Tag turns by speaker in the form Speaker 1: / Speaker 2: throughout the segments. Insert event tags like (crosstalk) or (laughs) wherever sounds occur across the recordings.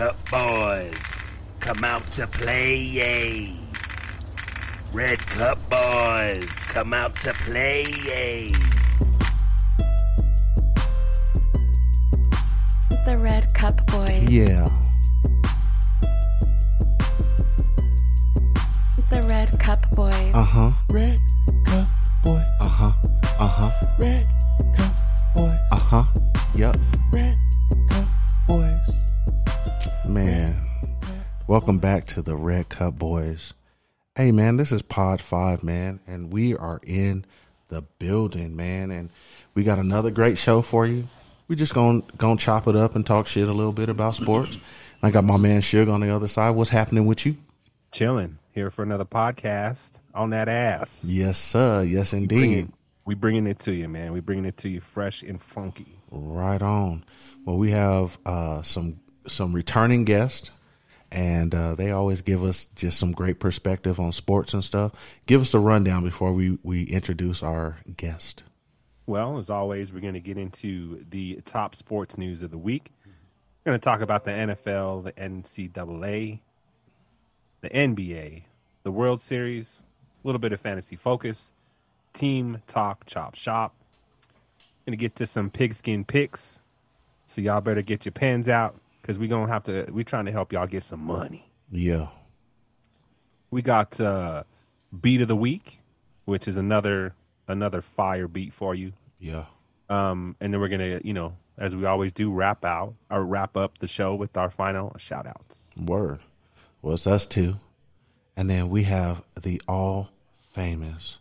Speaker 1: up, boys. Come out to play, yay. Red Cup boys, come out to play, yay.
Speaker 2: The Red Cup Boys.
Speaker 3: Yeah.
Speaker 2: The Red Cup Boys.
Speaker 3: (laughs) Uh huh.
Speaker 4: Red cup boy.
Speaker 3: Uh huh. Uh huh.
Speaker 4: Red cup boy.
Speaker 3: Uh huh. Yep.
Speaker 4: Red cup boys.
Speaker 3: Man. Welcome back to the Red Cup Boys. Hey, man, this is Pod 5, man, and we are in the building, man, and we got another great show for you. We just gonna, gonna chop it up and talk shit a little bit about sports. I got my man Suge on the other side. What's happening with you?
Speaker 5: chilling here for another podcast on that ass.
Speaker 3: Yes, sir. Yes, indeed.
Speaker 5: We bringing it to you, man. We bringing it to you fresh and funky.
Speaker 3: Right on. Well, we have uh, some some returning guests, and uh, they always give us just some great perspective on sports and stuff. Give us a rundown before we we introduce our guest.
Speaker 5: Well, as always, we're going to get into the top sports news of the week. We're going to talk about the NFL, the NCAA, the NBA, the World Series, a little bit of fantasy focus, team talk, chop shop. Going to get to some pigskin picks. So y'all better get your pens out because we're going to have to, we're trying to help y'all get some money.
Speaker 3: Yeah.
Speaker 5: We got uh, beat of the week, which is another another fire beat for you.
Speaker 3: Yeah.
Speaker 5: Um, and then we're gonna, you know, as we always do, wrap out or wrap up the show with our final shout outs.
Speaker 3: Word. Well, it's us two. And then we have the all famous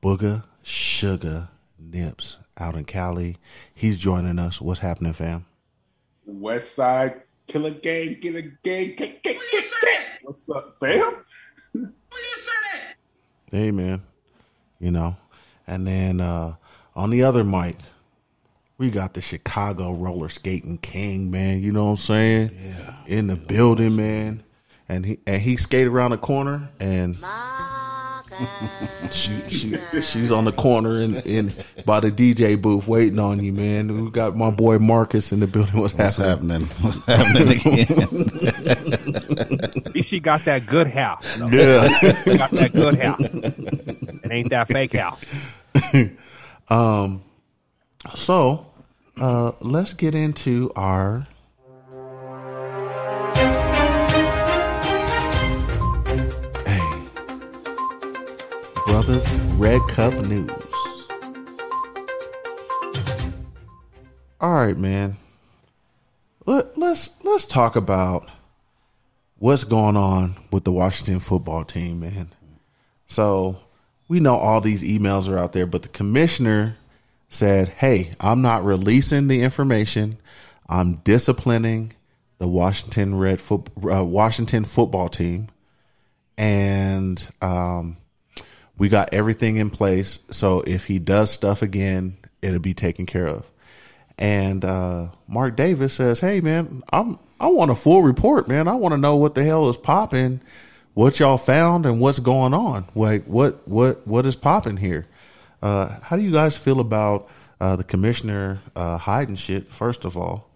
Speaker 3: Booger Sugar Nips out in Cali. He's joining us. What's happening, fam?
Speaker 4: West Side Killer Gang, Killer Gang, kick, kick, kick, kick. What's up, fam?
Speaker 3: Hey, man. You know? And then uh, on the other mic, we got the Chicago roller skating king, man. You know what I'm saying? Yeah. In the building, man. And he and he skated around the corner and (laughs) she, she she's on the corner in, in by the DJ booth waiting on you, man. We got my boy Marcus in the building. What's,
Speaker 6: What's happening? What's happening again?
Speaker 5: At least she got that good house. though.
Speaker 3: happening? Yeah.
Speaker 5: She got that good house. It ain't that fake house.
Speaker 3: So, uh, let's get into our hey, brothers red cup news. All right, man. Let, let's let's talk about what's going on with the Washington football team, man. So we know all these emails are out there, but the commissioner said, Hey, I'm not releasing the information. I'm disciplining the Washington Red foot, uh, Washington football team. And um, we got everything in place. So if he does stuff again, it'll be taken care of. And uh, Mark Davis says, "Hey, man, I'm I want a full report, man. I want to know what the hell is popping, what y'all found, and what's going on. Like, what what what is popping here? Uh, how do you guys feel about uh, the commissioner uh, hiding shit? First of all,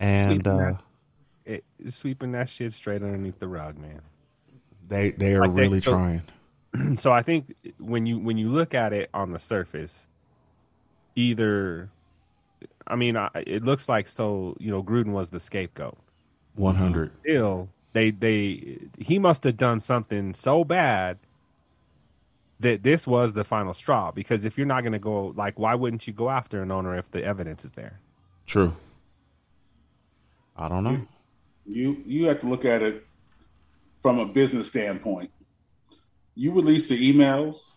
Speaker 3: and
Speaker 5: Sweeping
Speaker 3: uh,
Speaker 5: that- It, it's sweeping that shit straight underneath the rug, man. (clears throat)
Speaker 3: they they are
Speaker 5: Like, they-
Speaker 3: really
Speaker 5: so-
Speaker 3: trying.
Speaker 5: so I think when you when you look at it on the surface, either, I mean, I, it looks like so you know Gruden was the scapegoat.
Speaker 3: One hundred.
Speaker 5: Still, they they he must have done something so bad that this was the final straw. Because if you're not going to go, like, why wouldn't you go after an owner if the evidence is there?
Speaker 3: True. I don't know.
Speaker 4: You you have to look at it from a business standpoint. You release the emails,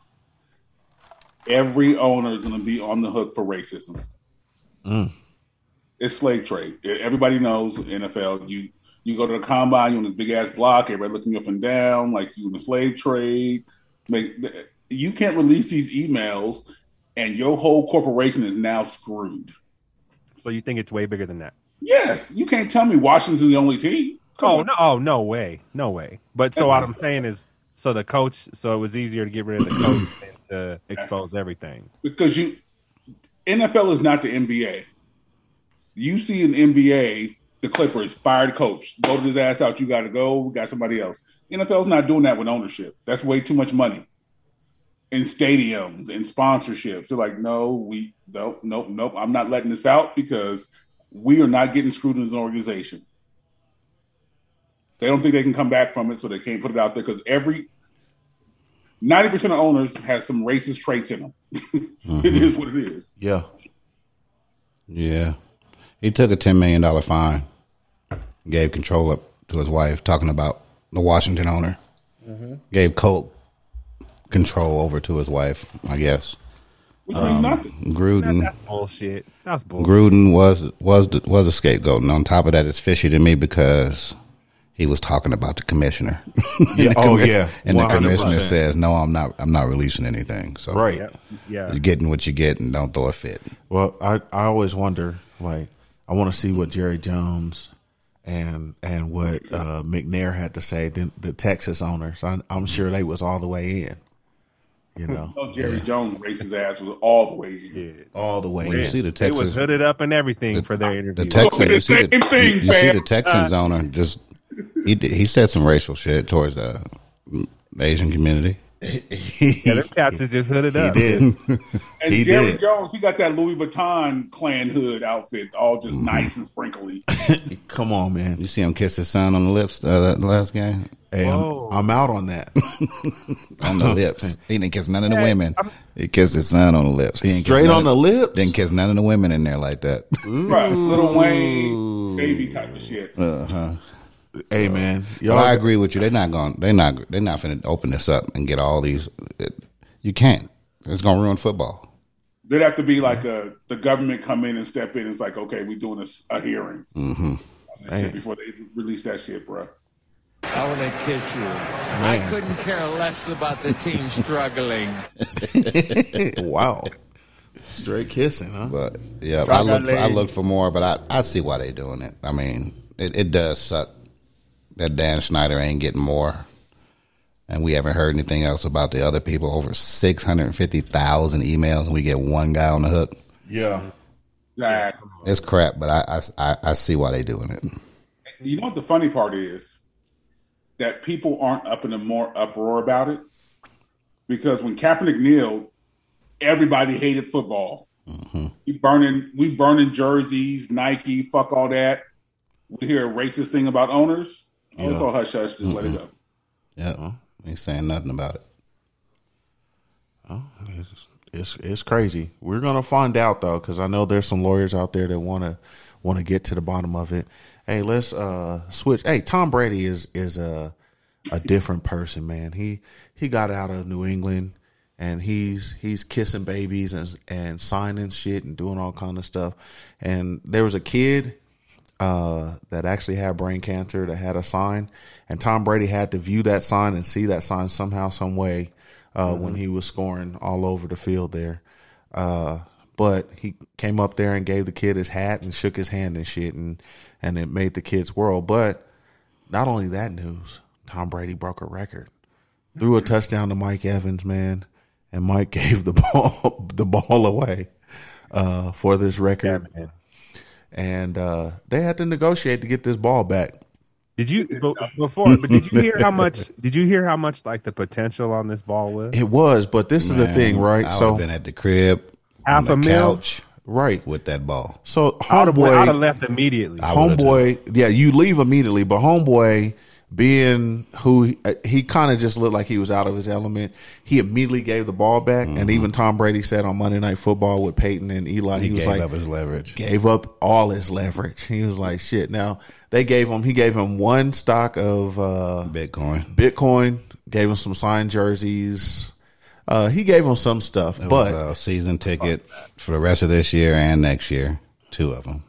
Speaker 4: every owner is going to be on the hook for racism. It's slave trade. Everybody knows NFL. You you go to the combine, you're on this big ass block, everybody looking you up and down like you in the slave trade. Make you can't release these emails, and your whole corporation is now screwed.
Speaker 5: So you think it's way bigger than that?
Speaker 4: Yes, you can't tell me Washington's the only team. Come
Speaker 5: Oh
Speaker 4: on.
Speaker 5: no! Oh no way! No way! But so what I'm saying is, so the coach, so it was easier to get rid of the coach than to expose everything.
Speaker 4: because you NFL is not the NBA. You see an NBA the Clippers fired coach, voted his ass out. You got to go. We got somebody else. NFL's not doing that with ownership. That's way too much money in stadiums and sponsorships. They're like, no, we nope, nope, nope. I'm not letting this out because we are not getting screwed as an organization. They don't think they can come back from it, so they can't put it out there because every 90% of owners has some racist traits in them. (laughs) It
Speaker 3: Mm-hmm.
Speaker 4: is what it is.
Speaker 3: Yeah.
Speaker 6: Yeah. He took a $10 million fine, gave control up to his wife, talking about the Washington owner.
Speaker 3: Mm-hmm.
Speaker 6: Gave Colt control over to his wife, I guess.
Speaker 4: Which
Speaker 3: Um,
Speaker 4: means nothing.
Speaker 3: (laughs)
Speaker 6: Gruden.
Speaker 5: That's bullshit. That's bullshit.
Speaker 6: Gruden was was the, was a scapegoat, and on top of that, it's fishy to me because he was talking about the commissioner. (laughs)
Speaker 3: Yeah,
Speaker 6: And the
Speaker 3: oh,
Speaker 6: commi-
Speaker 3: yeah,
Speaker 6: and the commissioner
Speaker 3: 100%.
Speaker 6: says, "No, I'm not. I'm not releasing anything." So
Speaker 3: Right.
Speaker 5: Yep. Yeah.
Speaker 6: you're getting what you get, and don't throw a fit.
Speaker 3: Well, I, I always wonder, like, I want to see what Jerry Jones and and what uh, McNair had to say. The, the Texas owners, I, I'm sure they was all the way in, you know,
Speaker 4: Oh, Jerry Jones raced his ass was all the way here.
Speaker 3: all the way
Speaker 6: When you
Speaker 3: in.
Speaker 6: see the
Speaker 5: It was
Speaker 6: Texans,
Speaker 5: hooded up and everything for their interview.
Speaker 6: the Texans, you see
Speaker 4: Same
Speaker 6: the,
Speaker 4: thing,
Speaker 6: you, you see
Speaker 4: fam.
Speaker 6: the Texans owner just he did, he said some racial shit towards the Asian community.
Speaker 5: yeah, their cats is just hooded
Speaker 3: He
Speaker 5: up.
Speaker 3: did.
Speaker 4: And
Speaker 3: He
Speaker 4: Jerry
Speaker 3: did.
Speaker 4: Jones, he got that Louis Vuitton clan hood outfit, all just
Speaker 3: Mm-hmm.
Speaker 4: nice and sprinkly.
Speaker 3: (laughs) Come on, man.
Speaker 6: You see him kiss his son on the lips uh, the last game
Speaker 3: Hey, I'm,
Speaker 5: Whoa.
Speaker 3: I'm out on that.
Speaker 6: (laughs)
Speaker 3: (laughs)
Speaker 6: on the lips. He didn't kiss none of the
Speaker 5: Hey,
Speaker 6: women. He kissed his son on the lips. He didn't kiss
Speaker 3: Straight
Speaker 6: none
Speaker 3: on the
Speaker 6: of-
Speaker 3: lips.
Speaker 6: Didn't kiss none of the women in there
Speaker 3: (laughs)
Speaker 6: like that.
Speaker 4: Right, Little Wayne, baby type of shit.
Speaker 3: Hey, man. Y'all,
Speaker 6: Uh-huh. But I agree with you. They're not going. They're not. They're not going to open this up and get all these. It, you can't. It's going to ruin football.
Speaker 4: There'd have to be like a the government come in and step in. It's like, okay, we're doing a, a hearing
Speaker 3: Mm-hmm.
Speaker 4: That shit before they release that shit, bro.
Speaker 7: I want to kiss you. I couldn't care less about the team struggling.
Speaker 3: (laughs) wow. Straight kissing, huh?
Speaker 6: But yeah,
Speaker 5: Drop
Speaker 6: I looked.
Speaker 5: that
Speaker 6: For, I
Speaker 5: leg.
Speaker 6: looked for more, but I, I see why they're doing it. I mean, it, it does suck that Dan Schneider ain't getting more, and we haven't heard anything else about the other people. Over six hundred fifty thousand emails, and we get one guy on the hook.
Speaker 3: Yeah.
Speaker 4: Exactly.
Speaker 6: It's crap, but I I, I, I see why they're doing it.
Speaker 4: You know what the funny part is? That people aren't up in a more uproar about it because when Kaepernick kneeled, everybody hated football.
Speaker 6: Mm-hmm.
Speaker 4: We burning, we burning jerseys, Nike, fuck all that. We hear a racist thing about owners. Oh, it's all hush hush. Just let it go.
Speaker 6: Yep, ain't saying nothing about it.
Speaker 3: It's, it's it's crazy. We're gonna find out though, because I know there's some lawyers out there that wanna wanna get to the bottom of it. Hey, let's uh switch. Hey, Tom Brady is is a a different person, man. He he got out of New England and he's he's kissing babies and and signing shit and doing all kind of stuff. And there was a kid uh, that actually had brain cancer that had a sign, and Tom Brady had to view that sign and see that sign somehow, some way, uh,
Speaker 5: Mm-hmm.
Speaker 3: when he was scoring all over the field there. Uh, but he came up there and gave the kid his hat and shook his hand and shit, and and it made the kids whirl. But not only that news, Tom Brady broke a record, threw a touchdown to Mike Evans, man, and Mike (laughs) gave the ball the ball away uh, for this
Speaker 5: Yeah,
Speaker 3: record
Speaker 5: man.
Speaker 3: and uh, they had to negotiate to get this ball back.
Speaker 5: Did you be- before? But did you hear (laughs) how much? Did you hear how much like the potential on this ball was?
Speaker 3: It was, but this is the thing, right?
Speaker 6: I would
Speaker 3: so,
Speaker 6: have been at the crib,
Speaker 5: Half
Speaker 6: on
Speaker 5: a
Speaker 6: the
Speaker 5: mil?
Speaker 6: couch
Speaker 3: right.
Speaker 6: with that ball.
Speaker 3: So,
Speaker 5: I'd have, I'd have
Speaker 3: homeboy,
Speaker 5: left immediately.
Speaker 3: Uh,
Speaker 6: I would've
Speaker 3: homeboy, yeah, you leave immediately, but homeboy, being who he, uh, he kind of just looked like he was out of his element, he immediately gave the ball back. And even Tom Brady said on Monday Night Football with Peyton and Eli, he,
Speaker 6: Mm-hmm. He,
Speaker 3: was
Speaker 6: gave
Speaker 3: like,
Speaker 6: up his leverage.
Speaker 3: gave up all his leverage. He was like, shit. Now they gave him, he gave him one stock of uh,
Speaker 6: Bitcoin.
Speaker 3: Bitcoin, gave him some signed jerseys. Uh, he gave him some stuff,
Speaker 6: It was uh,
Speaker 3: but
Speaker 6: a season ticket for the rest of this year and next year. Two of them.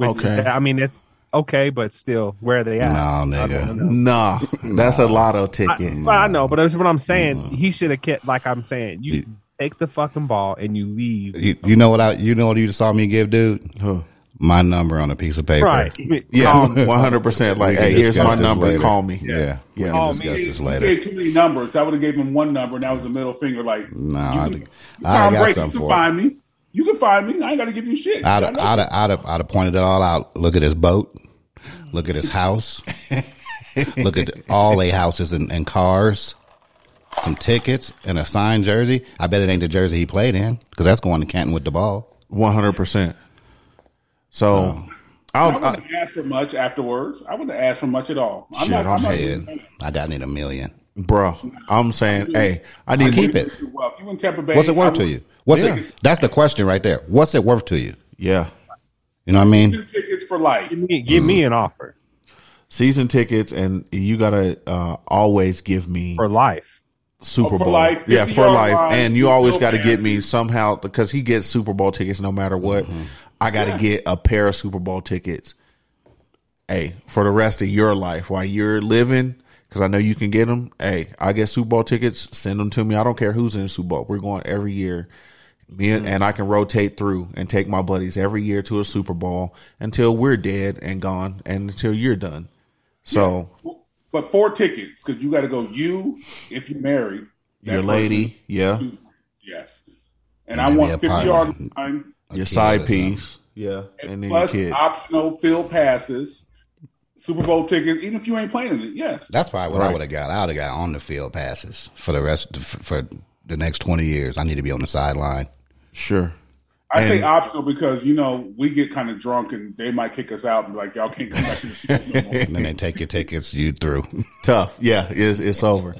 Speaker 3: okay,
Speaker 5: I mean, it's okay, but still, where are they at?
Speaker 6: No,
Speaker 5: I don't
Speaker 6: nigga.
Speaker 5: know.
Speaker 3: nah, that's a lotto ticket.
Speaker 5: Well, I know, but that's what I'm saying. He should have kept, like I'm saying, you take the fucking ball and you leave.
Speaker 6: You, you know what I? You know what you saw me give, dude?
Speaker 3: Huh.
Speaker 6: My number on a piece of paper.
Speaker 5: Right.
Speaker 3: yeah, (laughs) one hundred percent. Like,
Speaker 6: We can
Speaker 3: hey, here's
Speaker 6: discuss
Speaker 3: my
Speaker 6: this
Speaker 3: number.
Speaker 6: later.
Speaker 3: Call me.
Speaker 6: Yeah, we
Speaker 3: Yeah. Oh,
Speaker 6: can
Speaker 3: Call
Speaker 6: discuss this
Speaker 4: He
Speaker 6: later.
Speaker 4: gave too many numbers. I would have gave him one number, and that was a middle finger. Like,
Speaker 6: No, I'd-
Speaker 4: you can,
Speaker 6: I'd have
Speaker 4: Tom
Speaker 6: got
Speaker 4: Brady, you
Speaker 6: something
Speaker 4: can
Speaker 6: for it.
Speaker 4: find me. You can find me. I ain't got to give you shit.
Speaker 6: I'd,
Speaker 4: I know.
Speaker 6: I'd, I'd, I'd, have- I'd have pointed it all out. Look at his boat. Look at his house. Look at all they houses and, and cars, some tickets, and a signed jersey. I bet it ain't the jersey he played in because that's going to Canton with the ball.
Speaker 3: One hundred percent. So,
Speaker 4: I
Speaker 3: I'll,
Speaker 4: wouldn't
Speaker 3: I,
Speaker 4: ask for much afterwards. I wouldn't ask for much at all. I'm
Speaker 3: Shit,
Speaker 4: not, I'm
Speaker 3: I'm
Speaker 4: not
Speaker 6: Um, Shit, I got need a million.
Speaker 3: bro, I'm saying, hey, I need.
Speaker 6: keep it.
Speaker 4: Well, if you in Tampa Bay,
Speaker 6: What's it
Speaker 4: I
Speaker 6: worth to
Speaker 4: would-
Speaker 6: you? What's
Speaker 3: Yeah.
Speaker 6: it? That's the question right there. What's it worth to you?
Speaker 3: Yeah,
Speaker 6: You know what I
Speaker 4: Two
Speaker 6: mean?
Speaker 4: tickets for life.
Speaker 5: Give me, give
Speaker 3: Mm-hmm.
Speaker 5: me an offer
Speaker 3: season tickets, and you gotta uh, always give me
Speaker 5: for life.
Speaker 3: Super
Speaker 4: Oh, for
Speaker 3: Bowl.
Speaker 4: life,
Speaker 3: yeah,
Speaker 4: 50
Speaker 3: for
Speaker 4: yard
Speaker 3: life.
Speaker 4: line,
Speaker 3: and you
Speaker 4: you
Speaker 3: always
Speaker 4: go
Speaker 3: got to
Speaker 4: fast.
Speaker 3: get me somehow because he gets Super Bowl tickets no matter what. I got to get a pair of Super Bowl tickets. Hey, for the rest of your life while you're living, because I know you can get them. Hey, I get Super Bowl tickets. Send them to me. I don't care who's in the Super Bowl. We're going every year. Me
Speaker 4: Mm.
Speaker 3: and, and I can rotate through and take my buddies every year to a Super Bowl until we're dead and gone and until you're done. So
Speaker 4: But four tickets because you got to go. You, if you're married, that
Speaker 3: your lady, yeah,
Speaker 4: person, yes. And
Speaker 6: And
Speaker 4: I
Speaker 6: maybe
Speaker 4: want
Speaker 6: a
Speaker 4: 50
Speaker 6: partner.
Speaker 4: yard line
Speaker 3: your
Speaker 6: kid or
Speaker 3: side
Speaker 6: something.
Speaker 3: piece, yeah, and then your
Speaker 4: plus
Speaker 3: kid.
Speaker 4: optional field passes, Super Bowl tickets. Even if you ain't playing in it, yes.
Speaker 6: That's probably what I
Speaker 3: Right.
Speaker 6: would have got. I would have got on the field passes for the rest for, for the next twenty years. I need to be on the sideline.
Speaker 3: Sure.
Speaker 4: I say
Speaker 3: And-
Speaker 4: optional because you know we get kind of drunk and they might kick us out and be like y'all can't come back. To the Super Bowl no more.
Speaker 6: And then they take your tickets, you through. (laughs)
Speaker 3: Tough. Yeah, it's it's over.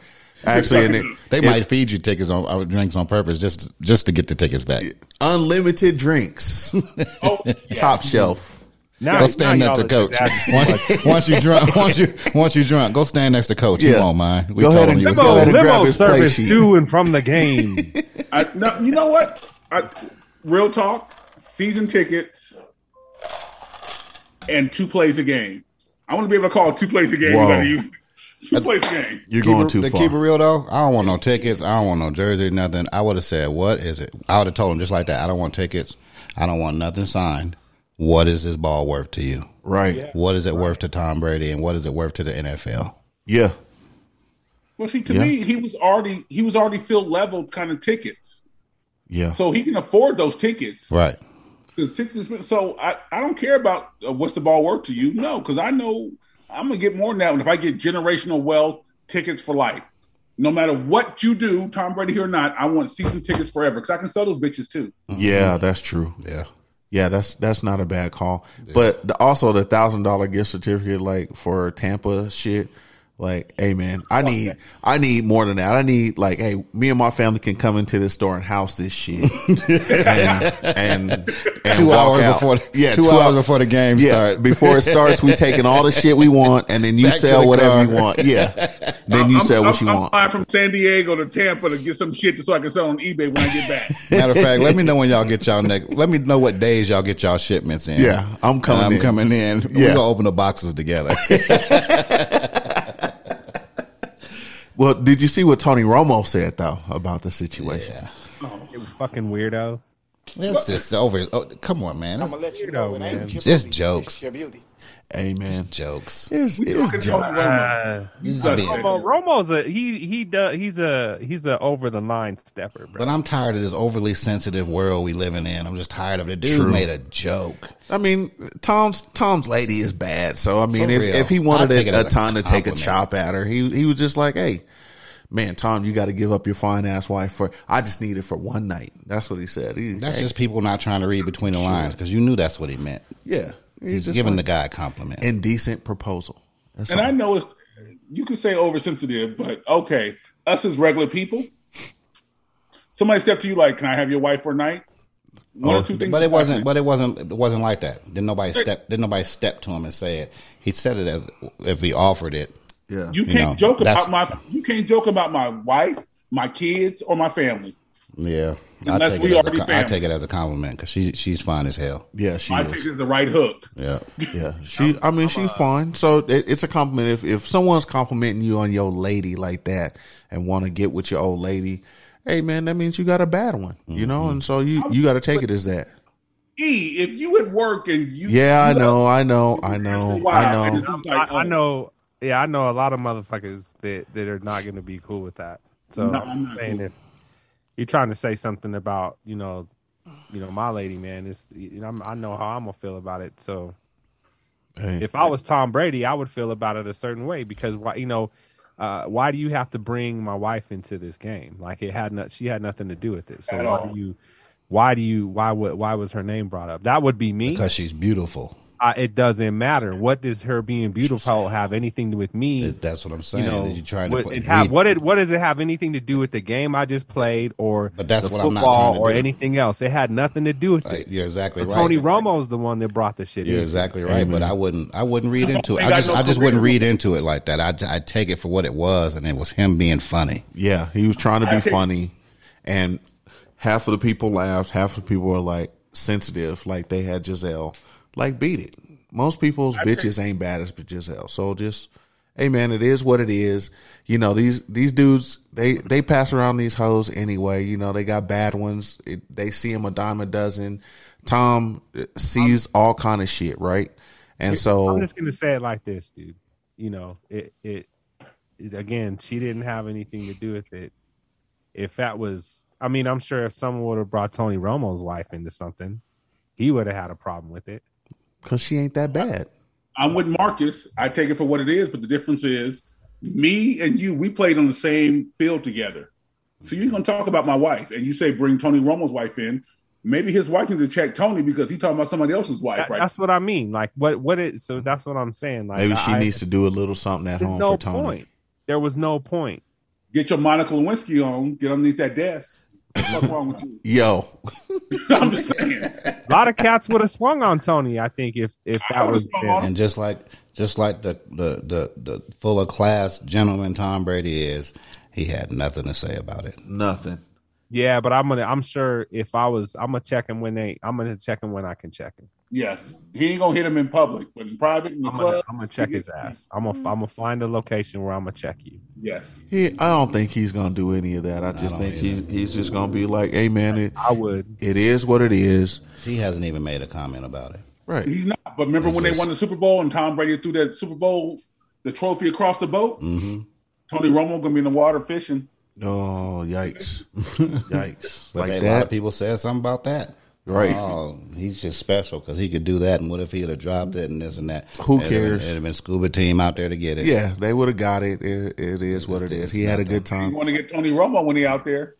Speaker 3: Actually, and it,
Speaker 6: They might feed you tickets on uh, drinks on purpose just just to get the tickets back.
Speaker 3: unlimited drinks,
Speaker 6: (laughs)
Speaker 4: Oh, yeah.
Speaker 3: top shelf.
Speaker 5: Now,
Speaker 6: Go stand
Speaker 5: now
Speaker 6: next to
Speaker 5: y'all are
Speaker 6: coach.
Speaker 5: just asking for
Speaker 6: (laughs) Once, once you drunk, once you once you drunk, go stand next to coach. He
Speaker 3: Yeah.
Speaker 6: won't mind. We
Speaker 3: Go
Speaker 6: told
Speaker 3: ahead
Speaker 6: him
Speaker 3: and-
Speaker 6: you was
Speaker 3: go
Speaker 5: limo,
Speaker 3: ahead
Speaker 6: going.
Speaker 3: and grab
Speaker 5: limo
Speaker 3: his play
Speaker 5: service
Speaker 3: sheet.
Speaker 5: to and from the game. (laughs)
Speaker 4: I, no, you know what? I, real talk, season tickets and two plays a game. I want to be able to call two plays a game.
Speaker 3: Whoa.
Speaker 4: Whether you, (laughs) two plays a game.
Speaker 3: You're
Speaker 6: Keep
Speaker 3: going
Speaker 6: it-
Speaker 3: too
Speaker 6: to
Speaker 3: far.
Speaker 6: keep it real though, I don't want no tickets. I don't want no jersey, nothing. I would have said, "What is it?" I would have told him just like that. I don't want tickets. I don't want nothing signed. What is this ball worth to you?
Speaker 3: right. Yeah.
Speaker 6: What is it worth to Tom Brady, and what is it worth to the NFL?
Speaker 4: Well, see, to
Speaker 3: Yeah.
Speaker 4: me, he was already he was already field level kind of tickets,
Speaker 3: Yeah.
Speaker 4: so he can afford those tickets.
Speaker 6: Right.
Speaker 4: 'Cause tickets. So I I don't care about uh, what's the ball worth to you. No, because I know I'm gonna get more than that. And if I get generational wealth, tickets for life. No matter what you do, Tom Brady here or not, I want season tickets forever because I can sell those bitches too.
Speaker 3: yeah, that's true.
Speaker 6: Yeah.
Speaker 3: Yeah, that's that's not a bad call. But the, also the thousand dollar gift certificate, like for Tampa shit. Like, hey man, I need I need more than that. I need like, hey, me and my family can come into this store and house this
Speaker 6: (laughs)
Speaker 3: shit, and, and, and
Speaker 6: Two
Speaker 3: walk
Speaker 6: hours
Speaker 3: out.
Speaker 6: before.
Speaker 3: yeah,
Speaker 6: Two,
Speaker 3: hou-
Speaker 6: hours before the game
Speaker 3: yeah,
Speaker 6: start.
Speaker 3: Before it starts, we taking all the shit we want, and then you
Speaker 6: Back to
Speaker 3: sell
Speaker 6: the
Speaker 3: whatever
Speaker 6: car.
Speaker 3: you want. Yeah, then you
Speaker 4: I'm-
Speaker 3: sell what
Speaker 4: I'm-
Speaker 3: you
Speaker 4: I'm
Speaker 3: want.
Speaker 4: flying from San Diego to Tampa to get some shit so I can sell on eBay when I get
Speaker 3: (laughs)
Speaker 4: back.
Speaker 6: Matter of fact, let me know when y'all get y'all next. Let me know what days y'all get y'all shipments in.
Speaker 3: Yeah, I'm coming
Speaker 6: I'm
Speaker 3: in.
Speaker 6: coming in. We're
Speaker 3: Yeah.
Speaker 6: gonna open the
Speaker 3: (laughs)
Speaker 6: boxes together.
Speaker 3: Well, did you see what Tony Romo said though about the situation?
Speaker 6: yeah.
Speaker 5: You fucking weirdo.
Speaker 6: This is over. Oh, come on, man. It's
Speaker 5: Weirdo, man.
Speaker 6: just jokes.
Speaker 3: Hey man,
Speaker 6: Jokes.
Speaker 3: it's it's joke.
Speaker 5: Uh,
Speaker 6: I mean,
Speaker 5: Romo, Romo's a he he does he's a he's a over the line stepper, bro.
Speaker 6: but I'm tired of this overly sensitive world we living in. I'm just tired of it. Dude
Speaker 3: True.
Speaker 6: made a joke.
Speaker 3: I mean, Tom's Tom's lady is bad. So I mean,
Speaker 6: For
Speaker 3: if,
Speaker 6: real.
Speaker 3: if he
Speaker 6: I'll
Speaker 3: wanted
Speaker 6: take it
Speaker 3: a,
Speaker 6: as
Speaker 3: a
Speaker 6: a
Speaker 3: ton to take a
Speaker 6: compliment.
Speaker 3: chop at her, he he was just like, "Hey, man, Tom, you got to give up your fine ass wife for. I just need it for one night." That's what he said. He,
Speaker 6: That's
Speaker 3: hey,
Speaker 6: just people not trying to read between the lines because you knew that's what he meant.
Speaker 3: yeah. He's
Speaker 6: He's
Speaker 3: just
Speaker 6: giving
Speaker 3: like,
Speaker 6: the guy a compliment.
Speaker 3: indecent proposal. That's
Speaker 4: and
Speaker 3: all.
Speaker 4: I know it's you can say oversensitive, but okay, us as regular people, somebody step to you like, "Can I have your wife for a night?" One
Speaker 3: Oh,
Speaker 4: or two things,
Speaker 6: but it wasn't. But it wasn't. It wasn't like that. Didn't nobody step? Didn't nobody step to him and say it? He said it as if he offered it.
Speaker 3: yeah.
Speaker 4: You
Speaker 6: you
Speaker 4: can't
Speaker 6: know,
Speaker 4: joke
Speaker 6: that's-
Speaker 4: about my. You can't joke about my wife, my kids, or my family.
Speaker 6: Yeah, I
Speaker 4: Unless
Speaker 6: take,
Speaker 4: we
Speaker 6: it as a,
Speaker 4: already
Speaker 6: co- I
Speaker 4: family.
Speaker 6: take it as a compliment because she she's fine as hell.
Speaker 3: yeah, she
Speaker 4: I
Speaker 3: is.
Speaker 4: think it's the right hook.
Speaker 6: (laughs) Yeah,
Speaker 3: Yeah, she. i mean, she's fine. So it, it's a compliment if if someone's complimenting you on your lady like that and want to get with your old lady. Hey man, that means you got a bad one, you know. And so you you got to take it as that.
Speaker 4: E, if you at work and you,
Speaker 3: Yeah, I
Speaker 4: you
Speaker 3: know, I know, I know, I know.
Speaker 4: Wow.
Speaker 5: I, I know. Yeah, I know a lot of motherfuckers that that are not going to be cool with that. So
Speaker 4: No, I'm
Speaker 5: I'm
Speaker 4: not
Speaker 5: saying
Speaker 4: cool.
Speaker 5: if you're trying to say something about you know, you know, my lady, man, it's you know, I'm, I know how I'm gonna feel about it. So
Speaker 3: Hey.
Speaker 5: If I was Tom Brady, I would feel about it a certain way because why you know uh, why do you have to bring my wife into this game? Like it had not she had nothing to do with it. So
Speaker 4: At
Speaker 5: why
Speaker 4: all.
Speaker 5: do you why do you why would why was her name brought up? That would be me.
Speaker 6: because she's beautiful.
Speaker 5: I, it doesn't matter. What does her being beautiful have anything to with me?
Speaker 6: That- That's what I'm
Speaker 5: you
Speaker 6: saying.
Speaker 5: know,
Speaker 6: that you're trying
Speaker 5: what,
Speaker 6: to put,
Speaker 5: it have,
Speaker 6: we-
Speaker 5: what it what does it have anything to do with the game I just played or
Speaker 6: But that's
Speaker 5: the
Speaker 6: what I'm not
Speaker 5: football
Speaker 6: trying to
Speaker 5: or
Speaker 6: do.
Speaker 5: anything else? It had nothing to do with
Speaker 6: like,
Speaker 5: it.
Speaker 6: you're exactly right.
Speaker 5: Tony Romo's the one that brought the shit.
Speaker 6: You're
Speaker 5: in.
Speaker 6: exactly right, but I wouldn't. I
Speaker 4: (laughs)
Speaker 6: wouldn't read into it.
Speaker 4: They
Speaker 6: I
Speaker 4: got
Speaker 6: just.
Speaker 4: no
Speaker 6: I just
Speaker 4: career.
Speaker 6: wouldn't read into it like that. I. I take it for what it was, and it was him being funny.
Speaker 3: Yeah, he was trying to
Speaker 5: (laughs)
Speaker 3: be funny, and half of the people laughed. Half of the people were like sensitive, like they had Giselle. Like, beat it. Most people's bitches ain't bad as Giselle. So just, hey man, it is what it is. You know these these dudes they they pass around these hoes anyway. You know they got bad ones. It, they see him a dime a dozen. Tom eh, sees all kind of shit, right? And
Speaker 5: I'm
Speaker 3: so
Speaker 5: just gonna say it like this, dude. You know, it, it it again. She didn't have anything to do with it. If that was, I mean, I'm sure if someone would have brought Tony Romo's wife into something, he would have had a problem with it.
Speaker 3: because she ain't that bad.
Speaker 4: I'm with Marcus. I take it for what it is, but the difference is me and you, we played on the same field together. So you're gonna talk about my wife and you say bring Tony Romo's wife in. Maybe his wife needs to check Tony because he's talking about somebody else's wife,
Speaker 5: That-
Speaker 4: right?
Speaker 5: That's what I mean. Like, what what it? So that's what I'm saying. Like,
Speaker 3: Maybe she
Speaker 5: I-
Speaker 3: needs to do a little something at
Speaker 5: There's
Speaker 3: home
Speaker 5: no
Speaker 3: for Tony.
Speaker 5: point. There was no point.
Speaker 4: Get your Monica Lewinsky on, get underneath that desk. What's wrong with you? (laughs)
Speaker 3: Yo,
Speaker 4: I'm just saying.
Speaker 5: A lot of cats would have swung on Tony. I think if if
Speaker 4: I
Speaker 5: that
Speaker 4: would've
Speaker 5: was
Speaker 4: swung on him.
Speaker 6: And just like, just like the the the, the full of class gentleman Tom Brady is, he had nothing to say about it.
Speaker 3: nothing.
Speaker 5: yeah. But I'm gonna. I'm sure if I was, I'm gonna check him when they. I'm gonna check him when I can check him.
Speaker 4: Yes. He ain't gonna hit him in public, but in private in the
Speaker 5: I'm gonna,
Speaker 4: club.
Speaker 5: I'm gonna check his ass. I'm gonna I'm gonna find a location where I'm gonna check you.
Speaker 4: Yes.
Speaker 3: He, I don't think he's gonna do any of that. I just
Speaker 6: don't
Speaker 3: think he, he's just gonna be like, "Hey, man, it,
Speaker 5: I would.
Speaker 3: it is what it is."
Speaker 6: She hasn't even made a comment about it.
Speaker 3: Right?
Speaker 4: He's not. But remember when they won the Super Bowl and Tom Brady threw that Super Bowl the trophy across the boat? Mm-hmm. Tony Romo gonna be in the water fishing.
Speaker 3: Oh,
Speaker 6: (laughs)
Speaker 3: yikes! yikes!
Speaker 6: But
Speaker 3: like
Speaker 6: a lot of
Speaker 3: that,
Speaker 6: people said something about that.
Speaker 3: Right.
Speaker 6: Oh, he's just special because he could do that. And what if he'd have dropped it and this and that?
Speaker 3: Who
Speaker 6: It'd have been-
Speaker 3: cares?
Speaker 6: It'd have been scuba team out there to get it.
Speaker 3: yeah, they would have got it. It, it is what it is. He had a good
Speaker 4: You
Speaker 3: time.
Speaker 4: want to get Tony Romo when he out there.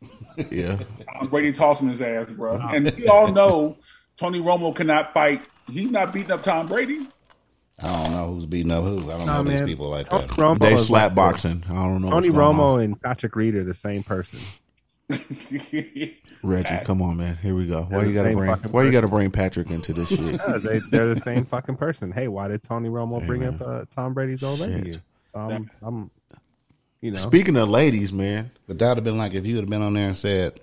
Speaker 3: Yeah,
Speaker 4: Tom Brady tossing his ass, bro. And we all know Tony Romo cannot fight. He's not beating up Tom Brady. (laughs)
Speaker 6: I don't know who's beating up who. I don't know these people like
Speaker 4: Oh,
Speaker 5: Tony
Speaker 6: that.
Speaker 5: Romo
Speaker 3: they
Speaker 5: is
Speaker 3: slap
Speaker 5: like-
Speaker 3: boxing. I don't know.
Speaker 5: Tony
Speaker 3: what's going
Speaker 5: Romo
Speaker 3: on.
Speaker 5: and Patrick Reed are the same person.
Speaker 3: Reggie, come on, man. Here we go. Why
Speaker 5: the
Speaker 3: you gotta
Speaker 5: same
Speaker 3: bring?
Speaker 5: fucking
Speaker 3: Why you gotta bring Patrick into this
Speaker 5: (laughs)
Speaker 3: shit?
Speaker 5: Yeah, they, they're the same fucking person. Hey, why did Tony Romo bring
Speaker 3: man.
Speaker 5: up uh, Tom Brady's old lady?
Speaker 3: Shit.
Speaker 5: Um, I'm, you know,
Speaker 3: Speaking of ladies, man,
Speaker 6: But that would have been like if you would have been on there
Speaker 3: (laughs)
Speaker 6: and said,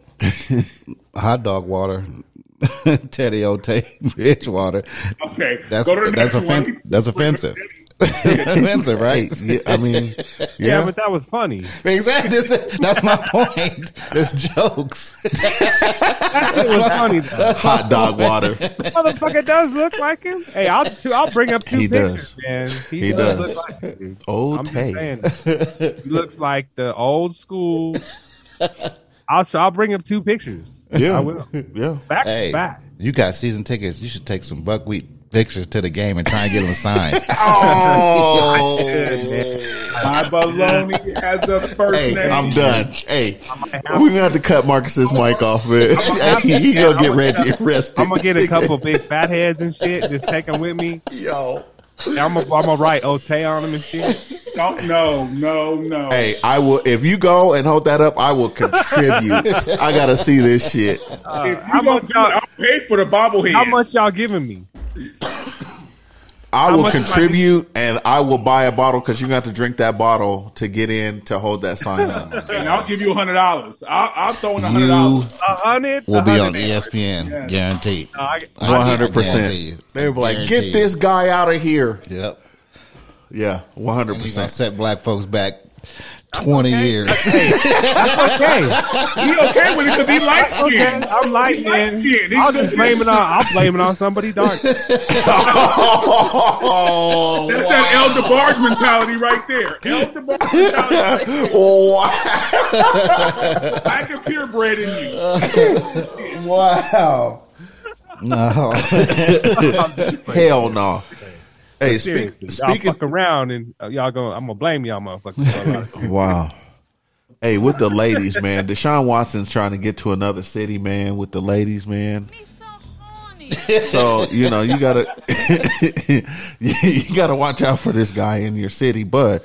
Speaker 6: hot dog water, (laughs) Teddy O'Tay, bitch water.
Speaker 4: Okay,
Speaker 6: That's,
Speaker 4: go to the
Speaker 6: that's,
Speaker 4: next
Speaker 6: offen-
Speaker 4: one.
Speaker 6: that's offensive. offensive, right?
Speaker 3: yeah, I mean,
Speaker 5: (laughs) yeah,
Speaker 3: yeah,
Speaker 5: but that was funny.
Speaker 6: Exactly. This- That's my point. It's jokes.
Speaker 5: It was funny. though.
Speaker 3: hot
Speaker 5: (laughs)
Speaker 3: dog water.
Speaker 5: Motherfucker does look like him. Hey, I'll two, I'll bring up two
Speaker 3: He does.
Speaker 5: pictures, man. He,
Speaker 3: He
Speaker 5: does,
Speaker 3: does.
Speaker 5: look like him, dude.
Speaker 3: Old
Speaker 5: I'm just
Speaker 3: Tay.
Speaker 5: saying, he looks like the old school. I'll show, I'll bring up two pictures.
Speaker 3: Yeah,
Speaker 5: I will.
Speaker 3: yeah.
Speaker 5: Back
Speaker 6: Hey,
Speaker 5: to back.
Speaker 6: you got season tickets. You should take some buckwheat pictures to the game and try and get them signed.
Speaker 5: Oh,
Speaker 4: My baloney has a first
Speaker 3: Hey,
Speaker 4: name.
Speaker 3: I'm done. Hey, we're gonna have to cut Marcus's mic off, man. (laughs) Hey, he gonna get Reggie arrested.
Speaker 5: I'm gonna
Speaker 3: (laughs)
Speaker 5: get a couple big fat heads and shit. Just take them with me.
Speaker 3: yo.
Speaker 5: And I'm gonna I'm gonna write Ote on them and shit.
Speaker 4: Don't, no, no, no.
Speaker 3: Hey, I will. If you go and hold that up, I will contribute. I gotta see this shit.
Speaker 4: if you
Speaker 5: Uh, how much
Speaker 4: gonna do it,
Speaker 5: y'all-
Speaker 4: I'll pay for the bobblehead.
Speaker 5: How much y'all giving me?
Speaker 3: I will
Speaker 5: much might be-
Speaker 3: contribute, and I will buy a bottle because you got to drink that bottle to get in to hold that sign up.
Speaker 4: And I'll give you a hundred dollars. I'll, I'll throw in a hundred
Speaker 6: you
Speaker 4: dollars.
Speaker 5: A hundred.
Speaker 6: will
Speaker 5: a
Speaker 6: be
Speaker 5: hundred (laughs)
Speaker 6: on E
Speaker 5: and-
Speaker 6: ESPN, guaranteed.
Speaker 5: No, I,
Speaker 6: I
Speaker 3: One
Speaker 6: guarantee
Speaker 3: hundred
Speaker 6: you.
Speaker 3: percent. They were like,
Speaker 6: Guarantee
Speaker 3: "Get this guy out of here."
Speaker 6: you. Yep.
Speaker 3: Yeah, one hundred
Speaker 6: You're gonna
Speaker 3: percent.
Speaker 6: set black folks back twenty years.
Speaker 5: okay,
Speaker 4: He okay with it because he
Speaker 5: (laughs)
Speaker 4: likes
Speaker 5: okay.
Speaker 4: skin.
Speaker 5: I'm light,
Speaker 4: He's light
Speaker 5: man.
Speaker 4: skinned. He's
Speaker 5: I'll
Speaker 4: good.
Speaker 5: just blame it on. I'll blame it on somebody
Speaker 6: (laughs)
Speaker 5: dark.
Speaker 3: (laughs) Oh,
Speaker 4: That's that El DeBarge mentality right there. El DeBarge mentality.
Speaker 3: wow.
Speaker 4: Lack of purebred in you.
Speaker 6: wow. No.
Speaker 3: (laughs) Hell no. Hey, speak,
Speaker 5: Seriously, y'all
Speaker 3: speaking.
Speaker 5: fuck around and uh, y'all going. I'm gonna blame y'all, motherfuckers. for a lot of
Speaker 6: (laughs)
Speaker 5: shit.
Speaker 3: Wow. Hey, with the ladies, man. Deshaun Watson's trying to get to another city, man. With the ladies, man. So you know you gotta (laughs) you gotta watch out for this guy in your city. But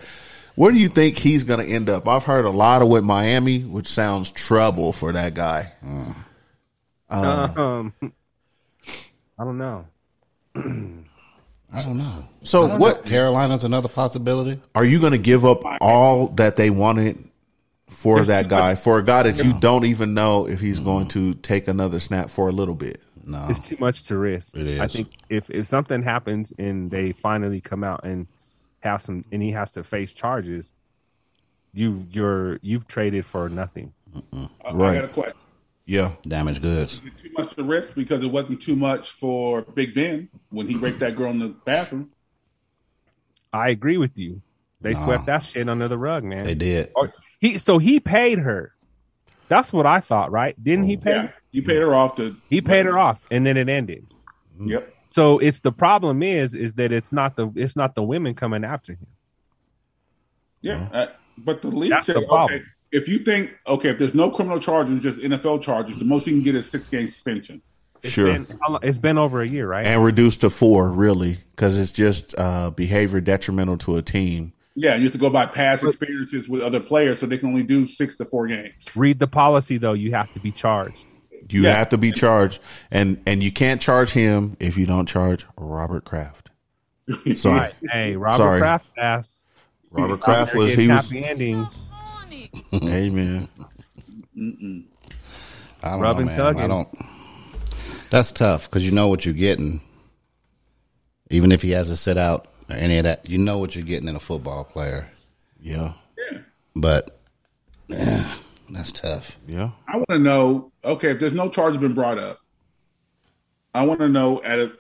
Speaker 3: where do you think he's gonna end up? I've heard a lot of with Miami, which sounds trouble for that guy.
Speaker 5: um, I don't know.
Speaker 6: I don't know.
Speaker 3: So what
Speaker 6: Carolina's another possibility.
Speaker 3: are you gonna give up all that they wanted for that guy for a guy that you don't even know if he's going to take another snap for a little bit?
Speaker 6: No,
Speaker 5: It's too much to risk.
Speaker 6: It
Speaker 5: I
Speaker 6: is.
Speaker 5: think if if something happens and they finally come out and have some, and he has to face charges, you you're you've traded for nothing.
Speaker 4: I, I
Speaker 3: Right.
Speaker 4: got a question.
Speaker 3: Yeah.
Speaker 6: damaged goods.
Speaker 4: Is it Too much to risk because it wasn't too much for Big Ben when he raped that girl in the bathroom.
Speaker 5: I agree with you. They
Speaker 6: Nah.
Speaker 5: swept that shit under the rug, man.
Speaker 6: They did.
Speaker 5: Or- he so he paid her. That's what I thought, right? Didn't
Speaker 6: Mm.
Speaker 5: he pay?
Speaker 4: Yeah, you paid her off to.
Speaker 5: He paid her off, and then it ended.
Speaker 4: Yep.
Speaker 5: So it's the problem is is that it's not the it's not the women coming after him.
Speaker 4: Yeah, uh, but the league
Speaker 5: That's
Speaker 4: said,
Speaker 5: the problem.
Speaker 4: okay, if you think okay, if there's no criminal charges, just NFL charges, the most you can get is six game suspension.
Speaker 3: Sure.
Speaker 5: And how lo- it's been over a year, right?
Speaker 3: and reduced to four really because it's just uh, behavior detrimental to a team
Speaker 4: Yeah, you have to go by past experiences with other players, so they can only do six to four games. (laughs)
Speaker 5: Read the policy though. You have to be charged.
Speaker 3: you
Speaker 4: Yeah.
Speaker 3: have to be charged and and you can't charge him if you don't charge robert kraft so
Speaker 5: Right. Hey, Robert
Speaker 3: Sorry.
Speaker 5: Kraft ass.
Speaker 3: robert kraft was he was
Speaker 5: happy endings.
Speaker 3: (laughs) amen
Speaker 6: I don't
Speaker 5: Rubbing
Speaker 6: know, man.
Speaker 5: tugging.
Speaker 6: I don't. That's tough because you know what you're getting. Even if he has to sit out or any of that, you know what you're getting in a football player.
Speaker 3: yeah
Speaker 6: But (sighs) eh, that's tough.
Speaker 3: yeah
Speaker 4: I want to know, okay, if there's no charge been brought up, I want to know at a,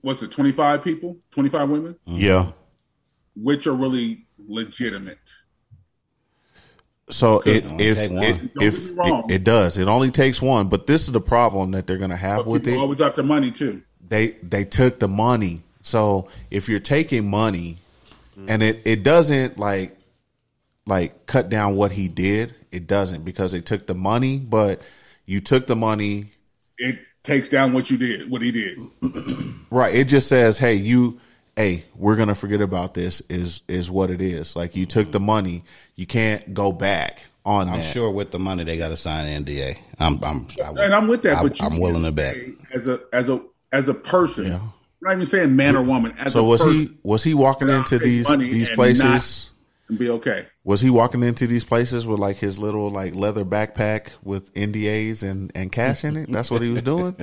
Speaker 4: what's it, 25 people, 25 women,
Speaker 3: yeah
Speaker 4: which are really legitimate.
Speaker 3: so it
Speaker 6: only
Speaker 3: if
Speaker 6: take one.
Speaker 3: it,
Speaker 4: Don't
Speaker 3: if
Speaker 4: get me
Speaker 3: it,
Speaker 4: wrong.
Speaker 3: it does it only takes one but this is the problem that they're gonna have with
Speaker 4: People
Speaker 3: it
Speaker 4: always after money too.
Speaker 3: they they took the money. So if you're taking money and it, it doesn't like like cut down what he did, it doesn't because they took the money, but you took the money
Speaker 4: It takes down what you did, what he did.
Speaker 3: right. It just says, Hey, you hey, we're gonna forget about this is is what it is. Like you took the money, you can't go back on
Speaker 6: I'm
Speaker 3: that.
Speaker 6: sure with the money they got to sign an NDA. I'm, I'm, I,
Speaker 4: And I'm with that,
Speaker 6: I,
Speaker 4: but you
Speaker 6: I'm willing to bet.
Speaker 4: can't say As a as a as a person, I'm not even saying man or woman. As
Speaker 3: So
Speaker 4: a
Speaker 3: was
Speaker 4: person,
Speaker 3: he was he walking
Speaker 4: I'll
Speaker 3: into
Speaker 4: take
Speaker 3: these
Speaker 4: money
Speaker 3: these
Speaker 4: and
Speaker 3: places
Speaker 4: and be okay.
Speaker 3: Was he walking into these places with like his little like leather backpack with NDAs and and cash in it? That's what he was doing.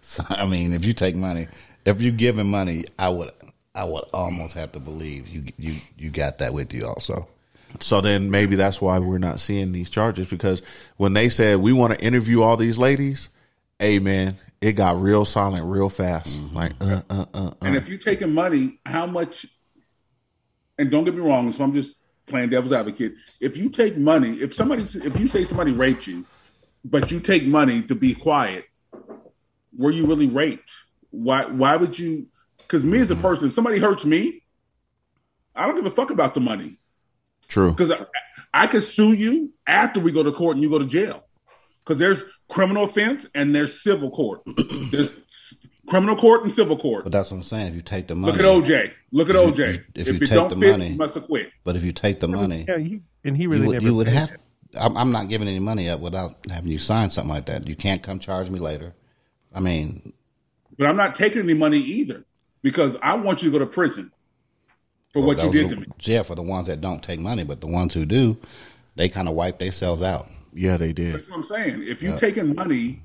Speaker 6: So, (laughs) I mean, if you take money, if you give him money, I would, I would almost have to believe you, you, you got that with you also.
Speaker 3: (laughs) So then maybe that's why we're not seeing these charges because when they said we want to interview all these ladies, hey man, it got real silent real fast. Like uh uh uh. uh.
Speaker 4: And if you're taking money, how much? And don't get me wrong. So I'm just playing devil's advocate. If you take money, if somebody, if you say somebody raped you, but you take money to be quiet, were you really raped? Why? Why would you? Because me as a person, if somebody hurts me, I don't give a fuck about the money
Speaker 3: True.
Speaker 4: because I, I could sue you after we go to court and you go to jail. Because there's criminal offense and there's civil court. there's criminal court and civil court.
Speaker 6: But that's what I'm saying. If you take the money,
Speaker 4: Look at OJ. Look at OJ. If,
Speaker 6: if you
Speaker 4: it
Speaker 6: take
Speaker 4: don't
Speaker 6: the
Speaker 4: fit,
Speaker 6: money-
Speaker 4: you must have quit.
Speaker 6: but if you take the money,
Speaker 5: Yeah, he, and he really
Speaker 6: you would,
Speaker 5: never.
Speaker 6: you would
Speaker 5: paid.
Speaker 6: have. I'm, I'm not giving any money up without having you sign something like that. You can't come charge me later. I mean,
Speaker 4: But I'm not taking any money either because I want you to go to prison for what you
Speaker 6: those
Speaker 4: did
Speaker 6: are
Speaker 4: to
Speaker 6: the-
Speaker 4: me.
Speaker 6: Yeah, for the ones that don't take money, but the ones who do, they kind of wipe themselves out.
Speaker 3: Yeah, they did.
Speaker 4: That's what I'm saying. If you taking money,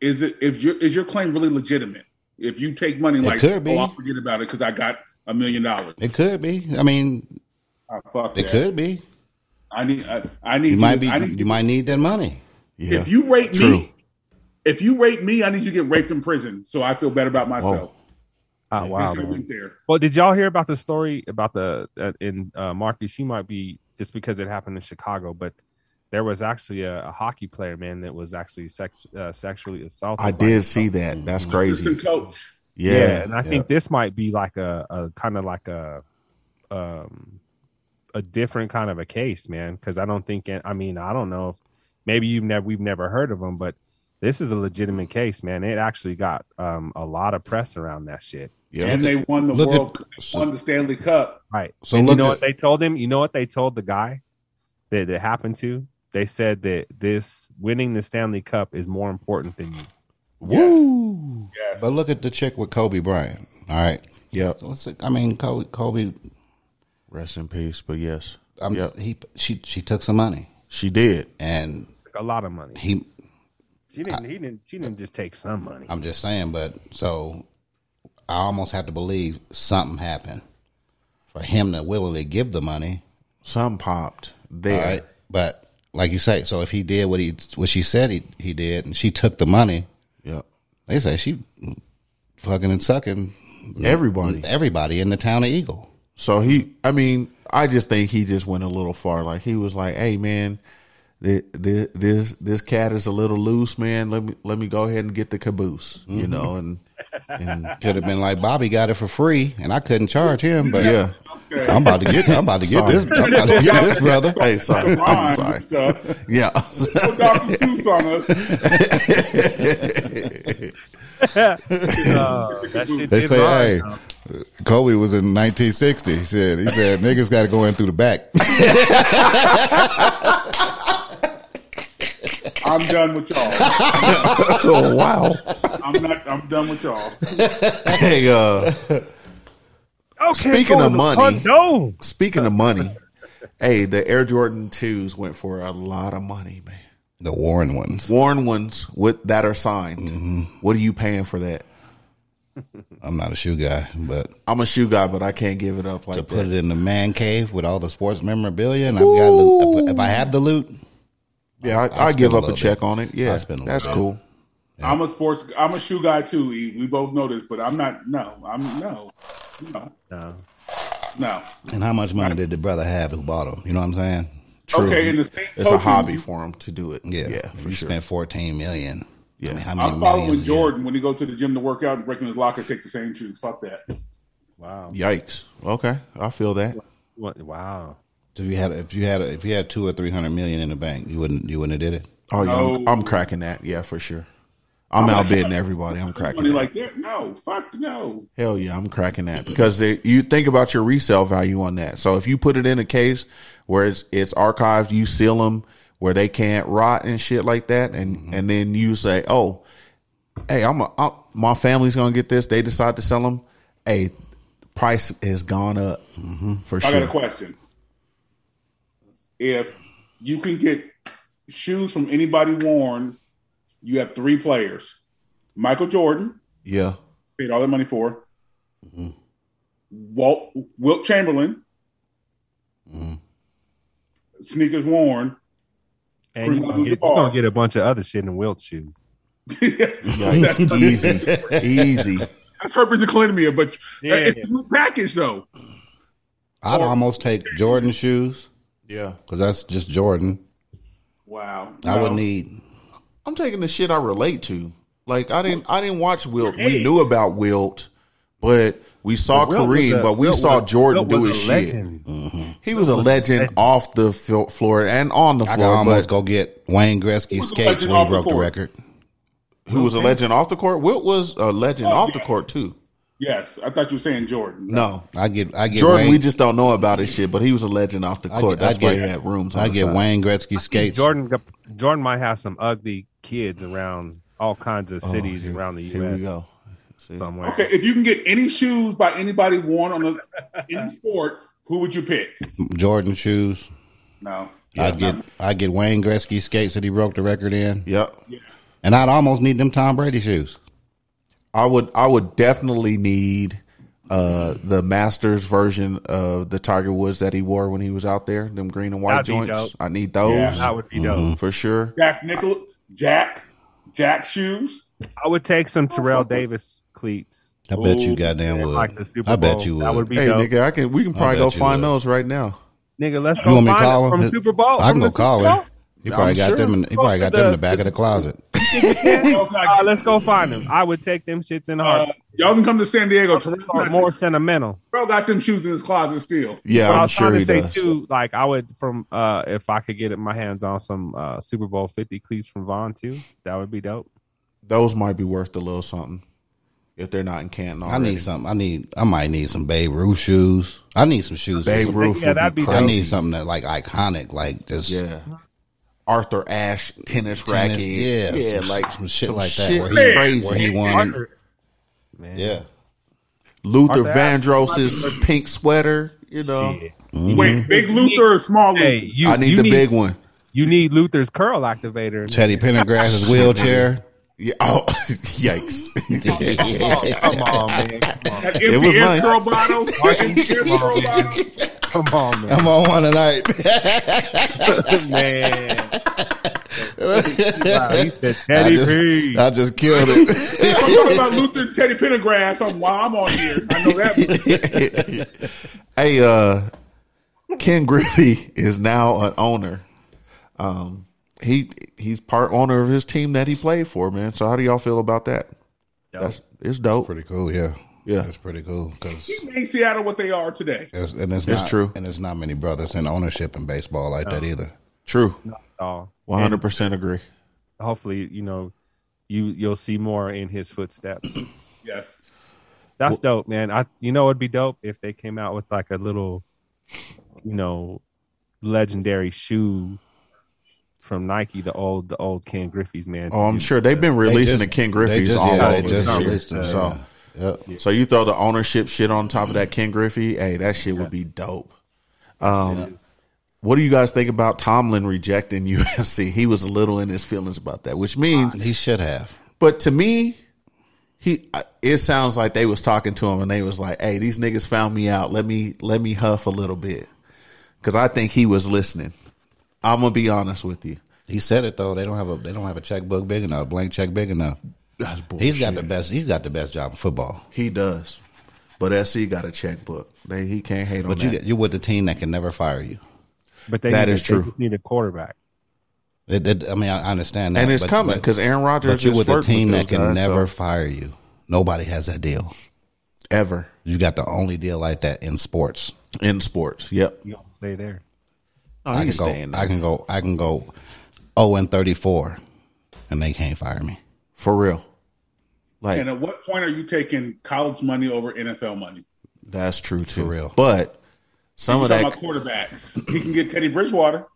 Speaker 4: is it if your is your claim really legitimate? If you take money, like
Speaker 6: could be.
Speaker 4: oh, I forget about it because I got a million dollars.
Speaker 6: It could be. I mean,
Speaker 4: Oh, fuck
Speaker 6: it
Speaker 4: that.
Speaker 6: could be.
Speaker 4: I need. I, I need.
Speaker 6: You might be.
Speaker 4: I need,
Speaker 6: You might need that money.
Speaker 3: Yeah.
Speaker 4: If you rape
Speaker 3: True.
Speaker 4: me, if you rape me, I need you to get raped in prison so I feel better about myself.
Speaker 5: Oh, wow,
Speaker 4: There's no
Speaker 5: man.
Speaker 4: link there.
Speaker 5: Well, did y'all hear about the story about the uh, in uh, Marcus? She might be just because it happened in Chicago, but there was actually a, a hockey player, man, that was actually sex uh, sexually assaulted.
Speaker 3: I
Speaker 5: by-
Speaker 3: did see that. That's crazy.
Speaker 4: Assistant coach.
Speaker 3: Yeah,
Speaker 5: and I think this might be like a, a kind of like a um a different kind of a case, man. Because I don't think I mean I don't know if maybe you've never we've never heard of them, but this is a legitimate case, man. It actually got um a lot of press around that shit.
Speaker 3: yeah.
Speaker 4: and they won the
Speaker 6: Look at-
Speaker 4: World, they won the Stanley
Speaker 6: (laughs)
Speaker 4: Cup.
Speaker 5: Right.
Speaker 6: So
Speaker 5: So and you
Speaker 6: look
Speaker 5: know
Speaker 6: at-
Speaker 5: what they told him? You know what they told the guy that it happened to? They said that this winning the Stanley Cup is more important than you.
Speaker 3: Woo.
Speaker 6: But look at the chick with Kobe Bryant. All right.
Speaker 3: Yep.
Speaker 6: So let's- I mean, Kobe. Kobe
Speaker 3: Rest in peace. But yes,
Speaker 6: um,
Speaker 3: Yep.
Speaker 6: he she she took some money
Speaker 3: she did.
Speaker 6: and
Speaker 5: A lot of money.
Speaker 6: he.
Speaker 5: She didn't. he didn't. She didn't just take some money.
Speaker 6: I'm just saying, but so I almost have to believe something happened for him to willingly give the money.
Speaker 3: Some popped
Speaker 6: All
Speaker 3: there.
Speaker 6: right. But like you say, so if he did what he what she said he he did, and she took the money,
Speaker 3: Yep.
Speaker 6: they say she fucking and sucking
Speaker 3: Everybody.
Speaker 6: everybody in the town of Eagle.
Speaker 3: So he, I mean, I just think he just went a little far. Like he was like, "Hey, man, th- th- this this cat is a little loose, man. Let me let me go ahead and get the caboose, you
Speaker 6: Mm-hmm.
Speaker 3: know." And and
Speaker 6: Could have been like Bobby got it for free, and I couldn't charge him. But
Speaker 3: yeah,
Speaker 6: I'm about to get. I'm about to get
Speaker 3: Sorry.
Speaker 6: this. I'm about to get this, brother.
Speaker 3: (laughs) hey, sorry, I'm
Speaker 4: Fine,
Speaker 3: sorry,
Speaker 4: stuff.
Speaker 3: yeah,
Speaker 4: Put Dr. Seuss on us.
Speaker 5: Oh, that shit
Speaker 6: They
Speaker 5: did
Speaker 6: say,
Speaker 5: wrong.
Speaker 6: hey, Kobe was in 1960. He said, he said, niggas got to go in through the back.
Speaker 4: I'm done with y'all.
Speaker 3: oh wow,
Speaker 4: I'm not. I'm done with y'all.
Speaker 3: hey, uh,
Speaker 5: Okay,
Speaker 3: speaking
Speaker 5: go
Speaker 3: of
Speaker 5: to
Speaker 3: money-
Speaker 5: the condo.
Speaker 3: speaking of money, hey, the Air Jordan twos went for a lot of money, man.
Speaker 6: (laughs) The Warren ones.
Speaker 3: Worn ones with that are signed.
Speaker 6: Mm-hmm.
Speaker 3: What are you paying for that?
Speaker 6: I'm not a shoe guy, but
Speaker 3: I'm a shoe guy, but I can't give it up like
Speaker 6: to
Speaker 3: that.
Speaker 6: put it in the man cave with all the sports memorabilia, and I've got lo- if, if I have the loot,
Speaker 3: Yeah, I,
Speaker 6: I'll
Speaker 3: I give
Speaker 6: spend a
Speaker 3: up a
Speaker 6: little
Speaker 3: check
Speaker 6: bit.
Speaker 3: on it. Yeah,
Speaker 6: I'll spend a
Speaker 3: that's
Speaker 6: little
Speaker 3: cool.
Speaker 4: I'm a sports. I'm a shoe guy too. E. We both know this, but I'm not. No, I'm no, no,
Speaker 5: No.
Speaker 4: no.
Speaker 6: and how much money did the brother have who bought them? You know what I'm saying?
Speaker 3: True.
Speaker 4: Okay, in the same
Speaker 3: it's
Speaker 4: token,
Speaker 3: a hobby for him to do it.
Speaker 6: Yeah,
Speaker 3: Oh, Yeah,
Speaker 6: If
Speaker 3: for
Speaker 6: you
Speaker 3: sure.
Speaker 6: spent 14 million. Yeah, I mean, how many
Speaker 4: I'm
Speaker 6: millions
Speaker 4: following
Speaker 6: you-
Speaker 4: Jordan when he go to the gym to work out and breaking his locker, take the same shoes. Fuck that.
Speaker 5: Wow.
Speaker 3: Yikes. Okay, I feel that.
Speaker 5: What, wow.
Speaker 6: If you had if you had if you had two or three hundred million in the bank, you wouldn't you wouldn't have did it.
Speaker 3: Oh, yeah, I'm,
Speaker 4: No.
Speaker 3: I'm cracking that. Yeah, for sure.
Speaker 4: (laughs)
Speaker 3: I'm outbidding everybody. I'm cracking
Speaker 4: Money
Speaker 3: that.
Speaker 4: like that? No, fuck no.
Speaker 3: Hell yeah, I'm cracking that because it, you think about your resale value on that. So if you put it in a case where it's it's archived, you seal them where they can't rot and shit like that, and
Speaker 4: Mm-hmm.
Speaker 3: and then you say, oh, hey, I'm a I'm, my family's gonna get this. They decide to sell them. Hey, price has gone up for
Speaker 4: Mm-hmm. I got a
Speaker 3: sure.
Speaker 4: question. If you can get shoes from anybody worn, you have three players: Michael Jordan, (laughs)
Speaker 3: Yeah,
Speaker 4: paid all that money for.
Speaker 3: Mm-hmm.
Speaker 4: Walt Wilt Chamberlain,
Speaker 3: Mm-hmm.
Speaker 4: sneakers worn. (laughs)
Speaker 5: And you're gonna, get, you're gonna get a bunch of other shit in Wilt's shoes.
Speaker 3: Yikes.
Speaker 4: (laughs)
Speaker 3: easy, easy.
Speaker 4: That's herpes and chlamydia, but
Speaker 5: Yeah.
Speaker 4: it's a new package though.
Speaker 6: I'd almost take Jordan shoes
Speaker 3: Yeah,
Speaker 6: because that's just Jordan.
Speaker 4: Wow,
Speaker 6: I would need
Speaker 3: I'm taking the shit I relate to. Like I didn't I didn't watch Wilt. We knew about Wilt, but we saw
Speaker 5: Wilt was
Speaker 3: Kareem,
Speaker 5: a-
Speaker 3: but we
Speaker 5: Wilt
Speaker 3: saw
Speaker 5: was a-
Speaker 3: Jordan
Speaker 5: Wilt
Speaker 3: do
Speaker 5: was
Speaker 3: his
Speaker 5: a
Speaker 3: shit.
Speaker 5: legend.
Speaker 3: He was a legend off the fil- floor and on the
Speaker 6: I could
Speaker 3: floor,
Speaker 6: almost
Speaker 3: but
Speaker 6: go get Wayne Gretzky
Speaker 4: was the
Speaker 6: skates
Speaker 4: legend
Speaker 6: when
Speaker 4: off
Speaker 6: he
Speaker 4: the
Speaker 6: broke the
Speaker 4: court?
Speaker 6: record.
Speaker 3: who was a legend off the court? Wilt was a legend
Speaker 5: Oh,
Speaker 3: off the court too.
Speaker 4: Yes, I thought you were saying Jordan.
Speaker 3: No,
Speaker 6: I get I get
Speaker 3: Jordan,
Speaker 6: Wayne,
Speaker 3: we just don't know about his shit, but he was a legend off the
Speaker 6: I
Speaker 3: court.
Speaker 6: get- I
Speaker 3: That's why he
Speaker 6: get-
Speaker 3: had rooms.
Speaker 6: I
Speaker 3: on the
Speaker 6: get
Speaker 3: side.
Speaker 6: Wayne Gretzky skates.
Speaker 5: Jordan. got- Jordan might have some ugly kids around all kinds of cities around the U.S.
Speaker 3: Oh, Here we go.
Speaker 5: somewhere.
Speaker 4: Okay, if you can get any shoes by anybody worn on a any sport, who would you pick?
Speaker 6: Jordan shoes.
Speaker 4: No,
Speaker 6: I'd get I get Wayne Gretzky skates that he broke the record in,
Speaker 3: Yep.
Speaker 6: and I'd almost need them Tom Brady shoes.
Speaker 3: I would I would definitely need uh the Masters version of the Tiger Woods that he wore when he was out there, them green and white
Speaker 5: That'd be
Speaker 3: joints.
Speaker 5: dope.
Speaker 3: I need those
Speaker 5: That would be dope.
Speaker 6: Mm-hmm.
Speaker 3: for sure.
Speaker 4: Jack Nickel, Jack, Jack shoes.
Speaker 5: I would take some Terrell Davis cleats.
Speaker 6: I bet you
Speaker 4: Ooh,
Speaker 6: goddamn would.
Speaker 5: Like the Super
Speaker 6: I bet
Speaker 5: Bowl.
Speaker 6: you would.
Speaker 5: That would be
Speaker 3: Hey
Speaker 5: dope. Nigga,
Speaker 3: nigga, I can we can probably
Speaker 6: bet
Speaker 3: go
Speaker 6: you
Speaker 3: find
Speaker 6: would.
Speaker 3: those right now.
Speaker 5: let's
Speaker 6: you
Speaker 5: go
Speaker 6: want me to
Speaker 5: find
Speaker 6: call
Speaker 5: it
Speaker 6: him
Speaker 5: from Super Bowl.
Speaker 6: I
Speaker 5: from
Speaker 6: can go
Speaker 5: the
Speaker 6: call
Speaker 5: Super
Speaker 6: him.
Speaker 5: Bowl?
Speaker 6: He probably
Speaker 3: I'm
Speaker 6: got
Speaker 3: sure.
Speaker 6: them. In, he probably got them in the back of the closet.
Speaker 4: Who else not
Speaker 5: Uh,
Speaker 4: get-
Speaker 5: let's go find them. I would take them shits in the heart.
Speaker 4: Uh, Y'all can come to San Diego. Terrell
Speaker 5: Or
Speaker 4: got-
Speaker 5: more sentimental.
Speaker 4: Terrell got them shoes in his closet still.
Speaker 3: Yeah,
Speaker 5: But I
Speaker 3: I'm
Speaker 5: was trying
Speaker 3: sure
Speaker 5: to
Speaker 3: he
Speaker 5: say
Speaker 3: does.
Speaker 5: too, like I would from uh if I could get my hands on some uh Super Bowl fifty cleats from Vaughn too, that would be dope.
Speaker 3: Those might be worth a little something if they're not in Canton
Speaker 6: I
Speaker 3: already.
Speaker 6: need something. I need. I might need some Babe Ruth shoes. I need some shoes.
Speaker 3: Babe
Speaker 6: with some-
Speaker 3: Ruth
Speaker 5: Yeah,
Speaker 3: would
Speaker 5: that'd
Speaker 3: be
Speaker 5: be
Speaker 6: I
Speaker 3: crazy.
Speaker 6: need something that like iconic, like just
Speaker 3: Yeah. Arthur Ashe tennis,
Speaker 6: tennis-
Speaker 3: racket.
Speaker 6: yeah,
Speaker 3: yeah,
Speaker 6: some,
Speaker 3: like
Speaker 6: some shit
Speaker 3: some
Speaker 6: like that.
Speaker 3: shit
Speaker 6: where he,
Speaker 3: crazy.
Speaker 6: where he won. it.
Speaker 5: Man.
Speaker 6: Yeah,
Speaker 3: Luther
Speaker 5: Arthur Ashe.
Speaker 3: Vandross's pink sweater. You know,
Speaker 5: Shit.
Speaker 3: Mm-hmm.
Speaker 4: Wait, Big Luther or Small Luther?
Speaker 5: Hey, you
Speaker 3: I need
Speaker 5: you
Speaker 3: the big one.
Speaker 5: You need Luther's curl activator.
Speaker 6: Teddy
Speaker 5: (laughs)
Speaker 6: Pendergrass's wheelchair.
Speaker 3: Yeah. Oh, (laughs) yikes!
Speaker 5: Come on, (laughs) man. Come on,
Speaker 4: That
Speaker 3: It
Speaker 4: empty
Speaker 3: was
Speaker 4: air
Speaker 3: nice.
Speaker 4: scroll bottle. Empty air scroll bottle.
Speaker 5: come on, man.
Speaker 6: I'm on one tonight. (laughs)
Speaker 5: (laughs) man. Wow, he said Teddy
Speaker 6: I just,
Speaker 5: P.
Speaker 6: I just killed it. (laughs)
Speaker 4: I'm talking about Luther Teddy Pendergrass. I'm, while I'm on here, I
Speaker 3: (laughs)
Speaker 4: know that.
Speaker 3: hey, uh, Ken Griffey is now an owner. Um, he he's part owner of his team that he played for, man. So how do y'all feel about that? That's it's dope.
Speaker 6: pretty cool. Yeah,
Speaker 3: Yeah.
Speaker 6: that's pretty cool. Cause
Speaker 4: He made Seattle what they are today.
Speaker 6: it's, and it's
Speaker 3: That's
Speaker 6: not,
Speaker 3: true.
Speaker 6: And it's not many brothers in ownership in baseball like that either.
Speaker 3: True,
Speaker 5: Oh,
Speaker 3: one hundred percent agree.
Speaker 5: hopefully, you know, you you'll see more in his footsteps.
Speaker 4: Yes.
Speaker 5: That's dope, man. I you know it'd be dope if they came out with like a little, you know, legendary shoe from Nike, the old the old Ken Griffey's man.
Speaker 3: Oh, I'm sure they've been
Speaker 6: They
Speaker 3: releasing
Speaker 6: just-
Speaker 3: the Ken
Speaker 6: they
Speaker 3: Griffey's
Speaker 6: just-
Speaker 3: all
Speaker 6: yeah,
Speaker 3: over
Speaker 6: they just
Speaker 3: this year.
Speaker 6: released them,
Speaker 3: So,
Speaker 6: yeah. Yep.
Speaker 3: so you throw the ownership shit on top of that Ken Griffey, hey, that shit would be dope. Um, what do you guys think about Tomlin rejecting (laughs) USC? He was a little in his feelings about that, which means,
Speaker 6: He should have.
Speaker 3: but to me, he I- it sounds like they was talking to him and they was like, "Hey, these niggas found me out. Let me let me huff a little bit," because I think he was listening. I'm gonna be honest with you.
Speaker 6: He said it though. They don't have a they don't have a checkbook big enough, blank check big enough.
Speaker 3: That's bullshit.
Speaker 6: He's got the best. He's got the best job in football.
Speaker 3: He does. But SC got a checkbook. They, he can't hate
Speaker 6: But
Speaker 3: on
Speaker 6: you
Speaker 3: that.
Speaker 6: you with the team that can never fire you.
Speaker 5: but they
Speaker 3: that
Speaker 5: need,
Speaker 3: is
Speaker 5: they
Speaker 3: true.
Speaker 5: just need a quarterback.
Speaker 6: It, it- I mean, I understand that,
Speaker 3: and it's
Speaker 6: but-
Speaker 3: coming
Speaker 6: but-
Speaker 3: because Aaron Rodgers
Speaker 6: But you
Speaker 3: is
Speaker 6: with a
Speaker 3: flirting
Speaker 6: team
Speaker 3: with
Speaker 6: that
Speaker 3: those guys,
Speaker 6: can never
Speaker 3: so-
Speaker 6: fire you. Nobody has that deal.
Speaker 3: ever
Speaker 6: You got the only deal like that in sports.
Speaker 3: in sports. Yep.
Speaker 5: You don't stay there.
Speaker 3: Oh,
Speaker 6: I
Speaker 3: he's
Speaker 6: can
Speaker 3: staying
Speaker 6: go. I
Speaker 3: there.
Speaker 6: can go. I can go. Oh, and thirty four, and they can't fire me.
Speaker 3: for real. Like
Speaker 5: uh,
Speaker 4: And at what point are you taking college money over NFL money?
Speaker 3: that's true too.
Speaker 6: real.
Speaker 3: But some of
Speaker 4: Talking
Speaker 3: that,
Speaker 4: about quarterbacks. He can get Teddy Bridgewater.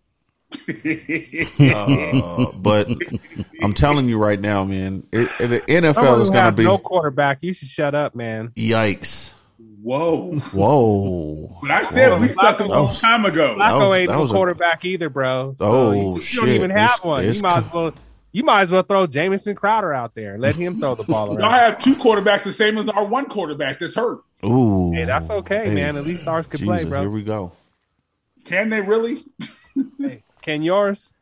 Speaker 4: (laughs)
Speaker 3: uh,
Speaker 5: (laughs)
Speaker 3: but I'm telling you right now, man, it, it- the NFL
Speaker 5: Someone
Speaker 3: is going
Speaker 5: who
Speaker 3: to
Speaker 5: have
Speaker 3: be
Speaker 5: no quarterback. You should shut up, man.
Speaker 3: yikes.
Speaker 4: Whoa.
Speaker 3: Whoa.
Speaker 4: But I said we stopped a long time ago.
Speaker 5: Flacco
Speaker 3: was-
Speaker 5: ain't
Speaker 3: that
Speaker 5: no
Speaker 3: was a-
Speaker 5: quarterback either, bro. So
Speaker 3: Oh,
Speaker 5: you, you
Speaker 3: shit.
Speaker 5: don't even have
Speaker 3: It's-
Speaker 5: one.
Speaker 3: it's
Speaker 5: You might
Speaker 3: com-
Speaker 5: as well you might as well throw Jamison Crowder out there. Let him throw
Speaker 3: (laughs)
Speaker 5: the ball
Speaker 4: Y'all
Speaker 5: around.
Speaker 4: have two quarterbacks the same as our one quarterback that's hurt.
Speaker 3: Ooh.
Speaker 5: Hey, that's okay, man. At least ours can play,
Speaker 3: Jesus,
Speaker 5: bro.
Speaker 3: Here we go.
Speaker 4: Can they really?
Speaker 5: Hey, can yours?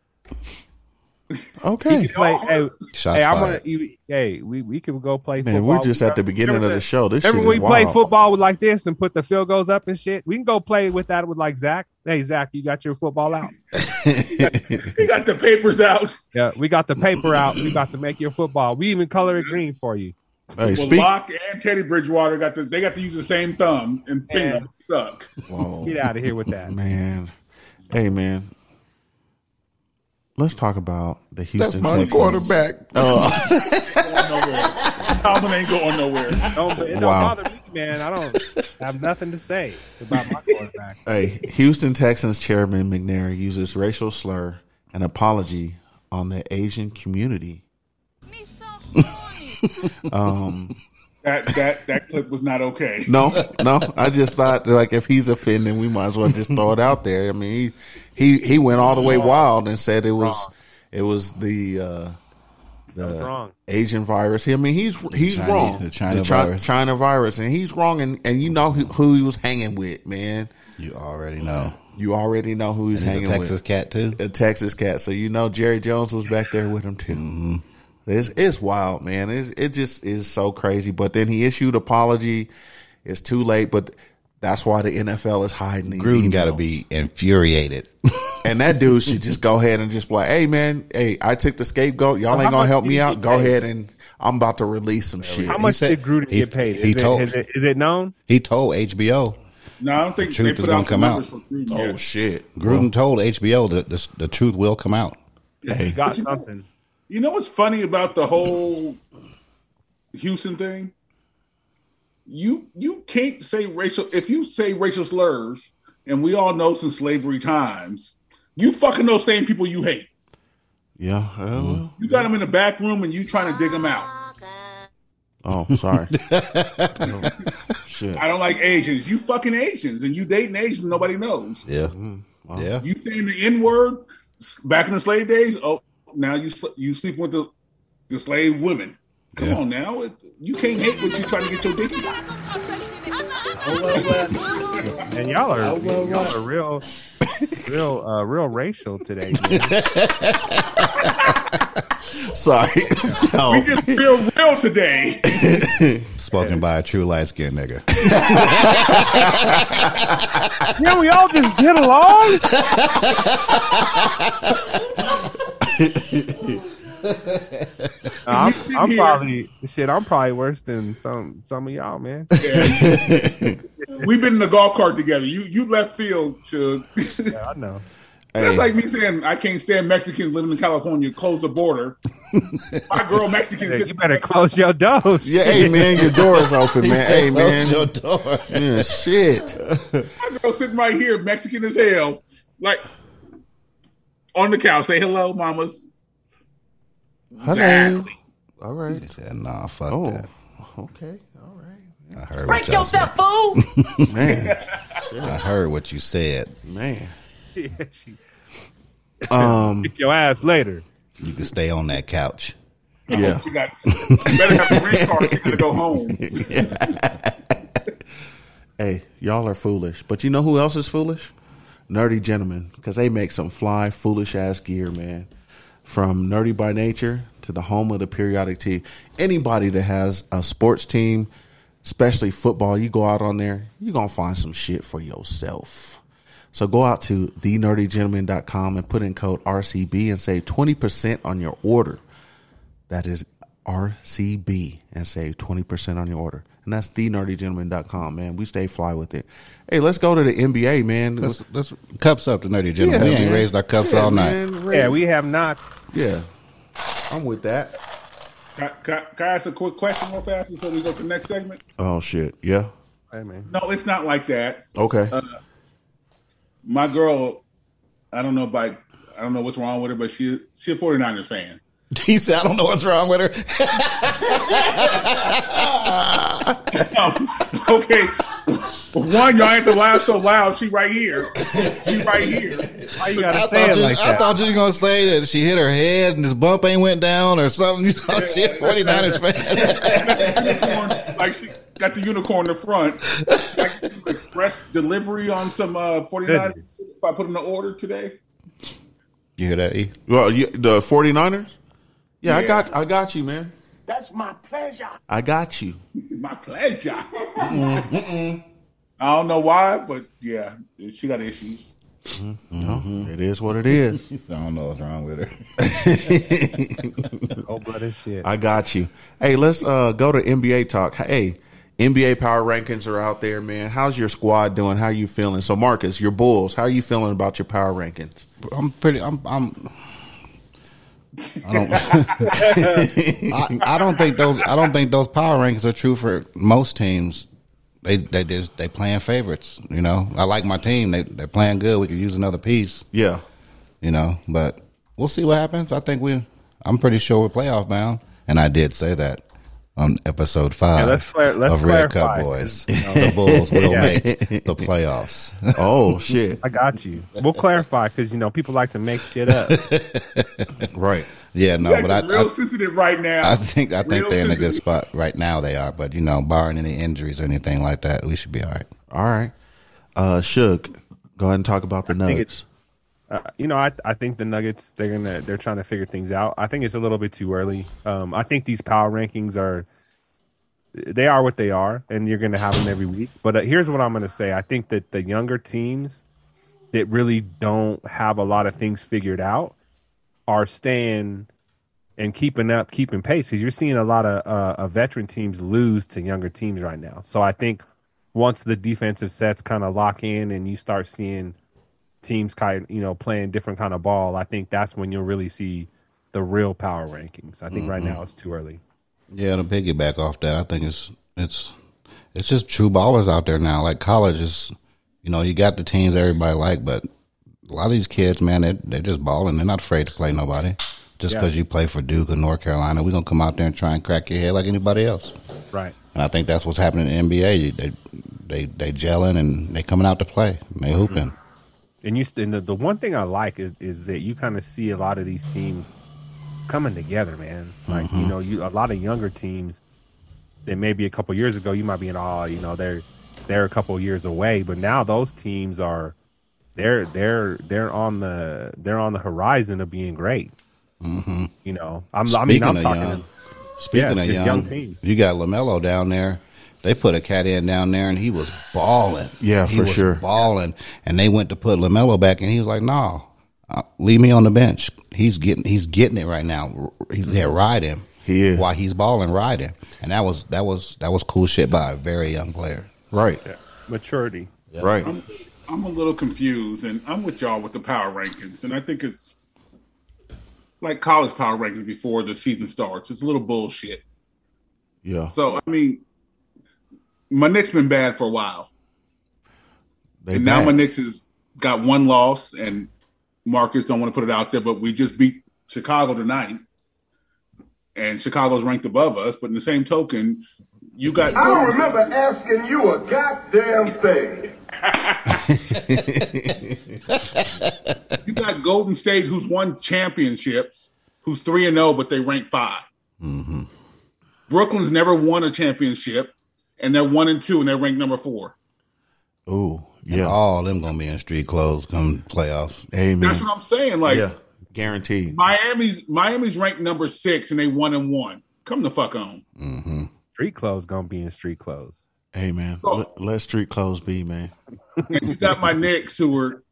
Speaker 3: Okay.
Speaker 5: Play, hey,
Speaker 6: Shots
Speaker 5: hey, I'm gonna.
Speaker 6: fired.
Speaker 5: You, hey, we, we can go play.
Speaker 3: Man,
Speaker 5: football.
Speaker 3: we're just
Speaker 5: We
Speaker 3: at the
Speaker 5: got-
Speaker 3: beginning of
Speaker 5: remember
Speaker 3: the show. This shit
Speaker 5: Remember
Speaker 3: is
Speaker 5: we play
Speaker 3: wild.
Speaker 5: football with like this and put the field goals up and shit. We can go play with that with like Zach. Hey Zach, you got your football out.
Speaker 4: He got the papers out.
Speaker 5: Yeah, we got the paper out. We about to make your football. We even color it green for you.
Speaker 3: Hey,
Speaker 4: Well,
Speaker 3: speak.
Speaker 4: Locke and Teddy Bridgewater got the, they got to use the same thumb and finger.
Speaker 5: Yeah.
Speaker 4: Suck.
Speaker 3: Whoa.
Speaker 5: Get out of here with that.
Speaker 3: Man, hey man, let's talk about the
Speaker 6: That's
Speaker 3: Houston
Speaker 6: my
Speaker 3: Texans.
Speaker 6: quarterback.
Speaker 4: Tomlin ain't going nowhere.
Speaker 5: Don't, it don't
Speaker 3: Wow.
Speaker 5: bother me, man. I don't have nothing to say about my quarterback.
Speaker 3: Hey, Houston Texans chairman McNair uses racial slur and apology on the Asian community.
Speaker 4: That that that clip was not okay.
Speaker 3: No, no, I just thought like if he's offended, we might as well just throw it out there. I mean, he he, he went all the way wild and said it was it was the uh,
Speaker 5: That's wrong.
Speaker 3: Asian virus. I mean, he's he's
Speaker 6: Chinese-
Speaker 3: wrong.
Speaker 6: the China
Speaker 3: Chi-
Speaker 6: virus.
Speaker 3: China virus, and he's wrong. And, and you know who, who he was hanging with, man.
Speaker 6: You already know.
Speaker 3: You already know who he's
Speaker 6: And he's
Speaker 3: hanging
Speaker 6: a Texas
Speaker 3: with.
Speaker 6: cat too.
Speaker 3: A Texas cat. So you know Jerry Jones was back there with him too. It's it's wild, man. It's, it just is so crazy. But then he issued apology. It's too late, but that's why the NFL is hiding these.
Speaker 6: Gruden got to
Speaker 3: emails.
Speaker 6: be infuriated. (laughs)
Speaker 3: and that dude should just go ahead and just be like, hey man, hey, I took the scapegoat. Y'all
Speaker 5: How
Speaker 3: ain't gonna
Speaker 5: much
Speaker 3: help
Speaker 5: did
Speaker 3: me
Speaker 5: he
Speaker 3: out.
Speaker 5: get
Speaker 3: Go
Speaker 5: paid?
Speaker 3: ahead and I'm about to release some shit.
Speaker 5: How much
Speaker 6: said-
Speaker 5: did Gruden
Speaker 6: he-
Speaker 5: get paid? Is,
Speaker 6: he
Speaker 5: it,
Speaker 6: told-
Speaker 5: is, it, is it known?
Speaker 6: He told HBO.
Speaker 4: No, I don't think
Speaker 6: truth
Speaker 4: they put
Speaker 6: is
Speaker 4: out
Speaker 6: gonna
Speaker 4: some
Speaker 6: come out.
Speaker 4: numbers for Gruden
Speaker 3: Oh
Speaker 4: yet.
Speaker 3: shit,
Speaker 6: Gruden told HBO that the, the truth will come out.
Speaker 5: He got something.
Speaker 4: You know what's funny about the whole Houston thing? You you can't say racial if you say racial slurs, and we all know since slavery times, you fucking those same people you hate.
Speaker 3: Yeah. uh,
Speaker 4: You got them in the back room and you trying to dig them out.
Speaker 3: Oh,
Speaker 6: (laughs)
Speaker 3: sorry. Oh, shit.
Speaker 4: I don't like Asians. You fucking Asians, and you dating Asians nobody knows.
Speaker 6: Yeah, yeah.
Speaker 4: You saying the N word back in the slave days? Oh, now you sl- you sleep with the, the slave women. Come
Speaker 6: Yeah.
Speaker 4: on now, it, you can't hate what you trying to get your dick. in.
Speaker 5: And y'all are y'all are
Speaker 6: (laughs)
Speaker 5: real, real, uh, real racial today. man.
Speaker 3: (laughs) Sorry.
Speaker 4: We
Speaker 3: No.
Speaker 4: just feel real today.
Speaker 6: Spoken by a true light skinned
Speaker 3: (laughs)
Speaker 6: nigga.
Speaker 5: yeah, we all just get along. I'm,
Speaker 6: (laughs)
Speaker 5: I'm probably shit. I'm probably worse than some some of y'all, man.
Speaker 4: We've been in the golf cart together. You you left field, Chug. (laughs)
Speaker 5: Yeah, I know.
Speaker 4: That's like me saying I can't stand Mexicans living in California. Close the border. My girl Mexican.
Speaker 5: Yeah,
Speaker 4: sitting-
Speaker 5: you better close your doors.
Speaker 3: Yeah, hey man, your door is
Speaker 6: (laughs)
Speaker 3: open, man. Hey man.
Speaker 6: door.
Speaker 3: Yeah, shit.
Speaker 4: My girl sitting right here, Mexican as hell, like on the couch. Say hello, mamas.
Speaker 3: Hello. All right.
Speaker 6: He said, "Nah, fuck
Speaker 3: Oh.
Speaker 6: that."
Speaker 3: Okay. All right.
Speaker 6: I heard what y'all said.
Speaker 3: Man.
Speaker 6: I heard what you said.
Speaker 3: Man.
Speaker 5: (laughs) Yeah, she-
Speaker 3: Um.
Speaker 5: kick your ass later.
Speaker 6: You can stay on that couch.
Speaker 3: Yeah.
Speaker 4: You got you better have a red card. if You're gonna go home.
Speaker 3: Hey, y'all are foolish. But you know who else is foolish? Nerdy gentlemen, because they make some fly, foolish ass gear, man. From Nerdy by Nature to the home of the periodic tee. Anybody that has a sports team, especially football, you go out on there, you're going to find some shit for yourself. So go out to thenerdygentleman.com and put in code RCB and save 20% on your order. That is RCB and save 20% on your order. And that's thenerdygentleman.com, man. We stay fly with it. Hey, let's go to the NBA, man.
Speaker 6: Let's, let's cups up to nerdy gentlemen. we ain't
Speaker 3: man.
Speaker 6: raised our cups
Speaker 3: Yeah,
Speaker 6: all night.
Speaker 3: man, raise-
Speaker 5: Yeah, we have not.
Speaker 3: Yeah. I'm with that.
Speaker 4: Can, can, can I ask a quick question real fast before we go to the next segment?
Speaker 3: Oh, shit. Yeah.
Speaker 5: Hey, man.
Speaker 4: No, it's not like that.
Speaker 3: Okay.
Speaker 6: Uh,
Speaker 4: My girl, I don't know by I don't know what's wrong with her, but she she's a 49ers fan.
Speaker 6: (laughs) He said, "I don't know what's wrong with her."
Speaker 4: (laughs) okay. One, y'all ain't to laugh so loud. She right here. She right here.
Speaker 5: Why you
Speaker 6: I
Speaker 5: gotta say
Speaker 6: thought
Speaker 5: it
Speaker 6: you,
Speaker 5: like
Speaker 6: I
Speaker 5: that?
Speaker 6: thought you were gonna say that she hit her head and this bump ain't went down or something. (laughs) You thought she had 49ers fan.
Speaker 4: Unicorn, like she got the unicorn in the front. Like express delivery on some uh 49 if I put in an order today.
Speaker 6: (laughs) You hear that? E?
Speaker 3: well, you, the 49ers? Yeah, I
Speaker 4: Yeah.
Speaker 3: got I got you, man. That's my pleasure. I got you.
Speaker 4: My pleasure. I don't know why, but yeah, she got issues.
Speaker 3: It is what it is.
Speaker 6: He said, "I don't know what's wrong with her."
Speaker 5: Cold blooded Oh, shit.
Speaker 3: I got you. Hey, let's uh, go to NBA talk. Hey, NBA power rankings are out there, man. How's your squad doing? How you feeling? So, Marcus, your Bulls. How you feeling about your power rankings?
Speaker 6: (laughs) I'm pretty. I'm. I'm I don't. (laughs) I, I don't think those. I don't think those power rankings are true for most teams. They they just they playing favorites. You know, I like my team. They they're playing good. We could use another piece.
Speaker 3: Yeah,
Speaker 6: You know, but we'll see what happens. I think we. I'm pretty sure we're playoff bound, and I did say that on episode five
Speaker 5: let's clar- let's
Speaker 6: of Red
Speaker 5: clarify.
Speaker 6: Cup
Speaker 5: (laughs)
Speaker 6: Boys. The Bulls will
Speaker 5: Yeah.
Speaker 6: make the playoffs. (laughs)
Speaker 3: Oh shit!
Speaker 5: I got you. We'll clarify because you know people like to make shit up.
Speaker 3: Right.
Speaker 6: yeah, no,
Speaker 4: Like,
Speaker 6: but I,
Speaker 4: real
Speaker 6: I
Speaker 4: sensitive right now.
Speaker 6: I think I think
Speaker 4: Real
Speaker 6: they're in a good
Speaker 4: sensitive.
Speaker 6: spot right now. They are, but you know, barring any injuries or anything like that, we should be all right.
Speaker 3: All right. Uh, Suge, go ahead and talk about the
Speaker 5: think
Speaker 3: Nuggets.
Speaker 5: Uh, you know, I I think the Nuggets they're gonna they're trying to figure things out. I think it's a little bit too early. Um, I think these power rankings are they are what they are, and you're gonna have them every week. But uh, here's what I'm gonna say: I think that the younger teams that really don't have a lot of things figured out are staying and keeping up, keeping pace because you're seeing a lot of, uh, of veteran teams lose to younger teams right now. So I think once the defensive sets kind of lock in and you start seeing teams kind you know playing different kind of ball, I think that's when you'll really see the real power rankings. I think right now it's too early.
Speaker 6: Yeah, to piggyback off that, I think it's it's it's just true ballers out there now. Like college is, you know, you got the teams everybody like, but a lot of these kids, man, they they're just balling. They're not afraid to play nobody. Just
Speaker 5: Yeah.
Speaker 6: because you play for Duke or North Carolina, we're gonna come out there and try and crack your head like anybody else.
Speaker 5: Right.
Speaker 6: And I think that's what's happening in the NBA. They they they gelling and they coming out to play. And they hooping.
Speaker 5: And you and the, the one thing I like is is that you kind of see a lot of these teams coming together, man. Like you know, you a lot of younger teams that maybe a couple years ago you might be in awe, you know, they're they're a couple years away, but now those teams are they're they're they're on the they're on the horizon of being great. You know, I'm I mean I'm talking
Speaker 6: young, speaking
Speaker 5: yeah,
Speaker 6: of
Speaker 5: this
Speaker 6: young,
Speaker 5: young team.
Speaker 6: you got Lamelo down there. They put a cat in down there, and he was balling.
Speaker 3: Yeah,
Speaker 6: he
Speaker 3: for
Speaker 6: was
Speaker 3: sure.
Speaker 6: balling. And they went to put Lamelo back, and he was like, "No, uh, leave me on the bench. He's getting he's getting it right now. R- He's there, ride him.
Speaker 3: He is.
Speaker 6: while he's balling, ride him. And that was that was that was cool shit by a very young player.
Speaker 3: Right.
Speaker 5: maturity.
Speaker 3: Right.
Speaker 4: I'm a little confused, and I'm with y'all with the power rankings, and I think it's like college power rankings before the season starts. It's a little bullshit.
Speaker 3: yeah.
Speaker 4: So I mean, my Knicks been bad for a while,
Speaker 3: They
Speaker 4: and now
Speaker 3: back.
Speaker 4: my Knicks has got one loss, and Marcus don't want to put it out there, but we just beat Chicago tonight, and Chicago's ranked above us. But in the same token, you got
Speaker 8: I don't remember asking you a goddamn thing.
Speaker 4: you got Golden State, who's won championships, who's three and zero, but they rank 5 Brooklyn's never won a championship, and they're one and two, and they're ranked number four.
Speaker 3: Ooh.
Speaker 6: And
Speaker 3: Yeah.
Speaker 6: all of them gonna be in street clothes come playoffs.
Speaker 3: Amen.
Speaker 4: That's what I'm saying. Like
Speaker 3: yeah. Guaranteed.
Speaker 4: Miami's Miami's ranked number six, and they one and one. Come the fuck on.
Speaker 5: Street clothes gonna be in street clothes.
Speaker 3: Hey man.
Speaker 5: Oh.
Speaker 3: Let, let street clothes be, man.
Speaker 4: And you got my Knicks, who are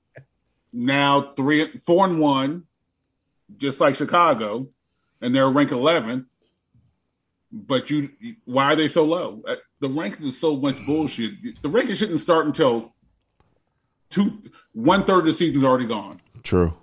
Speaker 4: now three, four and one, just like Chicago, and they're ranked eleventh. But you, why are they so low? Uh, The rankings is so much bullshit. The rankings shouldn't start until two, one third of the season's already gone.
Speaker 3: True.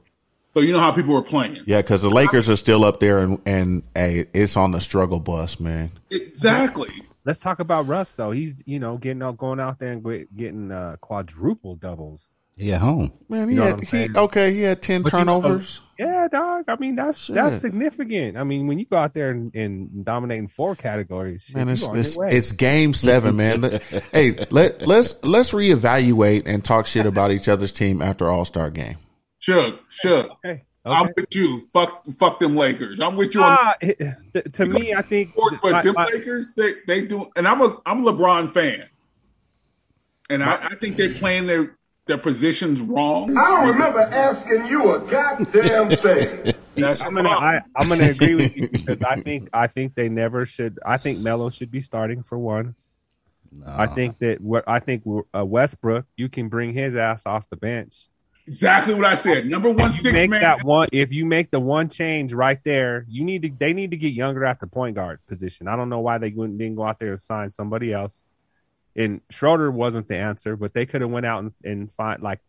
Speaker 4: So you know how people were playing.
Speaker 3: Yeah, because the Lakers are still up there, and and hey, it's on the struggle bus, man.
Speaker 4: Exactly.
Speaker 5: Let's talk about Russ though. He's you know getting out, going out there and get- getting uh, quadruple doubles.
Speaker 6: He at home.
Speaker 3: Man, he
Speaker 5: know
Speaker 3: had
Speaker 5: what I'm
Speaker 3: he,
Speaker 5: saying?
Speaker 3: okay. He had ten
Speaker 5: But you know-
Speaker 3: turnovers.
Speaker 5: Yeah, dog. I mean, that's that's
Speaker 3: Shit.
Speaker 5: significant. I mean, when you go out there and, and dominate in four categories, shit,
Speaker 3: Man,
Speaker 5: uh, you
Speaker 3: it's
Speaker 5: on your
Speaker 3: it's,
Speaker 5: way.
Speaker 3: it's game seven, man.
Speaker 6: (laughs)
Speaker 3: Let- hey, let let's let's reevaluate and talk shit about each other's team after All Star game.
Speaker 4: Shook, shook.
Speaker 5: okay.
Speaker 4: I'm
Speaker 5: okay.
Speaker 4: with you. Fuck, fuck them Lakers. I'm with you on
Speaker 5: Ah, it- th- to me, I think
Speaker 4: court, but
Speaker 5: my-
Speaker 4: them
Speaker 5: my-
Speaker 4: Lakers, they, they do. And I'm a I'm a LeBron fan, and I, I think they're playing their their positions wrong.
Speaker 8: I don't remember asking you a goddamn thing.
Speaker 4: That's
Speaker 5: I'm gonna I, I'm gonna agree
Speaker 3: (laughs)
Speaker 5: with you because I think I think they never should. I think Melo should be starting for one. I think that what I think uh, Westbrook, you can bring his ass off the bench.
Speaker 4: exactly what I said. Number one
Speaker 5: you
Speaker 4: six
Speaker 5: make
Speaker 4: man.
Speaker 5: that one if you make the one change right there you need to they need to get younger at the point guard position i don't know why they wouldn't didn't go out there and sign somebody else and schroeder wasn't the answer but they could have went out and, and find like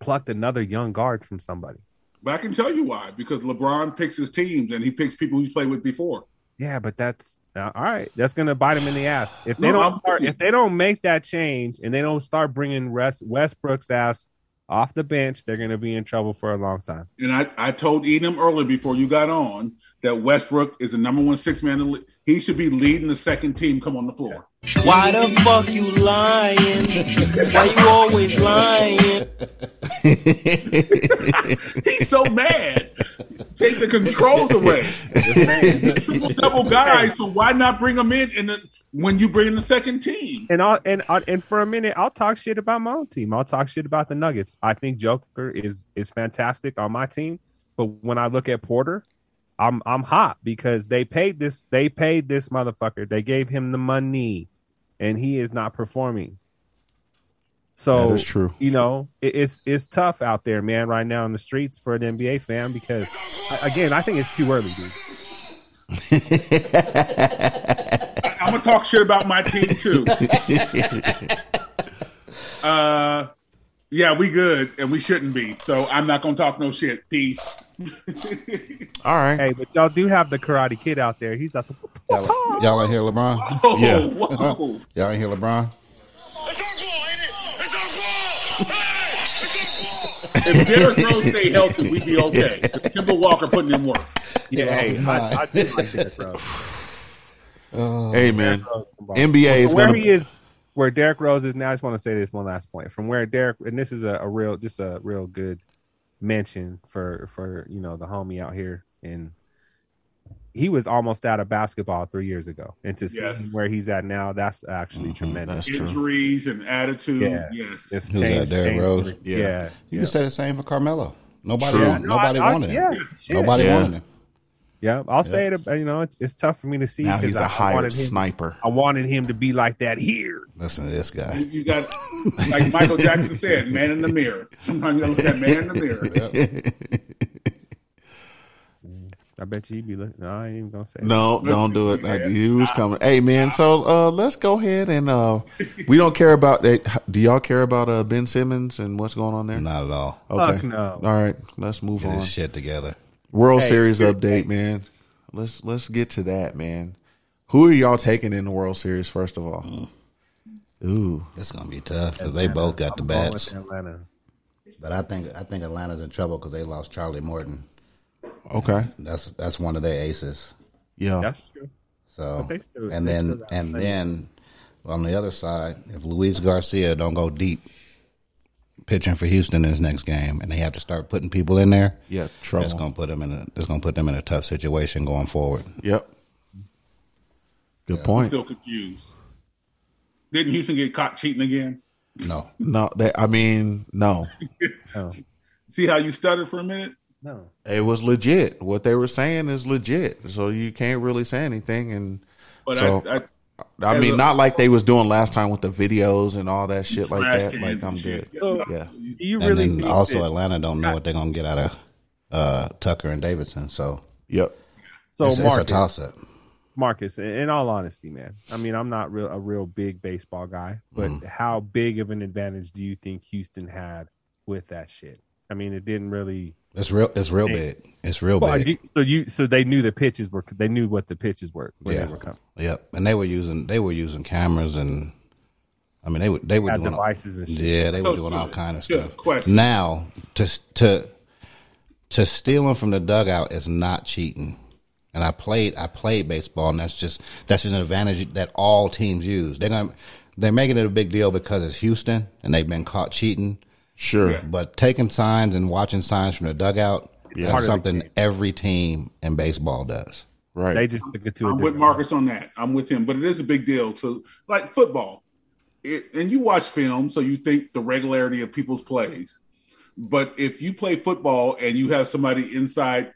Speaker 5: plucked another young guard from somebody
Speaker 4: but I can tell you why because LeBron picks his teams and he picks people he's played with before.
Speaker 5: yeah but that's uh, all right that's gonna bite them in the ass if they
Speaker 4: No,
Speaker 5: don't
Speaker 4: I'm
Speaker 5: start
Speaker 4: with you.
Speaker 5: if they don't make that change and they don't start bringing West, westbrook's ass off the bench they're gonna be in trouble for a long
Speaker 4: (laughs)
Speaker 5: time
Speaker 4: And I I told Edom earlier before you got on that Westbrook is the number one six man. In the, le- he should be leading the second team. Come on the floor.
Speaker 9: Why the fuck you lying? Why you always lying?
Speaker 4: (laughs) He's so mad. Take the controls away. Triple double guys. So why not bring them in? And then when you bring in the second team,
Speaker 5: and I'll and I'll, and for a minute, I'll talk shit about my own team. I'll talk shit about the Nuggets. I think Joker is is fantastic on my team, but when I look at Porter, I'm I'm hot because they paid this they paid this motherfucker. They gave him the money, and he is not performing. So
Speaker 3: That is true.
Speaker 5: You know, it, it's it's tough out there, man, right now in the streets for an NBA fan because I- again, I think it's too early, dude.
Speaker 4: I'm gonna talk shit about my
Speaker 3: (laughs)
Speaker 4: team too. uh, yeah, we good, and we shouldn't be. So I'm not gonna talk no shit. Peace.
Speaker 3: All right.
Speaker 5: Hey, but y'all do have the Karate Kid out there. He's out the.
Speaker 6: Y'all, y'all ain't hear LeBron?
Speaker 4: (laughs) Oh,
Speaker 3: Yeah.
Speaker 4: whoa.
Speaker 6: Y'all ain't hear LeBron?
Speaker 4: If Derrick Rose stay healthy, we'd be okay. If Kimball Walker putting in work.
Speaker 5: Yeah, hey, I, I do like Derrick Rose.
Speaker 3: Hey man,
Speaker 5: Rose.
Speaker 3: NBA is
Speaker 5: From where
Speaker 3: gonna.
Speaker 5: he is, where Derrick Rose is now. I just want to say this one last point. From where Derrick, and this is a, a real, just a real good mention for for you know the homie out here, and he was almost out of basketball three years ago, and to
Speaker 4: Yes.
Speaker 5: see where he's at now, that's actually tremendous.
Speaker 3: That's true.
Speaker 4: Injuries and attitude.
Speaker 5: Yeah.
Speaker 4: Yes.
Speaker 5: It's
Speaker 6: Mm-hmm. Who's that, Derrick Rose?
Speaker 5: Yeah,
Speaker 3: Yeah.
Speaker 5: yeah.
Speaker 6: You can say the same for Carmelo. Nobody,
Speaker 3: True.
Speaker 6: want-
Speaker 5: No,
Speaker 6: nobody
Speaker 5: I- I-
Speaker 6: wanted
Speaker 5: yeah,
Speaker 6: him.
Speaker 5: shit.
Speaker 6: Nobody
Speaker 3: Yeah.
Speaker 6: wanted him.
Speaker 5: Yeah, I'll say it. You know, it's it's tough for me to see.
Speaker 3: Now
Speaker 5: 'cause
Speaker 3: he's
Speaker 5: I-
Speaker 3: a
Speaker 5: I
Speaker 3: hired
Speaker 5: wanted him-
Speaker 3: sniper.
Speaker 5: I wanted him to be like that here.
Speaker 6: Listen to this guy.
Speaker 4: You got, like Michael Jackson said, man in the mirror. Sometimes you gotta look at man in the mirror.
Speaker 5: I bet you he'd be looking. No, I ain't even gonna say. it.
Speaker 3: No, don't do it. Like, he was coming. Hey man, so uh, let's go ahead and uh, we don't care about that. Do y'all care about uh, Ben Simmons and what's going on there?
Speaker 6: Not at all.
Speaker 3: Okay.
Speaker 5: Fuck no.
Speaker 3: All right, let's move
Speaker 6: Get
Speaker 3: on.
Speaker 6: his shit together.
Speaker 3: World Series update, man. Let's let's get to that, man. Who are y'all taking in the World Series first of
Speaker 6: Mm.
Speaker 3: all? Ooh,
Speaker 6: It's gonna be tough because they both got the
Speaker 5: I'm going with
Speaker 6: bats.
Speaker 5: Atlanta.
Speaker 6: But I think I think Atlanta's in trouble because they lost Charlie Morton.
Speaker 3: okay,
Speaker 6: That's that's one of their aces.
Speaker 3: yeah,
Speaker 5: That's true.
Speaker 6: So
Speaker 5: they still-
Speaker 6: and
Speaker 5: they
Speaker 6: then
Speaker 5: still got
Speaker 6: and
Speaker 5: plenty.
Speaker 6: then on the other side, if Luis Garcia don't go deep pitching for Houston in his next game, and they have to start putting people in there,
Speaker 3: yeah,
Speaker 6: that's
Speaker 3: trouble.
Speaker 6: gonna put them in a that's gonna put them in a tough situation going forward.
Speaker 3: Yep. Good point.
Speaker 4: Still confused. Didn't Houston get caught cheating again?
Speaker 6: No,
Speaker 3: No, that I mean, no,
Speaker 5: No,
Speaker 4: See how you stuttered for a minute?
Speaker 5: no.
Speaker 3: it was legit. What they were saying is legit, so you can't really say anything. And
Speaker 4: But
Speaker 3: So-
Speaker 4: I, I
Speaker 3: I
Speaker 4: As
Speaker 3: mean,
Speaker 4: a-
Speaker 3: not like they was doing last time with the videos and all that shit like
Speaker 4: trash
Speaker 3: that.
Speaker 4: cans
Speaker 3: Like I'm
Speaker 4: and
Speaker 3: good.
Speaker 4: shit.
Speaker 3: Yeah,
Speaker 5: Do (laughs) you
Speaker 6: and
Speaker 5: really
Speaker 6: then
Speaker 5: think
Speaker 6: also
Speaker 5: that-
Speaker 6: Atlanta don't know what they're gonna get out of uh, Tucker and Davidson. So
Speaker 3: yep.
Speaker 5: so
Speaker 6: it's, it's a
Speaker 5: Marcus,
Speaker 6: toss up.
Speaker 5: Marcus, in- in all honesty, man. I mean, I'm not real a real big baseball guy, but
Speaker 6: Mm-hmm.
Speaker 5: how big of an advantage do you think Houston had with that shit? I mean, it didn't really.
Speaker 6: It's real. It's real big. It's real
Speaker 5: Well,
Speaker 6: big.
Speaker 5: you- so you, so they knew the pitches were. They knew what the pitches were when
Speaker 6: Yeah.
Speaker 5: they were coming.
Speaker 6: Yep, and they were using they were using cameras and I mean they were they were
Speaker 5: Had
Speaker 6: doing all-
Speaker 5: devices and shit.
Speaker 6: yeah they were
Speaker 4: So,
Speaker 6: doing
Speaker 4: so,
Speaker 6: all kind of
Speaker 4: good
Speaker 6: stuff.
Speaker 4: question.
Speaker 6: Now to to to steal them from the dugout is not cheating. And I played I played baseball, and that's just that's just an advantage that all teams use. They're gonna they're making it a big deal because it's Houston and they've been caught cheating.
Speaker 3: Sure.
Speaker 6: But taking signs and watching signs from the dugout
Speaker 3: Part
Speaker 6: that's something every team in baseball does.
Speaker 3: Right.
Speaker 5: They just took it to a
Speaker 4: I'm with
Speaker 5: different
Speaker 4: Marcus on that. I'm with him, but it is a big deal. So, like football, it, and you watch film, so you think the regularity of people's plays. But if you play football and you have somebody inside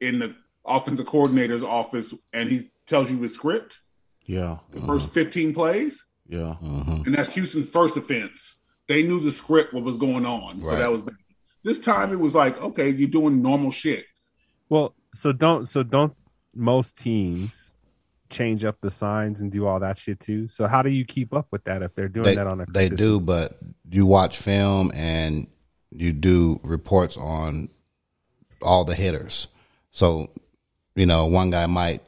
Speaker 4: in the offensive coordinator's office and he tells you the script,
Speaker 3: yeah.
Speaker 4: the first 15 plays,
Speaker 3: Yeah.
Speaker 4: and that's Houston's first offense. They knew the script, what was going on. So
Speaker 6: Right.
Speaker 4: that was bad. This time it was like, okay, you're doing normal shit.
Speaker 5: Well, so don't so don't most teams change up the signs and do all that shit too. So how do you keep up with that if they're doing
Speaker 6: they,
Speaker 5: that on a
Speaker 6: they
Speaker 5: consistent-
Speaker 6: do but you watch film and you do reports on all the hitters so you know one guy might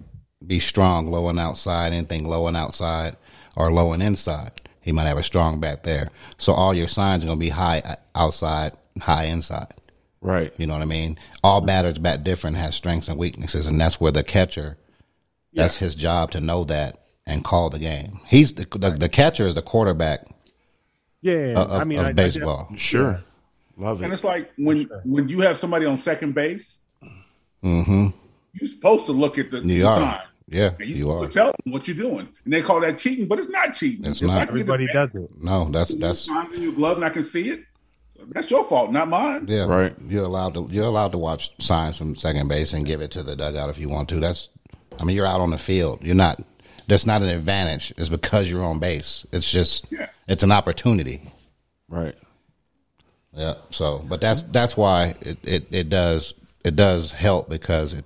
Speaker 6: be strong low and outside anything low and outside or low and inside he might have a strong back there so all your signs are going to be high uh, outside high inside
Speaker 3: Right.
Speaker 6: you know what i mean all batters bat different has strengths and weaknesses and that's where the catcher that's his job to know that and call the game he's the, the, the catcher is the quarterback
Speaker 5: Yeah,
Speaker 6: uh, of,
Speaker 5: I mean
Speaker 6: of
Speaker 5: I- I def-
Speaker 6: baseball.
Speaker 3: Sure. Love
Speaker 4: And
Speaker 3: it.
Speaker 4: it's like when when you have somebody on second base,
Speaker 6: Mhm.
Speaker 4: you're supposed to look at the, the
Speaker 6: you are.
Speaker 4: sign.
Speaker 6: Yeah,
Speaker 4: And
Speaker 6: you,
Speaker 4: you're supposed
Speaker 6: are.
Speaker 4: to tell them what you're doing. And they call that cheating, but it's not cheating.
Speaker 6: It's
Speaker 4: If
Speaker 6: not.
Speaker 4: I can get
Speaker 5: everybody
Speaker 4: a-
Speaker 5: does it.
Speaker 6: No, that's that's
Speaker 4: signs in your glove and I can see it. That's your fault, not mine.
Speaker 6: yeah.
Speaker 3: Right.
Speaker 6: You're allowed to you're allowed to watch signs from second base and give it to the dugout if you want to. That's I mean you're out on the field. You're not. That's not an advantage. It's because you're on base. It's just
Speaker 4: Yeah.
Speaker 6: it's an opportunity.
Speaker 3: Right.
Speaker 6: Yeah. So, but that's that's why it, it, it does it does help because it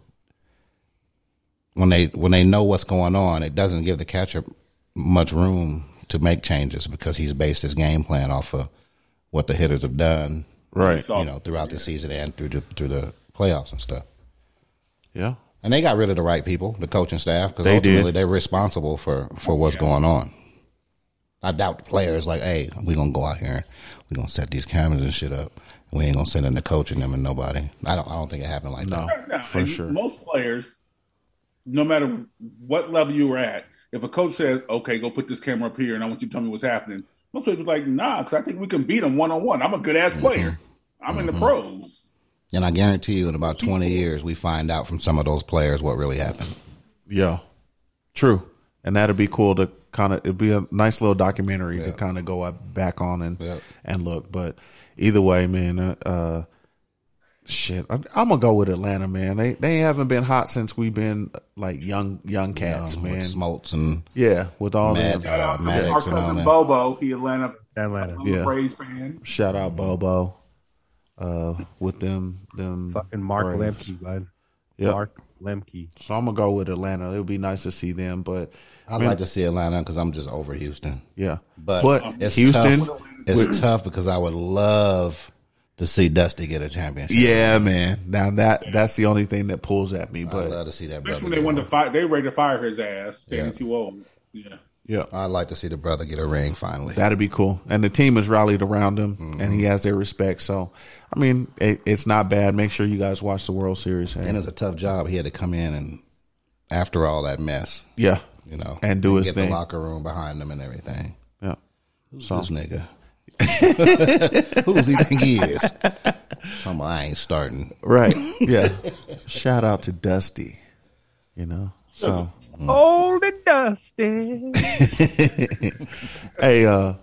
Speaker 6: when they when they know what's going on, it doesn't give the catcher much room to make changes because he's based his game plan off of what the hitters have done,
Speaker 3: Right.
Speaker 6: you know, throughout the season and through the through the playoffs and stuff.
Speaker 3: Yeah.
Speaker 6: And they got rid of the right people, the coaching staff, because
Speaker 3: They
Speaker 6: ultimately
Speaker 3: did.
Speaker 6: they're responsible for for what's going on. I doubt the players like, hey, we gonna go out here, and we gonna set these cameras and shit up. and We ain't gonna send in the coach and them and nobody. I don't. I don't think it happened like
Speaker 3: No.
Speaker 6: that.
Speaker 4: Now,
Speaker 3: For
Speaker 4: and
Speaker 3: sure.
Speaker 4: Most players, no matter what level you were at, if a coach says, "Okay, go put this camera up here," and I want you to tell me what's happening, most people are like, "Nah," because I think we can beat them one on one. I'm a good
Speaker 6: Mm-hmm.
Speaker 4: ass player. I'm in the pros.
Speaker 6: And I guarantee you, in about twenty years, we find out from some of those players what really happened.
Speaker 3: Yeah. True. And that'd be cool to kind of it'd be a nice little documentary to kind of go up, back on and
Speaker 6: Yeah.
Speaker 3: and look. But either way, man, uh, uh shit, I, I'm gonna go with Atlanta, man. They they haven't been hot since we've been like young young cats,
Speaker 6: Um,
Speaker 3: man.
Speaker 6: with Smoltz and
Speaker 3: yeah, with all
Speaker 6: Mad,
Speaker 3: that.
Speaker 6: uh,
Speaker 4: Our
Speaker 6: Maddox and all
Speaker 4: cousin
Speaker 6: that.
Speaker 4: Bobo, he Atlanta
Speaker 5: Atlanta.
Speaker 4: I'm
Speaker 3: Yeah.
Speaker 4: a Braves fan.
Speaker 3: Shout out Bobo. Uh, with them, them
Speaker 5: Fucking Mark
Speaker 3: Braves.
Speaker 5: Lemke, bud.
Speaker 3: Yep.
Speaker 5: Mark Lemke.
Speaker 3: So I'm gonna go with Atlanta. It would be nice to see them, but
Speaker 6: I'd like to see Atlanta because I'm just over Houston.
Speaker 3: yeah,
Speaker 6: But, it's
Speaker 3: Houston,
Speaker 6: tough. It's tough because I would love to see Dusty get a championship.
Speaker 3: Yeah, man. Now that that's the only thing that pulls at me.
Speaker 6: I'd love
Speaker 3: But
Speaker 6: to see that brother.
Speaker 4: Especially when they
Speaker 6: get
Speaker 4: wanted
Speaker 6: one.
Speaker 4: to fire, they ready to fire his ass. Saying
Speaker 6: Yeah.
Speaker 4: he's too old. Yeah.
Speaker 3: yeah,
Speaker 6: I'd like to see the brother get a ring finally.
Speaker 3: that'd be cool. And the team is rallied around him,
Speaker 6: Mm-hmm.
Speaker 3: and he has their respect. So, I mean, it, it's not bad. Make sure you guys watch the World Series. And,
Speaker 6: and it's a tough job. He had to come in and after all that mess,
Speaker 3: yeah,
Speaker 6: you know,
Speaker 3: And do his
Speaker 6: get
Speaker 3: thing.
Speaker 6: the locker room behind him and everything.
Speaker 3: yeah,
Speaker 6: Who's this nigga? (laughs) Who's he think he is? Talking about I ain't starting. (laughs)
Speaker 3: right, yeah. Shout out to Dusty. You know, so
Speaker 6: Mm.
Speaker 5: Old and dusty.
Speaker 3: hey, uh,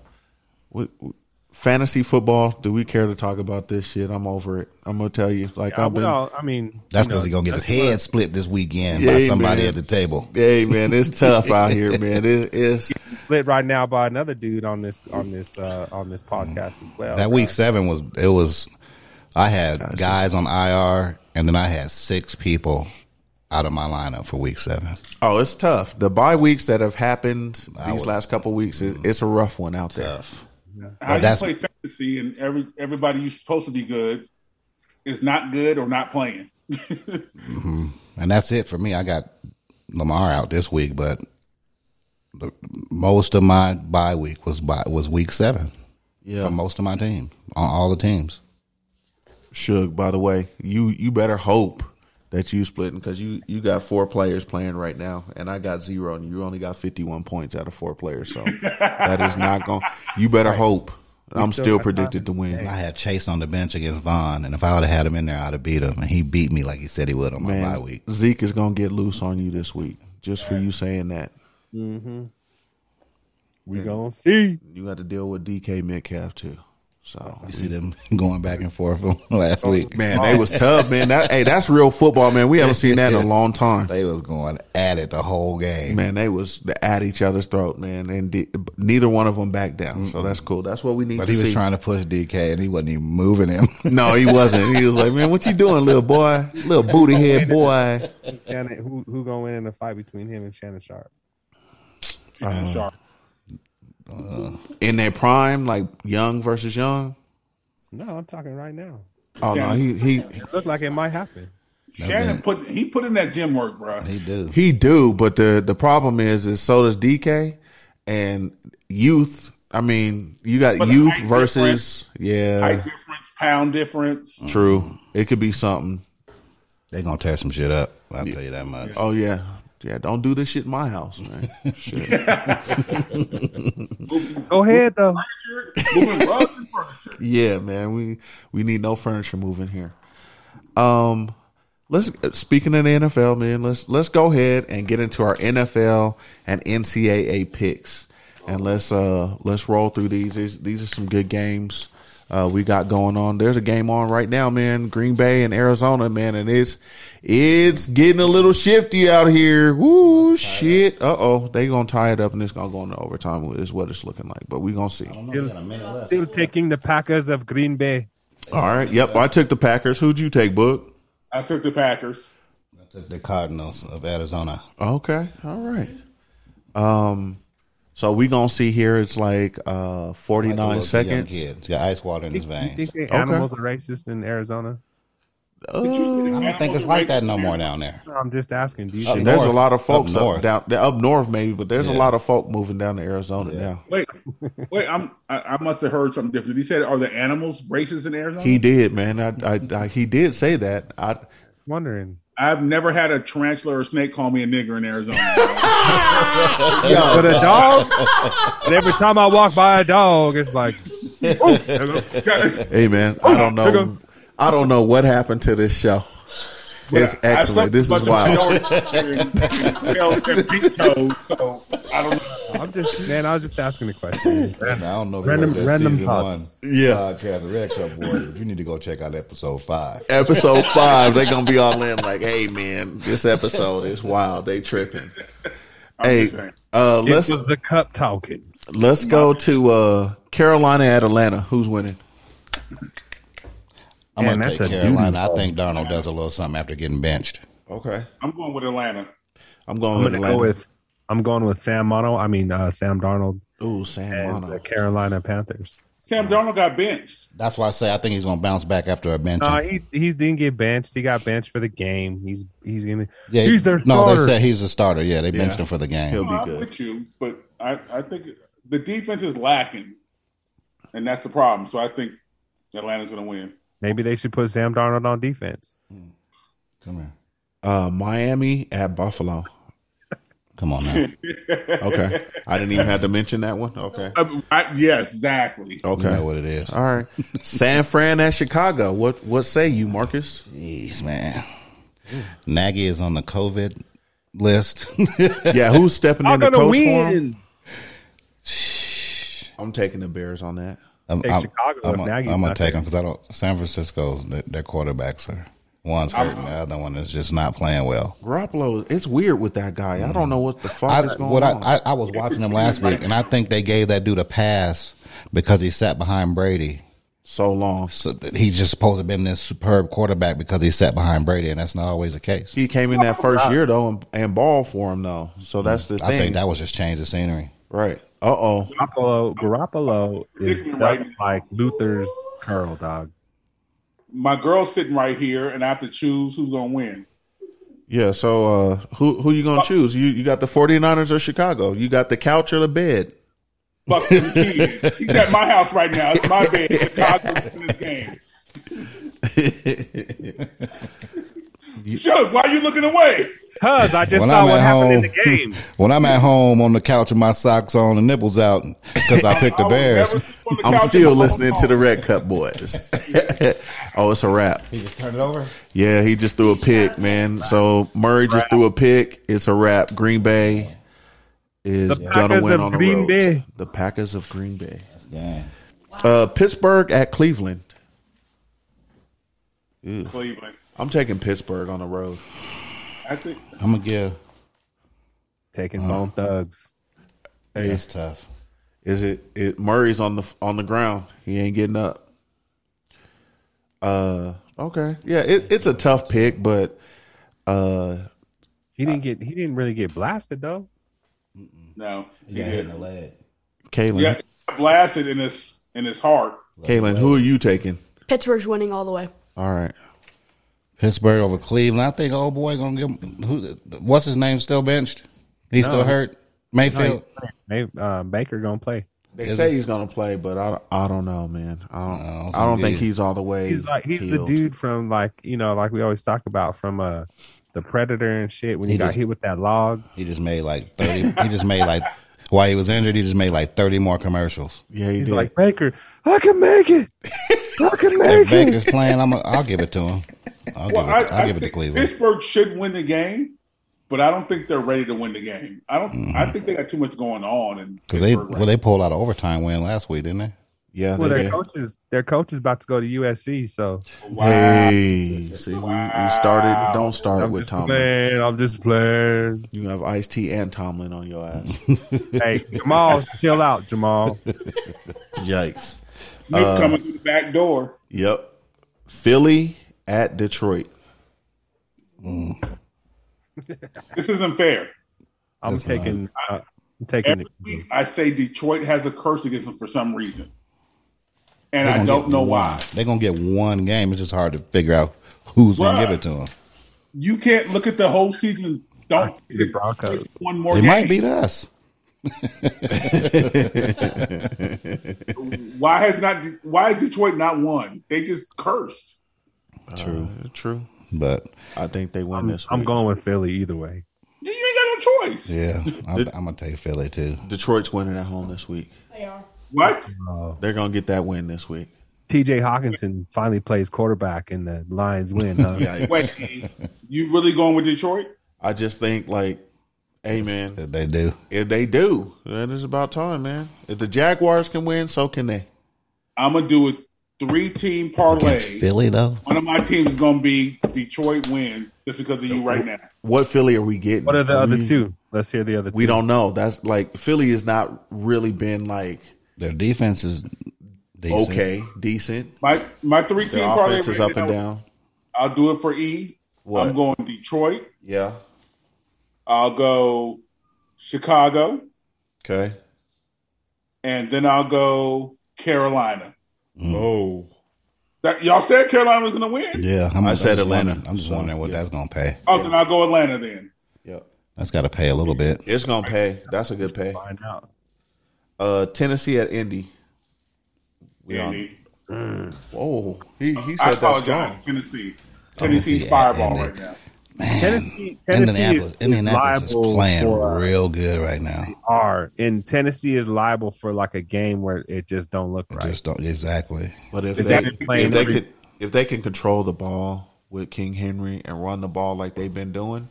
Speaker 3: what, what- fantasy football. Do we care to talk about this shit? I'm over it. I'm gonna tell you, like
Speaker 5: I,
Speaker 3: I've been.
Speaker 5: well, Uh, I mean,
Speaker 6: That's because he gonna get his head split this weekend by
Speaker 3: Yeah,
Speaker 6: somebody
Speaker 3: man.
Speaker 6: at the table.
Speaker 3: Hey man, it's tough out here, man. It,
Speaker 6: (laughs)
Speaker 3: it's
Speaker 5: split right now by another dude on this on this uh on this podcast as well.
Speaker 6: Mm. That week seven was it was. I had guys on IR, and then I had six people out of my lineup for week seven.
Speaker 3: Oh, it's tough. The bye weeks that have happened
Speaker 6: I
Speaker 3: these
Speaker 6: would- Mm.
Speaker 3: last couple weeks, it, it's a rough one out there.
Speaker 6: Tough.
Speaker 4: How do you
Speaker 6: that's-
Speaker 4: play fantasy and every everybody you're supposed to be good is not good or not playing?
Speaker 6: And that's it for me. I got Lamar out this week, but the, most of my bye week was by, was week seven for
Speaker 3: Yeah,
Speaker 6: most of my team on all the teams.
Speaker 3: Suge. By the way, you you better hope that you splitting because you you got four players playing right now, and I got zero, and you only got fifty one points out of four players.
Speaker 6: (laughs)
Speaker 3: So that is not going. You better hope. I'm still, predicted to win.
Speaker 6: I had Chase on the bench against Vaughn, and if I would have had him in there, I'd have beat him, and he beat me like he said he would on my
Speaker 3: Man,
Speaker 6: bye week.
Speaker 3: Zeke is gonna get loose on you this week just for you saying that.
Speaker 5: we gonna see.
Speaker 3: You got to deal with DK Metcalf too. So
Speaker 6: You see them (laughs) going back and forth (laughs) from last week.
Speaker 3: Oh, Man, they was tough, man. That, hey, that's real football, man. We haven't seen that
Speaker 6: (laughs)
Speaker 3: in a long time.
Speaker 6: They was going at it the whole game.
Speaker 3: Man, they was at each other's throat, man, and di- neither one of them backed down. So that's cool. That's what we need.
Speaker 6: But
Speaker 3: to
Speaker 6: he was
Speaker 3: see.
Speaker 6: trying to push DK, and he wasn't even
Speaker 3: (laughs)
Speaker 6: moving him. (laughs)
Speaker 3: No, he wasn't. He was like, "Man, what you doing, little boy, little booty
Speaker 4: (laughs)
Speaker 3: head boy?"
Speaker 5: Shannon, who who gonna win in a fight between him and Shannon Sharp?
Speaker 6: Uh-huh.
Speaker 4: Sharp.
Speaker 3: In their prime, like young versus young.
Speaker 5: No, I'm talking right now.
Speaker 3: Oh no, he he
Speaker 5: It looked like it might happen.
Speaker 4: Shannon put he put in that gym work, bro.
Speaker 6: he do.
Speaker 3: he do. But the the problem is, is so does DK and youth. I mean, you got
Speaker 4: But the
Speaker 3: youth
Speaker 4: height
Speaker 3: versus yeah,
Speaker 4: Height difference, pound difference.
Speaker 6: Uh-huh.
Speaker 3: true. It could be something.
Speaker 6: They gonna tear some shit up. I'll tell you that much.
Speaker 3: Oh yeah, yeah. Don't do this shit in my house, man. Shit.
Speaker 5: Go ahead though.
Speaker 4: Moving (laughs) rugs and furniture.
Speaker 3: yeah, man. We we need no furniture moving here. Um, let's speaking of the NFL, man. Let's let's go ahead and get into our NFL and NCAA picks, and let's uh let's roll through these. These, these are some good games. Uh, we got going on. There's a game on right now, man. Green Bay and Arizona, man, and it's it's getting a little shifty out here. Woo shit. Uh oh, they gonna tie it up and it's gonna go into overtime. Is what it's looking like, but we gonna see.
Speaker 5: Still taking the Packers of Green Bay.
Speaker 3: All right. Yep. I took the Packers. Who'd you take, Book?
Speaker 4: I took the Packers.
Speaker 6: took the Cardinals of Arizona.
Speaker 3: Okay. All right. Um, so we gonna see here. It's like uh forty
Speaker 6: Like a
Speaker 3: nine
Speaker 6: little young
Speaker 3: seconds.
Speaker 6: kid. He's got ice water in his veins.
Speaker 5: think the
Speaker 3: Okay.
Speaker 5: animals are racist in Arizona?
Speaker 4: I
Speaker 6: I don't think it's like that no more down there.
Speaker 5: No, I'm just asking. Do you
Speaker 6: Oh,
Speaker 5: think
Speaker 3: There's a
Speaker 6: north.
Speaker 3: lot of
Speaker 6: Up
Speaker 3: folks up,
Speaker 6: north.
Speaker 3: down up north, maybe, but there's a
Speaker 6: Yeah.
Speaker 3: lot of folk moving down to Arizona now.
Speaker 4: Wait, wait, I'm I, I must have heard something different. He said, "Are the animals racist in Arizona?"
Speaker 3: He did, man. I, I, I he did say that. I
Speaker 5: wondering?
Speaker 4: I've never had a tarantula or snake call me a nigger in
Speaker 6: (laughs)
Speaker 4: Arizona.
Speaker 5: But a dog. and every time I walk by a dog, it's like,
Speaker 3: hey man, I don't
Speaker 5: there
Speaker 3: know.
Speaker 5: go.
Speaker 3: I don't know what happened to this show. It's excellent. This is wild.
Speaker 4: (laughs) wild. so I don't know.
Speaker 5: I'm just man. I was just asking the question.
Speaker 6: I don't know if
Speaker 5: Random-
Speaker 6: you heard that
Speaker 5: random
Speaker 6: season
Speaker 5: thoughts.
Speaker 6: one
Speaker 3: Yeah.
Speaker 6: podcast of Red Cup Warriors. You need to go check out episode five.
Speaker 3: Episode five, they're gonna be all in like, hey man, this episode is wild. They tripping. Hey,
Speaker 4: just saying.
Speaker 3: uh,
Speaker 5: It was
Speaker 3: let's
Speaker 5: the cup talking.
Speaker 3: let's go to uh, Carolina at Atlanta. Who's winning?
Speaker 6: I'm
Speaker 5: Man,
Speaker 6: gonna
Speaker 5: that's
Speaker 6: take
Speaker 5: a
Speaker 6: Carolina. I think Darnold does a little something after getting benched.
Speaker 3: Okay,
Speaker 4: I'm going with Atlanta.
Speaker 3: I'm going
Speaker 5: I'm
Speaker 3: with
Speaker 5: gonna
Speaker 3: Atlanta.
Speaker 5: go with. I'm going with Sam Mono. I mean uh, Sam Darnold
Speaker 3: Ooh, Sam
Speaker 5: and
Speaker 3: Mono.
Speaker 5: the Carolina Panthers.
Speaker 4: Sam Darnold got benched.
Speaker 6: That's why I say I think he's gonna bounce back after a bench.
Speaker 5: No, Uh, he he didn't get benched. He got benched for the game. He's he's gonna.
Speaker 6: yeah,
Speaker 5: he's their
Speaker 6: no,
Speaker 5: starter.
Speaker 6: they said he's a starter. Yeah, they benched
Speaker 3: Yeah.
Speaker 6: him for the
Speaker 3: He'll
Speaker 6: game.
Speaker 3: be
Speaker 4: I'm
Speaker 3: good.
Speaker 4: with you, but I, I think the defense is lacking, and that's the problem. So I think Atlanta's going to win.
Speaker 5: Maybe they should put Sam Darnold on defense.
Speaker 6: Come here.
Speaker 3: Uh, Miami at Buffalo.
Speaker 6: Come on now.
Speaker 3: Okay, I didn't even have to mention that one. Okay,
Speaker 4: I, Uh, I, yes, exactly.
Speaker 3: okay.
Speaker 6: You know what it is.
Speaker 5: Uh,
Speaker 3: All right. San Fran at Chicago. What what say you, Marcus?
Speaker 6: Jeez, man. Nagy is on the COVID list. (laughs)
Speaker 3: Yeah, who's
Speaker 5: (laughs)
Speaker 3: stepping in the
Speaker 5: gonna
Speaker 3: coach for him? I'm taking the Bears on that.
Speaker 6: I'm,
Speaker 5: Take
Speaker 6: I'm-
Speaker 5: Chicago
Speaker 6: I'm
Speaker 5: if
Speaker 6: gonna-
Speaker 5: Nagy's
Speaker 6: I'm gonna
Speaker 5: not
Speaker 6: take them because I don't. San Francisco's their, their quarterbacks are one's hurt and the other one is just not playing well.
Speaker 3: Garoppolo, it's weird with that guy. I don't know what the fuck
Speaker 6: I,
Speaker 3: is going
Speaker 6: what I,
Speaker 3: on.
Speaker 6: I, I was watching him last week, and I think they gave that dude a pass because he sat behind Brady.
Speaker 3: so long.
Speaker 6: So that he's just supposed to have been this superb quarterback because he sat behind Brady, and that's not always the case.
Speaker 3: He came in that first year though and, and ball for him though. So that's the
Speaker 6: Mm, I
Speaker 3: thing.
Speaker 6: think that was just change of scenery.
Speaker 3: right. Uh oh.
Speaker 5: Garoppolo, Garoppolo is
Speaker 4: Pick me right
Speaker 5: just
Speaker 4: now.
Speaker 5: like Luther's curl, dog.
Speaker 4: My girl's sitting right here, and I have to choose who's going to win.
Speaker 3: Yeah, so uh who who you gonna choose? You you got the 49ers or Chicago? You got the couch or the bed?
Speaker 4: Fuck them kids. He's at my house right now. It's my bed. Chicago's in this game. Shug, why are you looking away?
Speaker 5: Cause I just
Speaker 6: When
Speaker 5: saw
Speaker 6: I'm
Speaker 5: what
Speaker 6: at
Speaker 5: happened in
Speaker 6: home-
Speaker 5: the game.
Speaker 6: When I'm at home on the couch with my socks on and nipples out
Speaker 5: (laughs)
Speaker 6: because I picked
Speaker 4: I
Speaker 6: the
Speaker 4: will
Speaker 6: Bears,
Speaker 4: never sleep on the
Speaker 3: I'm
Speaker 4: couch in
Speaker 3: still
Speaker 4: my
Speaker 3: listening
Speaker 4: own
Speaker 3: to the
Speaker 4: home.
Speaker 3: Red Cup Boys. (laughs) oh, it's a wrap.
Speaker 6: he just turned it over.
Speaker 3: Yeah, he just threw a pick, man. So Murray just threw a pick. It's a wrap. Green Bay is
Speaker 5: The
Speaker 3: gonna
Speaker 5: Packers
Speaker 3: win
Speaker 5: of
Speaker 3: on the
Speaker 5: Green
Speaker 3: road.
Speaker 5: Bay.
Speaker 3: The Packers of Green Bay.
Speaker 6: Yeah.
Speaker 3: Uh, Pittsburgh at Cleveland.
Speaker 4: Cleveland.
Speaker 3: I'm taking Pittsburgh on the road.
Speaker 4: I think
Speaker 6: I'm gonna give.
Speaker 3: Oh.
Speaker 5: Taking bone thugs.
Speaker 3: Hey,
Speaker 6: That's tough.
Speaker 3: is it, it? Murray's on the on the ground. He ain't getting up. Uh, okay, yeah, it, it's a tough pick, but uh,
Speaker 5: He didn't get. He didn't really get blasted though.
Speaker 4: no. He
Speaker 6: Yeah,
Speaker 4: did.
Speaker 6: in the leg.
Speaker 3: Kalen,
Speaker 4: Yeah, blasted in his in his heart.
Speaker 3: Kalen, who are you taking?
Speaker 10: Pittsburgh's winning all the way.
Speaker 3: All right,
Speaker 6: Pittsburgh over Cleveland. I think old boy gonna give him, who what's his name still benched? He's still hurt. Mayfield.
Speaker 5: Hey, uh, Baker gonna play.
Speaker 3: They say he's gonna play, but I, I don't know, man. I don't
Speaker 6: No, it's
Speaker 3: I don't
Speaker 6: gonna
Speaker 3: think
Speaker 6: be-
Speaker 3: he's all the way.
Speaker 5: He's like he's the
Speaker 3: healed.
Speaker 5: dude from like you know like we always talk about from uh the Predator and shit when he,
Speaker 6: He
Speaker 5: got
Speaker 6: just-
Speaker 5: hit with that log.
Speaker 6: He just made like thirty he just made like (laughs) while he was injured, he just made like thirty more commercials.
Speaker 3: Yeah, he
Speaker 5: He's
Speaker 3: did.
Speaker 5: like Baker, I can make it. I
Speaker 3: (laughs)
Speaker 5: can
Speaker 6: If
Speaker 5: make it.
Speaker 6: Baker's playing, I'm a, I'll give it to him.
Speaker 4: Well,
Speaker 6: I'll give it,
Speaker 4: I,
Speaker 6: I'll
Speaker 4: I
Speaker 6: give it to
Speaker 4: think
Speaker 6: Cleveland.
Speaker 4: Pittsburgh should win the game, but I don't think they're ready to win the game. I don't. I think they got too much going on. And
Speaker 6: Because Mm-hmm. they well they pulled out an overtime win last week, didn't they?
Speaker 3: yeah,
Speaker 5: Well,
Speaker 3: they
Speaker 5: their
Speaker 3: did.
Speaker 5: coach is their coach is about to go to USC, so
Speaker 3: Hey, see, we, we started. Don't start
Speaker 5: I'm
Speaker 3: with
Speaker 5: just
Speaker 3: Tomlin.
Speaker 5: playing. I'm just playing.
Speaker 3: You have Ice T and Tomlin on your ass.
Speaker 5: hey, Jamal, chill out, Jamal.
Speaker 3: (laughs) Yikes.
Speaker 4: Nick
Speaker 6: uh,
Speaker 4: coming through the back door.
Speaker 3: Yep. Philly at Detroit.
Speaker 4: This isn't fair.
Speaker 5: I'm
Speaker 6: That's
Speaker 5: taking. Uh, I'm taking.
Speaker 4: Every
Speaker 5: The,
Speaker 4: week I say Detroit has a curse against them for some reason, and
Speaker 6: They're
Speaker 4: I
Speaker 6: gonna
Speaker 4: don't
Speaker 6: get
Speaker 4: know
Speaker 6: one.
Speaker 4: why.
Speaker 6: They're gonna get one game. It's just hard to figure out who's gonna
Speaker 4: Right.
Speaker 6: give it to them.
Speaker 4: You can't look at the whole season. Don't
Speaker 5: the Broncos.
Speaker 4: one more
Speaker 6: It
Speaker 4: game.
Speaker 6: might beat us.
Speaker 4: Why has not? Why is Detroit not won? They just cursed.
Speaker 3: True. true.
Speaker 6: But
Speaker 3: I think they win this.
Speaker 5: Uh, I'm
Speaker 3: week.
Speaker 5: going with Philly either way.
Speaker 4: You ain't got no choice.
Speaker 6: yeah, I'm, I'm gonna take Philly too.
Speaker 3: Detroit's winning at home this week.
Speaker 4: What?
Speaker 3: They're gonna get that win this week.
Speaker 5: T.J. Hawkinson finally plays quarterback, and the Lions win. Huh?
Speaker 4: Wait, you really going with Detroit?
Speaker 3: (laughs) I just think like, hey man,
Speaker 6: That they do.
Speaker 3: if they do, then it's about time, man. If the Jaguars can win, so can they.
Speaker 4: I'm gonna do a three team
Speaker 6: Against
Speaker 4: parlay.
Speaker 6: Philly though,
Speaker 4: One of my teams is gonna be Detroit win just because of you
Speaker 3: Oh.
Speaker 4: right now.
Speaker 3: What Philly are we getting?
Speaker 5: What are the
Speaker 3: We-
Speaker 5: other two? Let's hear the other two.
Speaker 3: We don't know. That's like Philly has not really been like
Speaker 6: their defense is decent.
Speaker 3: okay, decent.
Speaker 4: My my three team
Speaker 3: Their
Speaker 4: parlay
Speaker 3: offense is
Speaker 4: right
Speaker 3: up and
Speaker 4: now,
Speaker 3: down.
Speaker 4: I'll do it for E.
Speaker 3: What?
Speaker 4: am going Detroit.
Speaker 3: Yeah.
Speaker 4: I'll go Chicago,
Speaker 3: Okay.
Speaker 4: and then I'll go Carolina.
Speaker 3: Oh.
Speaker 4: That, y'all said Carolina was gonna win.
Speaker 6: Yeah, I'm,
Speaker 3: I said
Speaker 6: just
Speaker 3: Atlanta.
Speaker 6: wondering- I'm just wondering what
Speaker 3: Yeah.
Speaker 6: that's gonna pay.
Speaker 4: Oh, then I'll go Atlanta then.
Speaker 3: Yep.
Speaker 6: That's got to pay a little bit.
Speaker 3: It's gonna pay. That's a good pay.
Speaker 5: find out.
Speaker 3: Uh, Tennessee at Indy. We on-
Speaker 4: Andy.
Speaker 3: Whoa, he, he
Speaker 4: I
Speaker 3: said that's
Speaker 4: apologize,
Speaker 3: strong.
Speaker 4: Tennessee.
Speaker 6: Tennessee
Speaker 4: Tennessee's
Speaker 6: at
Speaker 4: fireball
Speaker 6: Indy.
Speaker 4: right now.
Speaker 5: Tennessee, Tennessee
Speaker 6: Indianapolis,
Speaker 5: is, is
Speaker 6: Indianapolis is
Speaker 5: liable
Speaker 6: playing
Speaker 5: for uh, a-
Speaker 6: real good right now.
Speaker 5: are and Tennessee is liable for like a game where it just don't look right.
Speaker 6: Just don't exactly.
Speaker 3: But if
Speaker 5: Is
Speaker 3: they,
Speaker 5: that playing
Speaker 3: if they
Speaker 5: every-
Speaker 3: could if they can control the ball with King Henry and run the ball like they've been doing,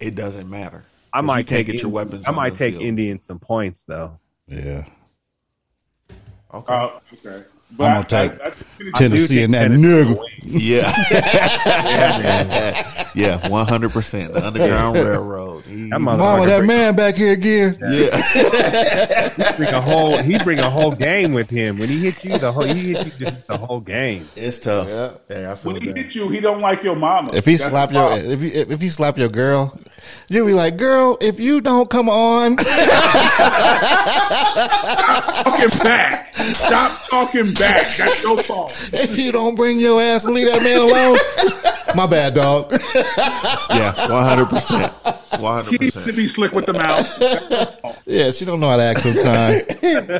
Speaker 3: it doesn't matter.
Speaker 5: I
Speaker 3: 'Cause you
Speaker 5: might
Speaker 3: can't
Speaker 5: take
Speaker 3: get your
Speaker 5: Indy-
Speaker 3: weapons.
Speaker 5: I
Speaker 3: on
Speaker 5: might
Speaker 3: the
Speaker 5: take
Speaker 3: field.
Speaker 5: Indian some points though.
Speaker 6: Yeah,
Speaker 3: Okay.
Speaker 4: Oh, okay.
Speaker 6: I'm
Speaker 4: I-
Speaker 6: gonna take
Speaker 4: I- I think Tennessee-
Speaker 6: Tennessee and that nigga.
Speaker 3: (laughs)
Speaker 5: (laughs)
Speaker 3: yeah, yeah, one hundred percent. The Underground Railroad. He-
Speaker 5: That
Speaker 6: Mama,
Speaker 5: motherfucker
Speaker 6: that man back here again.
Speaker 5: bring a whole he bring a whole game with him. When he hits you the whole he hits you just the whole game.
Speaker 3: it's tough. Hey, I feel
Speaker 4: When he
Speaker 3: bad.
Speaker 4: hit you, he don't like your mama.
Speaker 6: If he
Speaker 4: That's
Speaker 6: slap
Speaker 4: the
Speaker 6: your
Speaker 4: problem.
Speaker 6: if you if if he slap your girl, you'll be like, girl, if you don't come on, (laughs)
Speaker 4: talking back, stop talking back. That's your fault.
Speaker 6: if you don't bring your ass and leave that man alone, (laughs) my bad, dog.
Speaker 3: Yeah, one hundred percent. One
Speaker 4: He
Speaker 3: hundred
Speaker 4: needs to
Speaker 3: percent.
Speaker 4: be slick with the mouth.
Speaker 6: Yeah, she don't know how to act sometimes.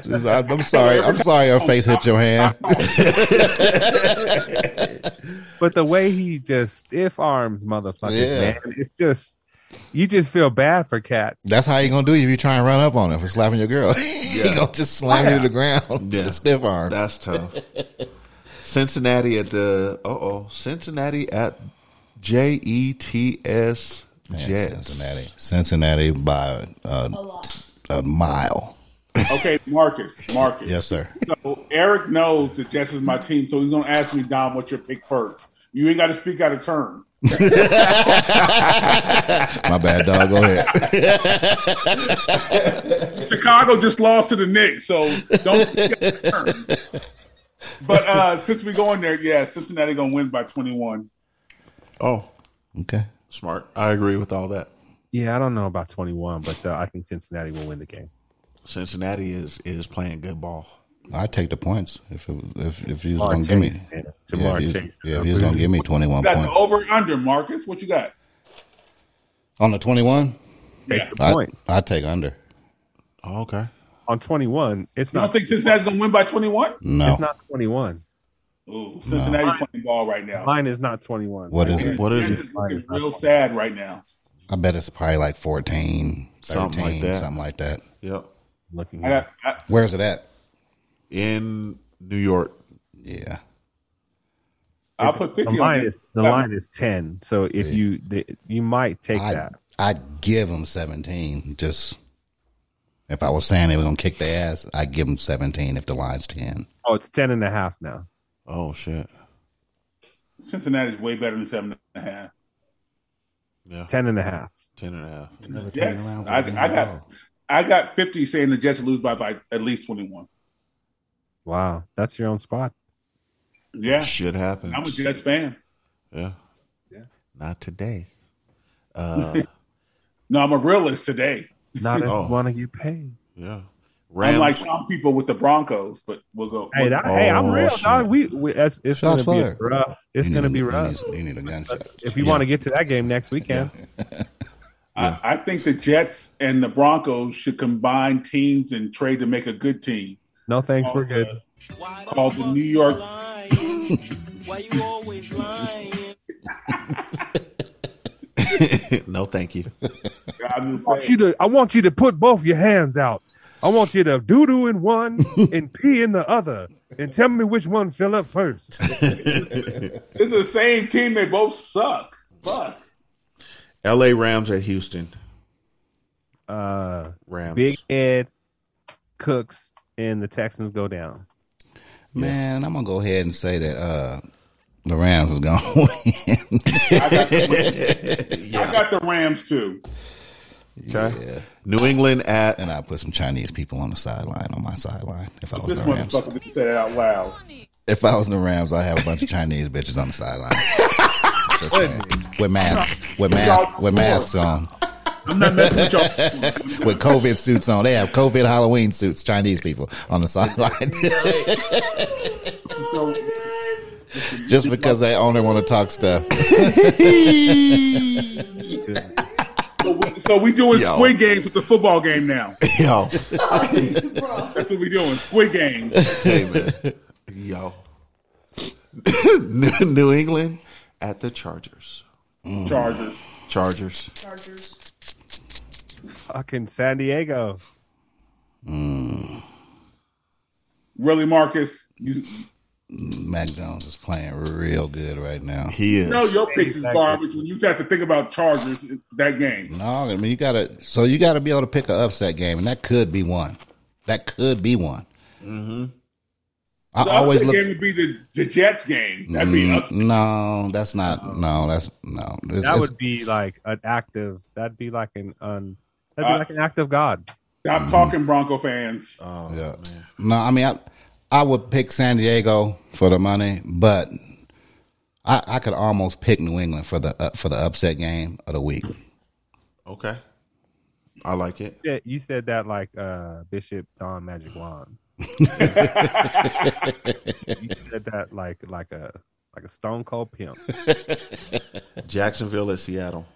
Speaker 5: (laughs)
Speaker 6: Just, I, I'm sorry. I'm sorry. Her face hit your hand.
Speaker 5: But the way he just stiff arms motherfuckers,
Speaker 6: Yeah.
Speaker 5: man, it's just you just feel bad for cats.
Speaker 6: That's how you gonna do it if you try and run up on her for slapping your girl. (laughs) you gonna just slam you to the ground. (laughs)
Speaker 3: Yeah.
Speaker 6: With a stiff arm.
Speaker 3: (laughs) That's tough. Cincinnati at the uh oh, Cincinnati at J E T S
Speaker 6: Man,
Speaker 3: Jets.
Speaker 6: Cincinnati. Cincinnati by uh, a mile.
Speaker 4: Okay, Marcus. Marcus.
Speaker 6: Yes, sir.
Speaker 4: So Eric knows that Jess is my team, so he's gonna ask me, Dom, what's your pick first? You ain't got to speak out of turn.
Speaker 6: My bad, dog. Go ahead.
Speaker 4: Chicago just lost to the Knicks, so don't speak out of turn. But uh, since we go in there, yeah, Cincinnati gonna win by twenty one.
Speaker 3: Oh,
Speaker 6: Okay.
Speaker 3: smart. I agree with all that.
Speaker 5: Yeah, I don't know about twenty one, but uh, I think Cincinnati will win the game.
Speaker 3: Cincinnati is is playing good ball.
Speaker 6: I take the points if it, was- if if you was
Speaker 5: Jamar
Speaker 6: gonna give me.
Speaker 5: Chase, man.
Speaker 6: Yeah,
Speaker 5: Jamar
Speaker 6: if you,
Speaker 5: Chase.
Speaker 6: yeah, if you was gonna give me twenty one
Speaker 4: Got the
Speaker 6: points
Speaker 4: over and under, Marcus. What you got?
Speaker 6: on the twenty one,
Speaker 5: Take
Speaker 4: Yeah.
Speaker 5: the
Speaker 6: I
Speaker 5: point.
Speaker 6: I take under.
Speaker 3: Oh, okay.
Speaker 5: On twenty one, it's
Speaker 4: You
Speaker 5: not
Speaker 4: don't think Cincinnati's gonna win by twenty one?
Speaker 6: No,
Speaker 5: it's not twenty one.
Speaker 4: Ooh, Cincinnati's playing ball right now.
Speaker 5: Mine is not twenty one.
Speaker 6: What is it?
Speaker 3: What is
Speaker 4: It's
Speaker 3: it?
Speaker 4: looking real sad right now.
Speaker 6: I bet it's probably like 14, 13,
Speaker 3: Something
Speaker 6: something
Speaker 3: like
Speaker 6: like
Speaker 3: that.
Speaker 6: that.
Speaker 3: Yep.
Speaker 5: looking
Speaker 4: I
Speaker 5: at?
Speaker 4: got, I,
Speaker 6: Where's it at?
Speaker 3: In New York.
Speaker 6: Yeah.
Speaker 4: I'll put
Speaker 5: the
Speaker 4: fifty. on
Speaker 5: line
Speaker 4: it.
Speaker 5: is the line is ten. So if you the, you might take
Speaker 6: I
Speaker 5: that.
Speaker 6: I'd give them 17 just if I was saying they were going to kick their ass, I'd give them 17 if the line's 10.
Speaker 5: Oh, it's ten and a half now.
Speaker 3: Oh shit.
Speaker 4: Cincinnati's way better than seven and a half.
Speaker 3: Yeah.
Speaker 5: Ten and a half.
Speaker 3: Ten and a half.
Speaker 4: Jets, I, I got, I got fifty saying the Jets lose by, by at least twenty one.
Speaker 5: Wow, that's your own spot.
Speaker 4: Yeah,
Speaker 3: Shit happens.
Speaker 4: I'm a Jets fan.
Speaker 3: Yeah.
Speaker 5: Yeah.
Speaker 3: Not today.
Speaker 4: No, I'm a realist today.
Speaker 5: Not
Speaker 3: (laughs) Oh.
Speaker 5: if want to get paid.
Speaker 3: Yeah.
Speaker 4: I'm
Speaker 3: Rams.
Speaker 4: like some people with the Broncos, but we'll go.
Speaker 5: Hey, that, hey, I'm
Speaker 3: Oh,
Speaker 5: real,
Speaker 3: shit.
Speaker 5: dog. We, we that's, it's
Speaker 6: Shots
Speaker 5: gonna
Speaker 6: fired.
Speaker 5: be rough. It's
Speaker 6: You
Speaker 5: gonna
Speaker 6: need-
Speaker 5: be
Speaker 6: you
Speaker 5: rough.
Speaker 6: need- You need a gunshot.
Speaker 5: If you want to get to that game next weekend,
Speaker 4: I, I think the Jets and the Broncos should combine teams and trade to make a good team
Speaker 5: no thanks. We're
Speaker 4: Oh,
Speaker 5: good.
Speaker 4: called the New York.
Speaker 9: Why you always lying?
Speaker 3: (laughs) no, thank you.
Speaker 4: I'm just
Speaker 5: I want
Speaker 4: saying.
Speaker 5: you to. I want you to put both your hands out. I want you to doo doo in
Speaker 6: (laughs)
Speaker 5: one and pee in the other, and tell me which one fill up
Speaker 6: (laughs)
Speaker 5: first.
Speaker 4: It's the same team. They both suck. Fuck.
Speaker 3: L.A. Rams at Houston.
Speaker 5: Uh,
Speaker 3: Rams.
Speaker 5: Big Ed Cooks and the Texans go down.
Speaker 6: Man, I'm gonna go ahead and say that uh, the Rams is gonna (laughs) win.
Speaker 4: I got, I got the Rams too.
Speaker 3: Okay. New England at
Speaker 6: and I put some Chinese people on the sideline on my sideline. If I was
Speaker 4: This
Speaker 6: the Rams,
Speaker 4: motherfucker just said it out loud.
Speaker 6: if I was the Rams, I have a bunch of Chinese bitches on
Speaker 5: (laughs)
Speaker 6: the sideline. Just saying, with masks, with masks, with masks on,
Speaker 4: I'm not messing with y'all.
Speaker 6: with COVID suits on. They have COVID Halloween suits. Chinese people
Speaker 5: (laughs)
Speaker 6: on the sideline, just because they only want to talk stuff.
Speaker 4: So, we, so we doing
Speaker 3: Yo.
Speaker 4: Squid Games with the football game now.
Speaker 3: (laughs) yo,
Speaker 4: That's what we doing. Squid Games.
Speaker 6: (laughs)
Speaker 3: hey, man. yo, New, New England at the Chargers.
Speaker 4: Chargers.
Speaker 3: Chargers.
Speaker 5: Fucking San Diego.
Speaker 4: Really, Marcus? You,
Speaker 6: Mac Jones is playing real good right now.
Speaker 3: He is.
Speaker 4: you know your picks is garbage when you have to think about Chargers that game.
Speaker 6: No, I mean you gotta. So you gotta be able to pick an upset game, and that could be one. That could be one. Mm-hmm. I
Speaker 4: The
Speaker 6: always
Speaker 4: upset
Speaker 6: look.
Speaker 4: game would be the, the Jets game. That'd be Uh-uh.
Speaker 6: Mm,
Speaker 4: upset.
Speaker 6: no, that's not. No, that's no. It's,
Speaker 5: That
Speaker 6: it's-
Speaker 5: would be like an active. That'd be like an un. That'd be
Speaker 4: Uh,
Speaker 5: like an act of God.
Speaker 4: Stop
Speaker 6: Mm-hmm.
Speaker 4: talking, Bronco fans.
Speaker 3: Oh,
Speaker 6: yeah. No, I mean I, I would pick San Diego for the money, but I, I could almost pick New England for the uh, for the upset game of the week.
Speaker 3: okay. I like it.
Speaker 5: Yeah, you said that like uh, Bishop Don Magic
Speaker 6: (laughs)
Speaker 5: Wand. you said that like like a like a Stone Cold
Speaker 6: (laughs)
Speaker 5: pimp.
Speaker 3: Jacksonville at Seattle.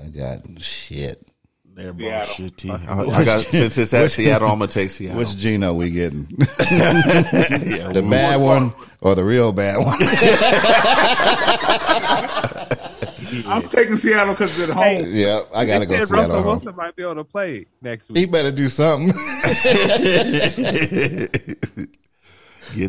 Speaker 6: I got shit.
Speaker 3: They're
Speaker 4: Seattle.
Speaker 3: shitty. I, (laughs) I got since it's at Seattle, I'm gonna take Seattle.
Speaker 6: Which Gino we getting? (laughs)
Speaker 3: Yeah,
Speaker 6: The
Speaker 3: we-
Speaker 6: bad one or the real bad one?
Speaker 4: I'm taking Seattle because it's at home.
Speaker 6: yeah, I gotta
Speaker 5: they
Speaker 6: go
Speaker 5: said
Speaker 6: Seattle.
Speaker 5: Russell
Speaker 6: home.
Speaker 5: Wilson might be able to play next
Speaker 6: He
Speaker 5: week.
Speaker 6: better do something.
Speaker 3: (laughs) Get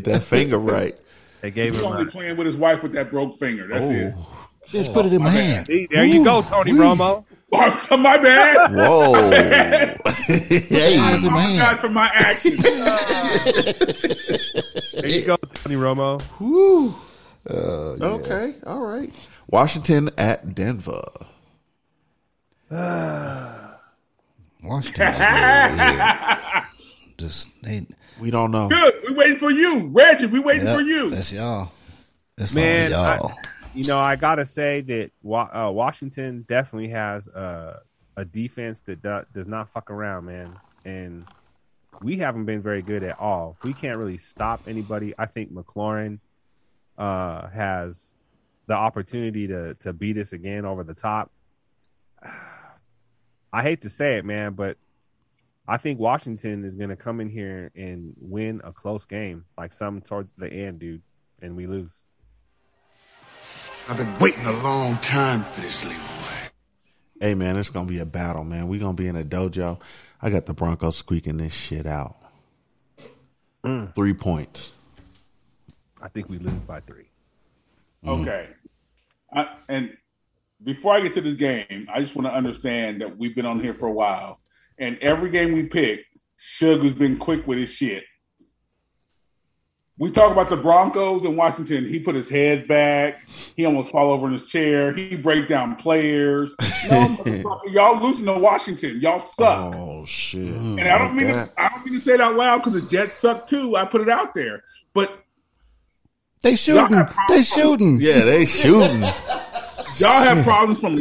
Speaker 3: that finger right.
Speaker 5: They gave
Speaker 4: He's
Speaker 5: him.
Speaker 4: only
Speaker 5: A,
Speaker 4: playing with his wife with that broke finger. That's it.
Speaker 6: (laughs) Just put it in my hand.
Speaker 5: See, there you go, Tony Romo.
Speaker 4: Oh, (laughs) my bad.
Speaker 3: (laughs) Whoa.
Speaker 6: Hey, it's in
Speaker 4: God (laughs)
Speaker 6: my hand.
Speaker 4: for my actions.
Speaker 5: There you go, Tony Romo.
Speaker 3: Whew. Okay. All right. Washington at Denver.
Speaker 6: Washington. over here. (laughs) Just they,
Speaker 3: We don't know.
Speaker 4: Good. We waiting for you, Reggie. We waiting
Speaker 6: yep,
Speaker 4: for you.
Speaker 6: That's y'all. That's
Speaker 5: Man,
Speaker 6: all y'all.
Speaker 5: You know, I gotta say that Wa- uh, Washington definitely has uh, a defense that do- does not fuck around, man. And we haven't been very good at all. We can't really stop anybody. I think McLaurin uh, has the opportunity to to beat us again over the top. (sighs) I hate to say it, man, but I think Washington is going to come in here and win a close game, like some towards the end, dude, and we lose.
Speaker 7: I've been waiting a long time for this, Leroy.
Speaker 3: Hey man, it's gonna be a battle, man. We're gonna be in a dojo. I got the Broncos squeaking this shit out.
Speaker 4: Mm.
Speaker 3: Three points.
Speaker 5: I think we lose by three.
Speaker 4: Okay. I, and before I get to this game, I just want to understand that we've been on here for a while, and every game we pick, Suge has been quick with his shit. We talk about the Broncos in Washington. He put his head back. He almost fall over in his chair. He break down players. No, motherfucker, y'all losing to Washington. Y'all suck.
Speaker 3: Oh shit.
Speaker 4: Mm. And I don't mean to, I don't mean to say it out loud because the Jets suck too. I put it out there, but
Speaker 6: They shooting.
Speaker 4: got problems.
Speaker 6: They shooting. (laughs)
Speaker 3: Yeah, they shooting.
Speaker 4: y'all have problems from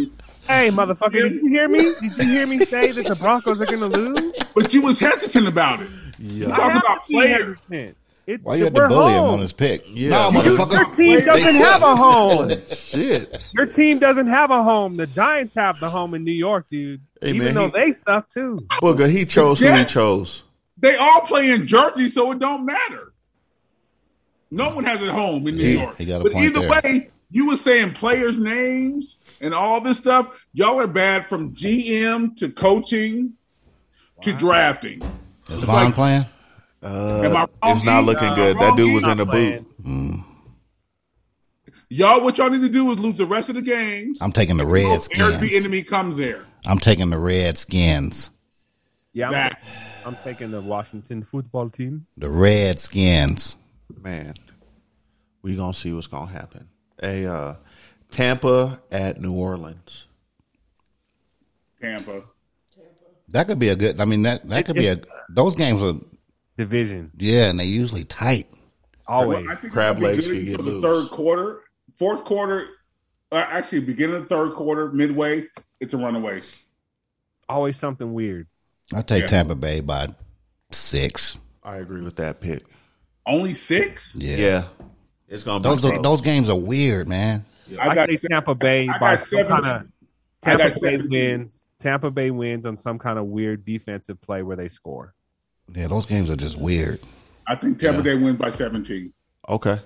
Speaker 5: Hey, motherfucker, did you (laughs) hear me? Did you hear me say that the Broncos are going to lose?
Speaker 4: But you was hesitant about it. You
Speaker 3: Yeah.
Speaker 4: talked about players.
Speaker 5: It, it-
Speaker 6: Why you had to
Speaker 5: we're
Speaker 6: bully him
Speaker 5: home.
Speaker 6: on his pick?
Speaker 3: Yeah.
Speaker 6: No,
Speaker 5: You-
Speaker 6: motherfucker.
Speaker 5: Your team
Speaker 6: They
Speaker 5: doesn't
Speaker 6: suck.
Speaker 5: have a
Speaker 6: (laughs)
Speaker 5: home.
Speaker 3: Shit.
Speaker 5: Your team doesn't have a home. The Giants have the home in New York, dude.
Speaker 3: Hey,
Speaker 5: Even
Speaker 3: man,
Speaker 5: though
Speaker 3: he-
Speaker 5: they suck too.
Speaker 3: Booger, he chose who he
Speaker 4: Jets.
Speaker 3: chose.
Speaker 4: They all play in Jersey, so it don't matter. No one has a home in New
Speaker 6: He-
Speaker 4: York.
Speaker 6: he got a
Speaker 4: but
Speaker 6: point
Speaker 4: either
Speaker 6: there.
Speaker 4: way, you were saying players' names and all this stuff. Y'all are bad from GM to coaching to drafting.
Speaker 6: Is Vaughn playing?
Speaker 4: Am I
Speaker 3: Uh,
Speaker 4: wrong,
Speaker 3: it's not
Speaker 4: E?
Speaker 3: looking
Speaker 4: Nah,
Speaker 3: good.
Speaker 4: wrong,
Speaker 3: That dude
Speaker 4: E.
Speaker 3: was in the boot.
Speaker 4: Y'all, what y'all need to do is lose the rest of the games.
Speaker 6: I'm taking the
Speaker 4: Eric the
Speaker 6: Redskins.
Speaker 4: enemy comes there.
Speaker 6: I'm taking the Redskins.
Speaker 5: Yeah, I'm,
Speaker 4: Zach.
Speaker 5: I'm taking the Washington football team.
Speaker 6: The Redskins.
Speaker 3: Man, we gonna see what's gonna happen. A uh, Tampa at New Orleans.
Speaker 4: Tampa.
Speaker 6: That could be a good. I mean that that could be a.
Speaker 5: It's-
Speaker 6: Those games are
Speaker 5: Division.
Speaker 6: yeah, and they usually tight.
Speaker 5: Always.
Speaker 4: Well, I think
Speaker 3: Crab
Speaker 4: it'll be
Speaker 3: legs
Speaker 4: good
Speaker 3: can get
Speaker 4: until the
Speaker 3: loose.
Speaker 4: Third quarter, fourth quarter, uh, actually beginning of the third quarter, midway, it's a runaway.
Speaker 5: Always something weird.
Speaker 6: I take
Speaker 4: Yeah.
Speaker 6: Tampa Bay by six.
Speaker 3: I agree with that pick.
Speaker 4: Only six.
Speaker 6: Yeah,
Speaker 3: Yeah, it's gonna be
Speaker 6: those are,
Speaker 3: close.
Speaker 6: those games are weird, man.
Speaker 5: I, say Tampa Bay
Speaker 4: I
Speaker 5: by
Speaker 4: got
Speaker 5: some
Speaker 4: seven-
Speaker 5: kind of
Speaker 4: I got
Speaker 5: Tampa Bay
Speaker 4: 17.
Speaker 5: wins. Tampa Bay wins on some kind of weird defensive play where they score.
Speaker 6: Yeah, those games are just weird.
Speaker 4: I think Tampa Bay wins by seventeen.
Speaker 3: okay.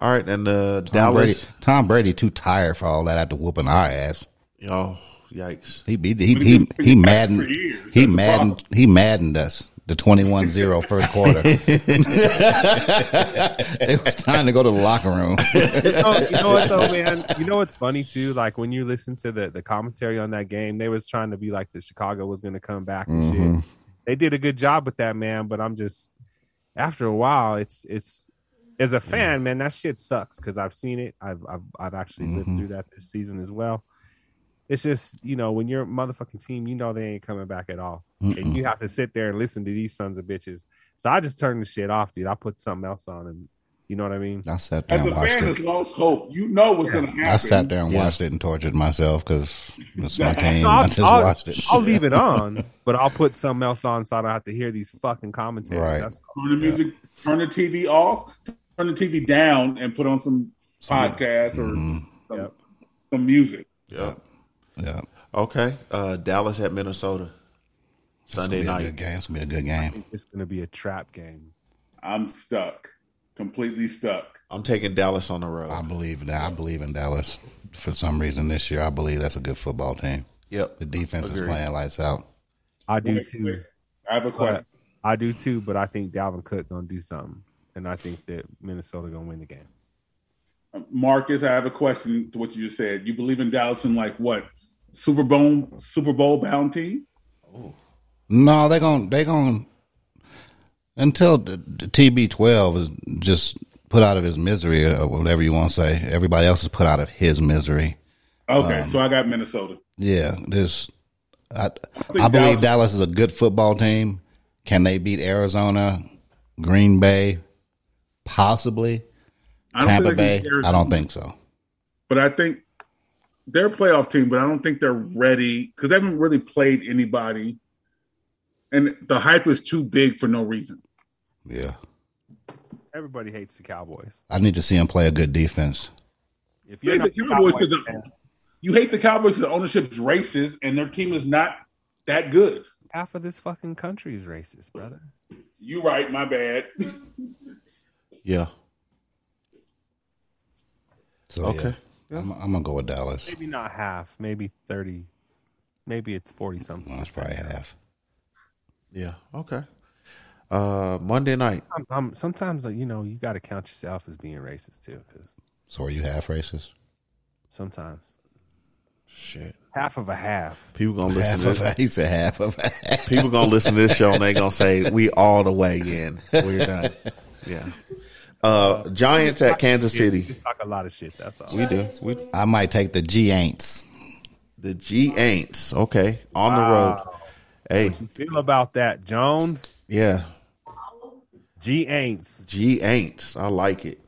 Speaker 3: All right, and uh,
Speaker 6: Tom Brady,
Speaker 3: Dallas.
Speaker 6: Tom Brady too tired for all that after whooping our ass.
Speaker 3: Oh, yikes!
Speaker 6: He he he
Speaker 4: But
Speaker 6: he,
Speaker 4: he's
Speaker 6: he,
Speaker 4: been doing that for
Speaker 6: maddened
Speaker 4: years.
Speaker 6: he
Speaker 4: That's the
Speaker 6: maddened he maddened us.
Speaker 4: (laughs)
Speaker 6: The 21-0 first quarter. (laughs) it was time to go to the locker room.
Speaker 5: Oh, you know what though, man? You know what's funny too? Like when you listen to the, the commentary on that game, they was trying to be like the Chicago was gonna come back and shit. They did a good job with that, man, but I'm just after a while it's it's as a fan, man, that shit sucks because I've seen it. I've I've I've actually lived through that this season as well. It's just, you know, when you're a motherfucking team, you know they ain't coming back at all. And you have to sit there and listen to these sons of bitches. So I just turned the shit off, dude. I put something else on and you know what I mean?
Speaker 6: I sat there
Speaker 4: As
Speaker 6: and
Speaker 4: a
Speaker 6: watched
Speaker 4: fan that's
Speaker 6: it.
Speaker 4: lost hope, you know what's going to happen.
Speaker 6: I sat there and
Speaker 3: Yeah.
Speaker 6: watched it and tortured myself because it's my team.
Speaker 5: No,
Speaker 6: I
Speaker 5: (laughs) I'll,
Speaker 6: just
Speaker 5: I'll-
Speaker 6: watched it.
Speaker 5: I'll leave
Speaker 6: (laughs)
Speaker 5: it on, but I'll put something else on so I don't have to hear these fucking commentaries.
Speaker 6: Right.
Speaker 5: That's all.
Speaker 4: Turn the music. Turn the TV off. Turn the TV down and put on some podcasts or some,
Speaker 5: Yep.
Speaker 4: some music.
Speaker 3: Yeah.
Speaker 6: Yeah,
Speaker 3: Okay. Uh, Dallas at Minnesota. Sunday
Speaker 6: it's gonna be a
Speaker 3: night.
Speaker 6: good game. It's gonna be a good game.
Speaker 5: It's going to be a trap game.
Speaker 4: I'm stuck. Completely stuck.
Speaker 3: I'm taking Dallas on the road.
Speaker 6: I believe that. I believe in Dallas for some reason this year. I believe that's a good football team.
Speaker 3: yep.
Speaker 6: The defense is
Speaker 3: Agreed.
Speaker 6: playing lights out.
Speaker 5: I do
Speaker 4: Wait, wait.
Speaker 5: too.
Speaker 4: I have a question.
Speaker 5: But I do too, but I think Dalvin Cook going to do something. And I think that Minnesota going to win the game.
Speaker 4: Marcus, I have a question to what you just said. You believe in Dallas in like what Super Bowl Super Bowl bounty?
Speaker 6: No, they're gonna they're gonna until the, the TB12 is just put out of his misery or whatever you want to say. Everybody else is put out of his misery.
Speaker 4: Okay,
Speaker 6: Um,
Speaker 4: so I got Minnesota.
Speaker 6: Yeah, there's. I,
Speaker 4: think
Speaker 6: I
Speaker 4: Dallas-
Speaker 6: believe Dallas is a good football team. Can they beat Arizona, Green Bay, possibly
Speaker 4: I
Speaker 6: Tampa
Speaker 4: think they
Speaker 6: Bay?
Speaker 4: can guarantee-
Speaker 6: I don't think so.
Speaker 4: but I think they're a playoff team, but I don't think they're ready because they haven't really played anybody, and the hype is too big for no reason.
Speaker 6: Yeah,
Speaker 5: Everybody hates the Cowboys.
Speaker 6: I need to see him play a good defense.
Speaker 5: If
Speaker 4: You
Speaker 5: you're
Speaker 4: hate the
Speaker 5: not the
Speaker 4: Cowboys
Speaker 5: Cowboys,
Speaker 4: because
Speaker 5: fan,
Speaker 4: you hate the Cowboys 'cause the ownership's racist, and their team is not that good.
Speaker 5: half of this fucking country is racist, brother.
Speaker 4: You right, my bad. (laughs)
Speaker 3: Yeah.
Speaker 6: So,
Speaker 3: Okay.
Speaker 6: yeah, I'm, I'm gonna go with Dallas.
Speaker 5: Maybe not half, maybe 30. Maybe it's 40 something.
Speaker 6: That's probably half.
Speaker 3: Yeah. Okay. Uh, Monday night.
Speaker 5: I'm, I'm, sometimes, like, you know, you got to count yourself as being racist too, because
Speaker 6: So are you half racist?
Speaker 5: sometimes
Speaker 3: Shit.
Speaker 5: half of a half.
Speaker 3: People gonna listen.
Speaker 6: Half
Speaker 3: to
Speaker 6: of a, (laughs) he said half of a half.
Speaker 3: People gonna listen to this show and they gonna say we all the way in. We're
Speaker 6: (laughs)
Speaker 3: done. Yeah. Uh, Giants at Kansas City.
Speaker 5: Talk a lot of shit. That's all.
Speaker 3: We do. We
Speaker 6: I might take the G Aints.
Speaker 3: the G Aints. Okay, on the road. Hey,
Speaker 5: feel about that, Jones?
Speaker 3: yeah,
Speaker 5: G Aints.
Speaker 3: G Aints. I like it.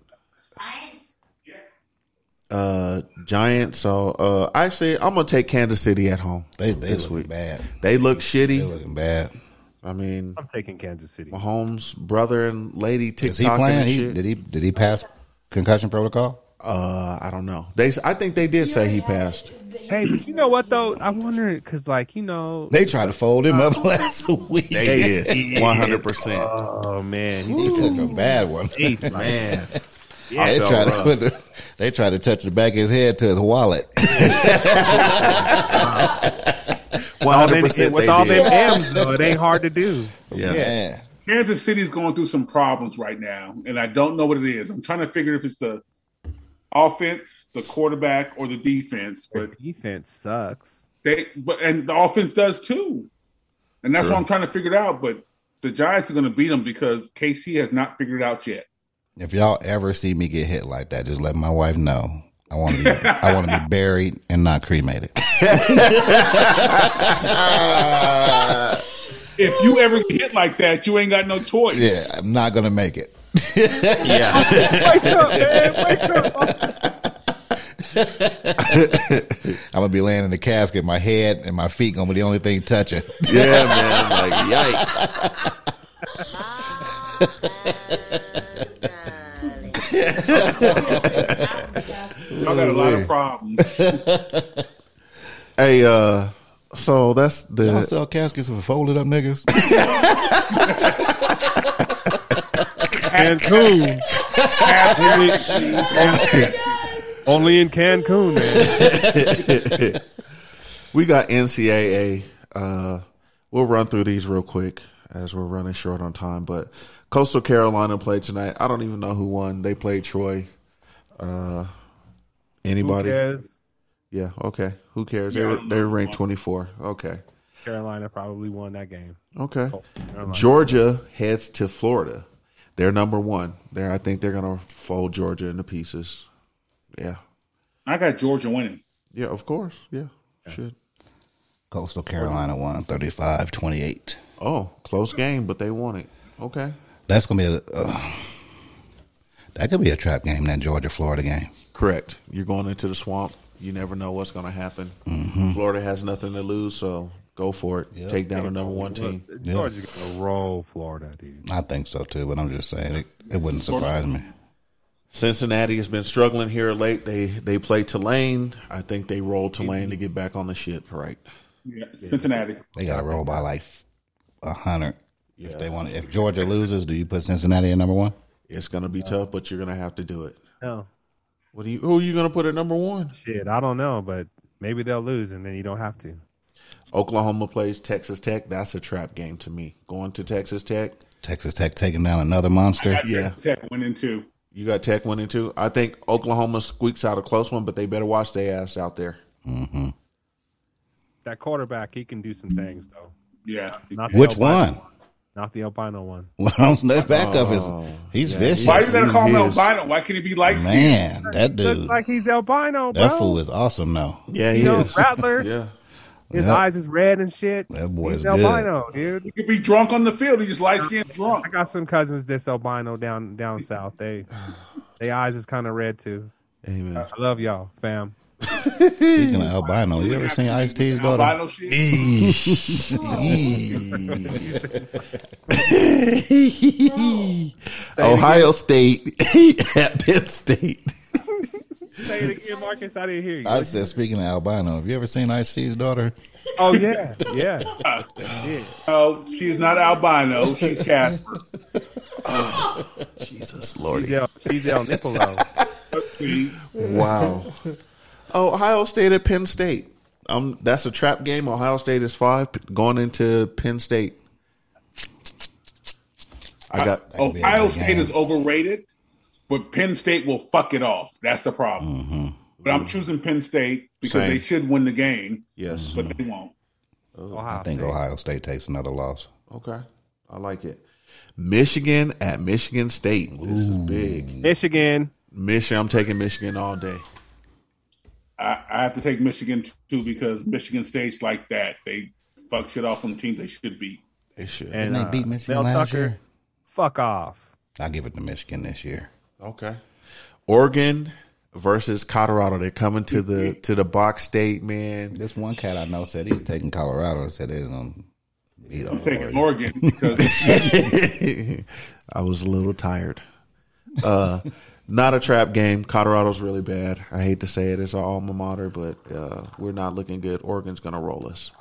Speaker 3: uh, Giants. So uh, actually, I'm gonna take Kansas City at home.
Speaker 6: They they
Speaker 3: This
Speaker 6: look
Speaker 3: week.
Speaker 6: bad.
Speaker 3: They look
Speaker 6: They
Speaker 3: shitty.
Speaker 6: looking bad.
Speaker 3: I mean,
Speaker 5: I'm taking Kansas City.
Speaker 3: Mahomes' brother and lady
Speaker 6: Is he
Speaker 3: TikTok
Speaker 6: playing?
Speaker 3: and
Speaker 6: He,
Speaker 3: shit.
Speaker 6: did he did he pass concussion protocol?
Speaker 3: uh, I don't know. They, s- I think they did say he passed.
Speaker 5: Hey, but you know what though? I wonder because, like, you know,
Speaker 6: They tried to fold
Speaker 3: (laughs)
Speaker 6: him up last week.
Speaker 3: They did 100. percent
Speaker 5: oh man, he-
Speaker 6: He took a bad one.
Speaker 5: Jeez,
Speaker 6: (laughs)
Speaker 5: like,
Speaker 3: Man,
Speaker 5: Yeah.
Speaker 6: They
Speaker 3: I felt
Speaker 6: tried to
Speaker 3: rough.
Speaker 6: put the, they tried to touch the back of his head to his wallet.
Speaker 3: 100
Speaker 5: with
Speaker 3: percent. They
Speaker 5: all
Speaker 3: did.
Speaker 5: them M's, though, it ain't hard to do.
Speaker 3: Yeah.
Speaker 6: Man.
Speaker 4: Kansas City's going through some problems right now, and I don't know what it is. I'm trying to figure if it's the offense, the quarterback, or the defense. But
Speaker 5: But defense sucks.
Speaker 4: they, but and the offense does too, and that's what I'm trying to figure it out. But the Giants are going to beat them because KC has not figured it out yet.
Speaker 6: If y'all ever see me get hit like that, just let my wife know. I want to be I want to be buried and not cremated.
Speaker 4: If you ever get hit like that, you ain't got no choice.
Speaker 6: Yeah, I'm not gonna make it. I'm gonna be laying in the casket. My head and my feet gonna be the only thing touching.
Speaker 3: Yeah, (laughs) man. Like, yikes.
Speaker 4: Y'all got a lot of
Speaker 3: (laughs)
Speaker 4: problems.
Speaker 3: Hey, uh, so that's
Speaker 6: Y'all
Speaker 3: the
Speaker 6: sell caskets with folded up niggas. (coughs)
Speaker 5: Cancun. Only- (laughs) Only in Cancun, man.
Speaker 3: we got NCAA. Uh, we'll run through these real quick as we're running short on time. But Coastal Carolina played tonight. I don't even know who won. They played Troy. Uh,
Speaker 5: Who
Speaker 3: anybody?
Speaker 5: cares?
Speaker 3: Yeah. Okay. Who cares?
Speaker 4: Yeah, I
Speaker 3: they were
Speaker 4: don't
Speaker 3: they
Speaker 4: know
Speaker 3: were
Speaker 4: who
Speaker 3: ranked
Speaker 4: won.
Speaker 3: twenty four. Okay.
Speaker 5: Carolina probably won that game.
Speaker 3: Okay.
Speaker 4: Oh,
Speaker 5: Carolina.
Speaker 3: Georgia heads to Florida. They're number one. There, I think they're gonna fold Georgia into pieces. Yeah.
Speaker 4: I got Georgia winning.
Speaker 3: Yeah. Of course. Yeah. Should.
Speaker 6: Coastal Carolina won 35-28.
Speaker 3: Oh, close game, but they won it. Okay.
Speaker 6: That's gonna be a uh, that could be a trap game. That Georgia Florida game.
Speaker 3: Correct. You're going into the swamp. You never know what's gonna happen.
Speaker 6: Mm-hmm.
Speaker 3: Florida has nothing to lose, so go for it. Take down the number one team.
Speaker 5: Georgia's gonna roll Florida, dude.
Speaker 6: I think so too, but I'm just saying it, it wouldn't surprise me.
Speaker 3: Cincinnati has been struggling here late. They they play Tulane. I think they roll Tulane to get back on the shit. Right.
Speaker 4: Yeah, Cincinnati.
Speaker 6: They got to roll by like a hundred. If they want, if Georgia loses, do you put Cincinnati at number one?
Speaker 3: It's gonna be tough, but you're gonna have to do it.
Speaker 5: No.
Speaker 3: What do you? Who are you gonna put at number one?
Speaker 5: Oh, Shit, I don't know, but maybe they'll lose and then you don't have to.
Speaker 3: Oklahoma plays Texas Tech. That's a trap game to me. Going to Texas Tech.
Speaker 6: Texas Tech taking down another monster.
Speaker 3: Yeah.
Speaker 4: Tech winning too.
Speaker 3: You got Tech one and two. I think Oklahoma squeaks out a close one, but they better watch their ass out there.
Speaker 5: That quarterback, he can do some things though.
Speaker 4: Yeah.
Speaker 5: Not the
Speaker 6: Which
Speaker 5: albino-
Speaker 6: one? (laughs)
Speaker 5: Not the albino one.
Speaker 6: Well, that backup is
Speaker 5: Oh,
Speaker 6: he's vicious.
Speaker 4: Why you gotta call him
Speaker 3: he is.
Speaker 4: albino? Why can't he be light skinned?
Speaker 6: Man, that dude,
Speaker 5: Looks like he's albino, bro.
Speaker 6: that fool is awesome though.
Speaker 3: Yeah,
Speaker 5: you
Speaker 3: he
Speaker 5: know,
Speaker 3: is.
Speaker 6: (laughs)
Speaker 5: Rattler.
Speaker 3: Yeah.
Speaker 5: His
Speaker 6: Yep.
Speaker 5: eyes is red and shit.
Speaker 6: That boy
Speaker 5: He's
Speaker 6: is good.
Speaker 5: albino, dude.
Speaker 4: He could be drunk on the field. He's just light skinned drunk.
Speaker 5: I got some cousins that's albino down down south. They they eyes is kind of red too.
Speaker 3: Amen.
Speaker 5: I love y'all, fam.
Speaker 6: Speaking of albino, you ever seen Ice T's daughter?
Speaker 4: Albino shit.
Speaker 3: Ohio State (laughs) at Penn State.
Speaker 5: Say it again, Marcus. I didn't hear you.
Speaker 6: I said, speaking of albino, have you ever seen Ice T's daughter?
Speaker 5: oh yeah, yeah.
Speaker 6: (laughs)
Speaker 4: No, she's not albino. She's
Speaker 6: (laughs)
Speaker 4: Casper.
Speaker 3: Jesus
Speaker 5: She's
Speaker 3: Lordy.
Speaker 5: El, she's El
Speaker 6: (laughs)
Speaker 5: Niccolo.
Speaker 4: See?
Speaker 3: Wow. (laughs) Ohio State at Penn State. Um, that's a trap game. Ohio State is five p- going into Penn State. I got
Speaker 6: That could be a
Speaker 4: Ohio
Speaker 6: good
Speaker 4: State
Speaker 6: game.
Speaker 4: is overrated, but Penn State will fuck it off. That's the problem.
Speaker 6: Mm-hmm.
Speaker 4: But I'm choosing Penn State because
Speaker 3: Same.
Speaker 4: they should win the game,
Speaker 3: yes.
Speaker 4: but they won't.
Speaker 5: Ohio
Speaker 6: I think
Speaker 5: State.
Speaker 6: Ohio State takes another loss.
Speaker 3: Okay. I like it. Michigan at Michigan State. This is big.
Speaker 5: Michigan.
Speaker 3: Michigan, I'm taking Michigan all day.
Speaker 4: I, I have to take Michigan too because Michigan State's like that. They fuck shit off on teams they should beat.
Speaker 3: They should.
Speaker 5: And
Speaker 6: Didn't
Speaker 5: uh,
Speaker 6: they beat Michigan
Speaker 5: Mel
Speaker 6: last
Speaker 5: Tucker.
Speaker 6: year?
Speaker 5: Fuck off.
Speaker 6: I give it to Michigan this year.
Speaker 3: okay. Oregon versus Colorado. They're coming to the to the box state, man.
Speaker 6: This one cat I know said he's taking Colorado and said it's gonna be
Speaker 4: I'm
Speaker 6: over.
Speaker 4: taking Oregon
Speaker 6: (laughs)
Speaker 4: because
Speaker 3: (laughs) I was a little tired. Uh, not a trap game. Colorado's really bad. I hate to say it. It's our alma mater, but uh, we're not looking good. Oregon's gonna roll us.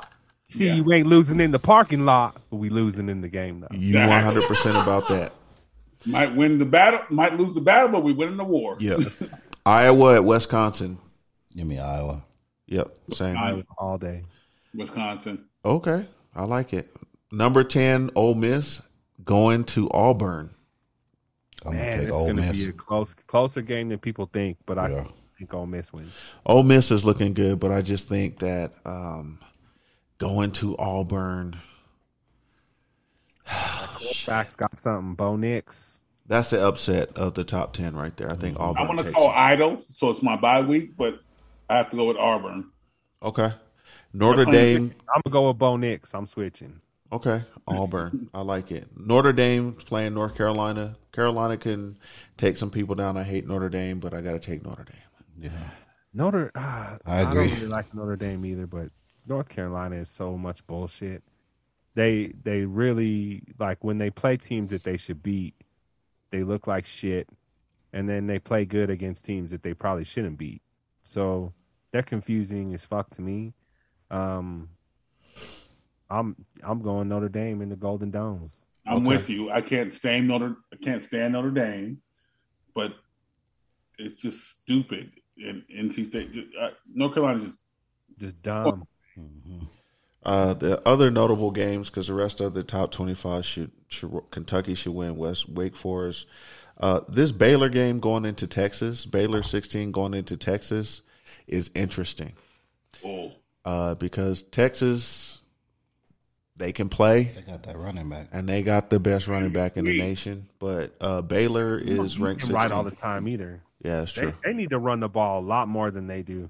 Speaker 5: See, you ain't losing in the parking lot, but we losing in the game though.
Speaker 3: You one hundred percent about that.
Speaker 4: might win the battle, might lose the battle, but we win the war.
Speaker 3: Yeah. Iowa at Wisconsin.
Speaker 6: Give me Iowa.
Speaker 3: Yep. Same.
Speaker 4: Iowa.
Speaker 5: All day.
Speaker 4: Wisconsin.
Speaker 3: Okay. I like it. Number ten, Ole Miss going to Auburn.
Speaker 6: I'm
Speaker 5: Man, it's
Speaker 6: gonna take Ole
Speaker 5: going to
Speaker 6: Miss.
Speaker 5: be a close, closer game than people think, but I
Speaker 6: Yeah.
Speaker 5: think Ole Miss wins.
Speaker 3: Ole Miss is looking good, but I just think that um, going to Auburn.
Speaker 5: Facts got something. Bo Nix.
Speaker 3: That's the upset of the top ten right there. I think Auburn.
Speaker 4: I want to
Speaker 3: takes
Speaker 4: call
Speaker 3: it.
Speaker 4: idle, so it's my bye week, but I have to go with Auburn.
Speaker 3: Okay. Notre Dame.
Speaker 5: I'm gonna go with Bo Nix. I'm switching.
Speaker 3: Okay. Auburn. I like it. Notre Dame playing North Carolina. Carolina can take some people down. I hate Notre Dame, but I got to take Notre Dame.
Speaker 5: Notre. ah,
Speaker 6: I
Speaker 5: I,
Speaker 6: agree.
Speaker 5: don't really like Notre Dame either, but North Carolina is so much bullshit. They they really like when they play teams that they should beat, they look like shit, and then they play good against teams that they probably shouldn't beat. So they're confusing as fuck to me. Um, I'm I'm going Notre Dame in the Golden Domes.
Speaker 4: I'm with you. I can't stand Notre. I can't stand Notre Dame, but it's just stupid. And NC State, ju- uh, North Carolina, just
Speaker 5: Just dumb.
Speaker 3: Uh, the other notable games because the rest of the top twenty-five should, should Kentucky should win. West Wake Forest. Uh, this Baylor game going into Texas, Baylor sixteen going into Texas, is interesting
Speaker 4: oh,
Speaker 3: uh, because Texas they can play
Speaker 6: They got that running back.
Speaker 3: and they got the best running back in the nation, but uh, Baylor is ranked
Speaker 5: Right
Speaker 3: 16.
Speaker 5: all the time either.
Speaker 3: yeah, that's
Speaker 5: They,
Speaker 3: true.
Speaker 5: they need to run the ball a lot more than they do.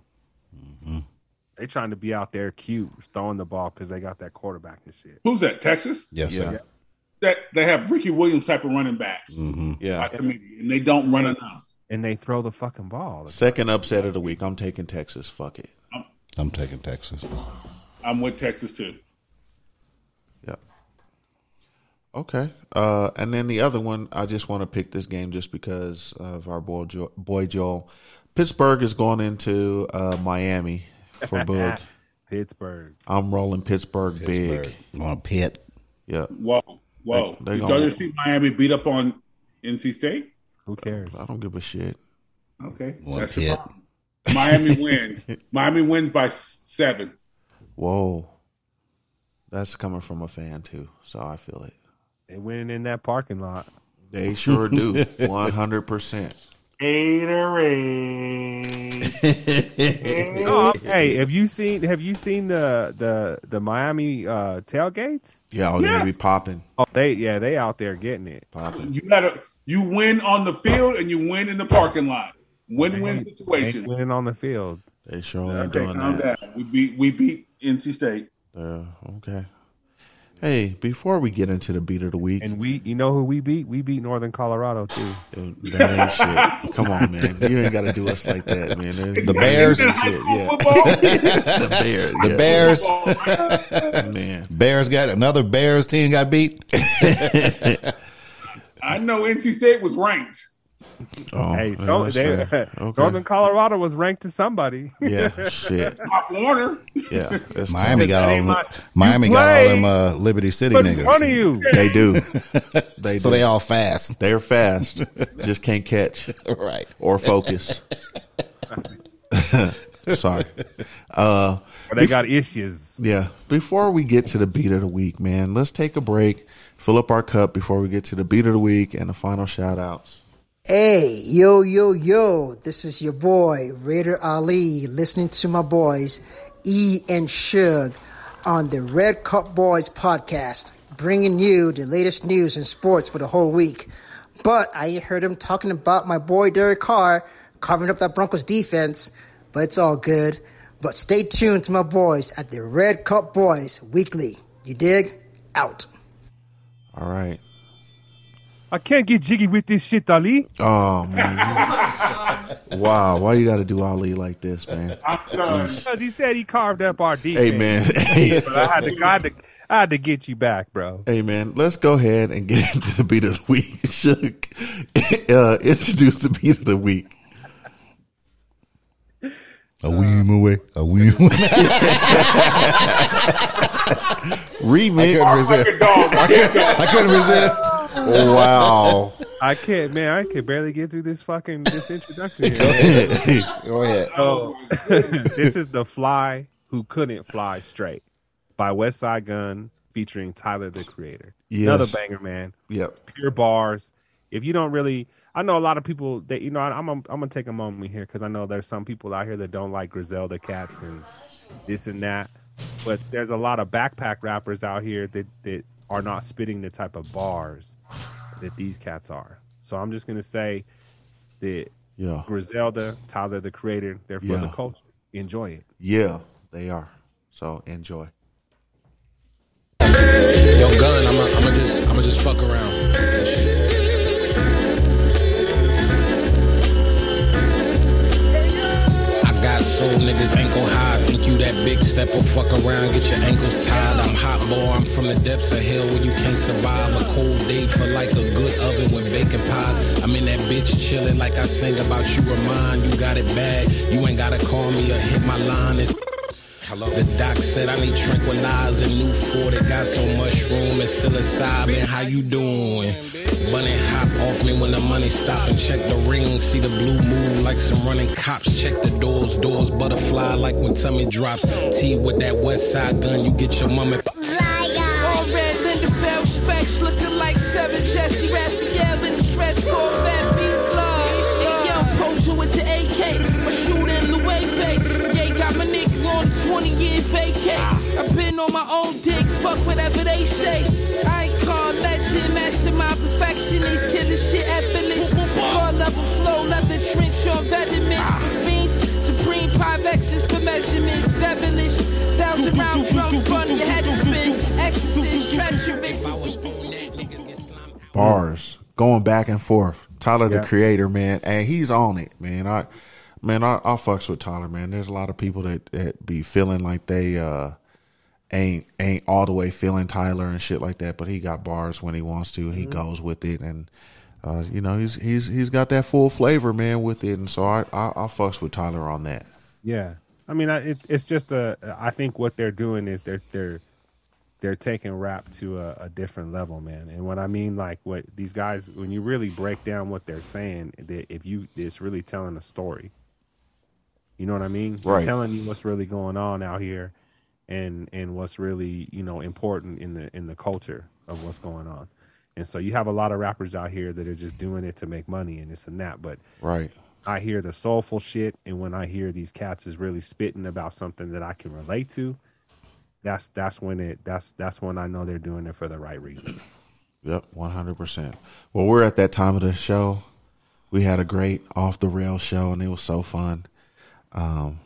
Speaker 5: They're trying to be out there cute, throwing the ball because they got that quarterback and shit.
Speaker 4: who's that? Texas.
Speaker 6: Yes,
Speaker 3: Yeah.
Speaker 6: sir.
Speaker 4: That they have Ricky Williams type of running backs,
Speaker 3: Yeah,
Speaker 4: Like, I mean, and they don't run enough.
Speaker 5: And they throw the fucking ball.
Speaker 3: second upset of the week. I'm taking Texas. Fuck it.
Speaker 6: I'm taking Texas.
Speaker 4: I'm with Texas too.
Speaker 3: Yep. Okay. Uh, and then the other one, I just want to pick this game just because of our boy, jo- boy Joel. Pittsburgh is going into uh, Miami for Boog.
Speaker 5: Pittsburgh.
Speaker 3: I'm rolling Pittsburgh, big.
Speaker 6: You want Pitt?
Speaker 3: Yeah.
Speaker 4: Whoa, whoa!
Speaker 3: They- they
Speaker 4: Did
Speaker 3: gonna-
Speaker 4: y'all just see Miami beat up on NC State?
Speaker 5: Who cares?
Speaker 3: I don't give a shit.
Speaker 4: Okay,
Speaker 6: One
Speaker 4: that's your
Speaker 6: hit.
Speaker 4: problem. Miami (laughs) wins. Miami wins by seven.
Speaker 3: Whoa. That's coming from a fan, too. So I feel it.
Speaker 5: They winning in that parking lot.
Speaker 3: They sure do. 100%.
Speaker 5: No, I'm- Oh, hey, have you seen have you seen the the the Miami uh, tailgates?
Speaker 3: Yeah, oh, they be popping.
Speaker 5: Oh, they yeah, they out there getting it.
Speaker 3: Popping.
Speaker 4: You gotta you win on the field and you win in the parking lot. Win win
Speaker 5: They
Speaker 4: situation.
Speaker 5: ain't winning on the field.
Speaker 3: They sure ain't
Speaker 4: Okay,
Speaker 3: doing
Speaker 4: calm
Speaker 3: that.
Speaker 4: down. We beat we beat NC State.
Speaker 3: Uh, okay. Hey, before we get into the beat of the week,
Speaker 5: And we, you know who we beat? We beat Northern Colorado too.
Speaker 3: Dude, uh, that ain't shit. Come on, man. You ain't got to do us like that, man. That-
Speaker 6: The Bears.
Speaker 4: In high
Speaker 5: (laughs)
Speaker 4: school football,
Speaker 3: The Bears.
Speaker 6: The Bears.
Speaker 3: Man.
Speaker 6: Bears got another Bears team got beat.
Speaker 5: (laughs)
Speaker 4: I know NC State was ranked.
Speaker 3: Oh,
Speaker 5: Hey,
Speaker 3: yeah,
Speaker 5: so
Speaker 3: that's
Speaker 5: they, (laughs)
Speaker 3: fair. Okay.
Speaker 5: Northern Colorado was ranked to somebody.
Speaker 3: Yeah, shit.
Speaker 4: Pop Warner.
Speaker 3: Yeah. that's
Speaker 6: Miami got
Speaker 5: They
Speaker 6: all.
Speaker 5: might-
Speaker 6: Miami got all
Speaker 5: play,
Speaker 6: them uh, Liberty
Speaker 5: (laughs)
Speaker 6: City
Speaker 5: But in front of
Speaker 6: niggas.
Speaker 5: you.
Speaker 3: tough. They do.
Speaker 6: (laughs)
Speaker 3: They
Speaker 6: So
Speaker 3: do.
Speaker 6: they all fast.
Speaker 3: They're fast. (laughs) Just can't catch
Speaker 6: (laughs) Right.
Speaker 3: or focus. (laughs) Sorry. Uh,
Speaker 5: Or they got issues.
Speaker 3: Yeah. Before we get to the beat of the week, man, let's take a break, fill up our cup before we get to the beat of the week and the final shout outs.
Speaker 10: Hey, yo, yo, yo, this is your boy, Raider Ali, listening to my boys, E and Shug, on the Red Cup Boys podcast, bringing you the latest news in sports for the whole week. But I ain't heard him talking about my boy Derek Carr covering up that Broncos defense, but it's all good. But stay tuned to my boys at the Red Cup Boys Weekly. You dig? Out.
Speaker 3: All right.
Speaker 5: I can't get jiggy with this shit, Ali.
Speaker 3: Oh man! wow, why you got to do Ali like this, man?
Speaker 4: I'm done.
Speaker 5: Because he said he carved up our defense.
Speaker 3: Hey man, (laughs) hey,
Speaker 5: But I had to, I had to, I had to get you back, bro.
Speaker 3: hey man. Let's go ahead and get (laughs) into the beat of the week. (laughs) Shook, uh, introduce the beat of the week.
Speaker 5: Uh.
Speaker 6: A weem away. A weem away. (laughs) I couldn't
Speaker 3: Remix.
Speaker 6: resist. I couldn't, I couldn't resist.
Speaker 3: Wow.
Speaker 5: I can't, man. I can barely get through this fucking this introduction. Here.
Speaker 6: (laughs) Go ahead.
Speaker 5: So (laughs) this is the fly who couldn't fly straight by West Side Gun featuring Tyler the Creator.
Speaker 3: Yes.
Speaker 5: Another banger, man.
Speaker 3: (laughs) yep.
Speaker 5: Pure bars. If you don't really, I know a lot of people that you know. I, I'm I'm gonna take a moment here because I know there's some people out here that don't like Griselda cats and this and that. But there's a lot of backpack rappers out here that that are not spitting the type of bars that these cats are. So I'm just gonna say that
Speaker 3: Yeah.
Speaker 5: Griselda, Tyler the Creator. They're for the
Speaker 3: Yeah.
Speaker 5: culture. Enjoy it.
Speaker 3: Yeah. They are. So enjoy.
Speaker 11: Yo, gun, I'ma I'ma just I'ma just fuck around. and shit. I got soul, niggas ankle high. Think you that big step or fuck around, get your ankles tied. I'm hot boy, I'm from the depths of hell where you can't survive. A cold day for like a good oven with bacon pies. I'm in that bitch chilling like I sing about you remind. You got it bad. You ain't gotta call me or hit my line. It's Hello. The doc said I need tranquilizer, new four that got so much room and psilocybin. How you doing? Bunny hop off me when the money stop and check the ring. See the blue moon like some running cops. Check the doors, doors butterfly like when tummy drops. T with that west side gun, you get your mama.
Speaker 9: All red Linderfeld specs looking like seven Jesse Raphael in the stretch Corvette beats love. And young posing with the AK, my shooter in the way fake. Yeah, got my nigga on a 20 year vacate. I've been on my own dick, fuck whatever they say. I ain't called legend, master my perfectionist, killing shit effortless. God level flow, leather trench on vetements for fiends. Supreme Pivexes for measurements, devilish. Thousand round drum fun, your head to spin. Exorcist, treacherous.
Speaker 3: bars going back and forth. Tyler
Speaker 5: Yeah.
Speaker 3: the creator, man, and he's on it, man. I man, I, I fucks with Tyler, man. There's a lot of people that, that be feeling like they uh ain't ain't all the way feeling Tyler and shit like that, but he got bars when he wants to and he goes with it and uh, you know, he's he's he's got that full flavor, man, with it. And so I I, I fucks with Tyler on that.
Speaker 5: Yeah, I mean, I, it, it's just a. I think what they're doing is they're they're they're taking rap to a, a different level, man. And what I mean, like what these guys, when you really break down what they're saying, that if you, it's really telling a story. You know what I mean? It's
Speaker 3: Right.
Speaker 5: telling you what's really going on out here, and and what's really you know important in the in the culture of what's going on. And so you have a lot of rappers out here that are just doing it to make money and this and that, but
Speaker 3: Right.
Speaker 5: I hear the soulful shit, and when I hear these cats is really spitting about something that I can relate to, that's that's when it that's that's when I know they're doing it for the right reason.
Speaker 3: Yep, one hundred percent. Well, we're at that time of the show. We had a great off the rail show, and it was so fun. Um,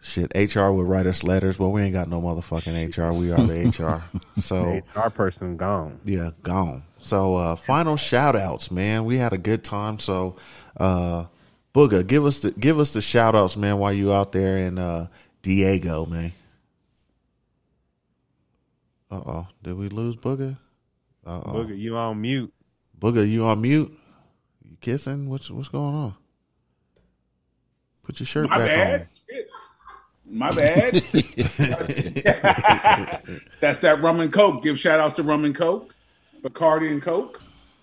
Speaker 3: shit, HR would write us letters. Well, we ain't got no motherfucking HR. We are the HR.
Speaker 6: Oh.
Speaker 3: So
Speaker 5: Our person gone.
Speaker 3: yeah, gone. So uh, final shout outs, man. We had a good time. So uh, Booga, give us the give us the shout outs, man, while you out there in uh, Diego, man. Uh oh, did we lose Booga?
Speaker 6: Uh-uh.
Speaker 5: Booger, you on mute?
Speaker 3: Booger, you on mute? You kissing? What's what's going on? Put your shirt
Speaker 4: My
Speaker 3: back
Speaker 4: bad. Shit. My
Speaker 5: (laughs)
Speaker 4: bad. That's that rum and coke. Give shout outs to rum and coke, Bacardi and coke.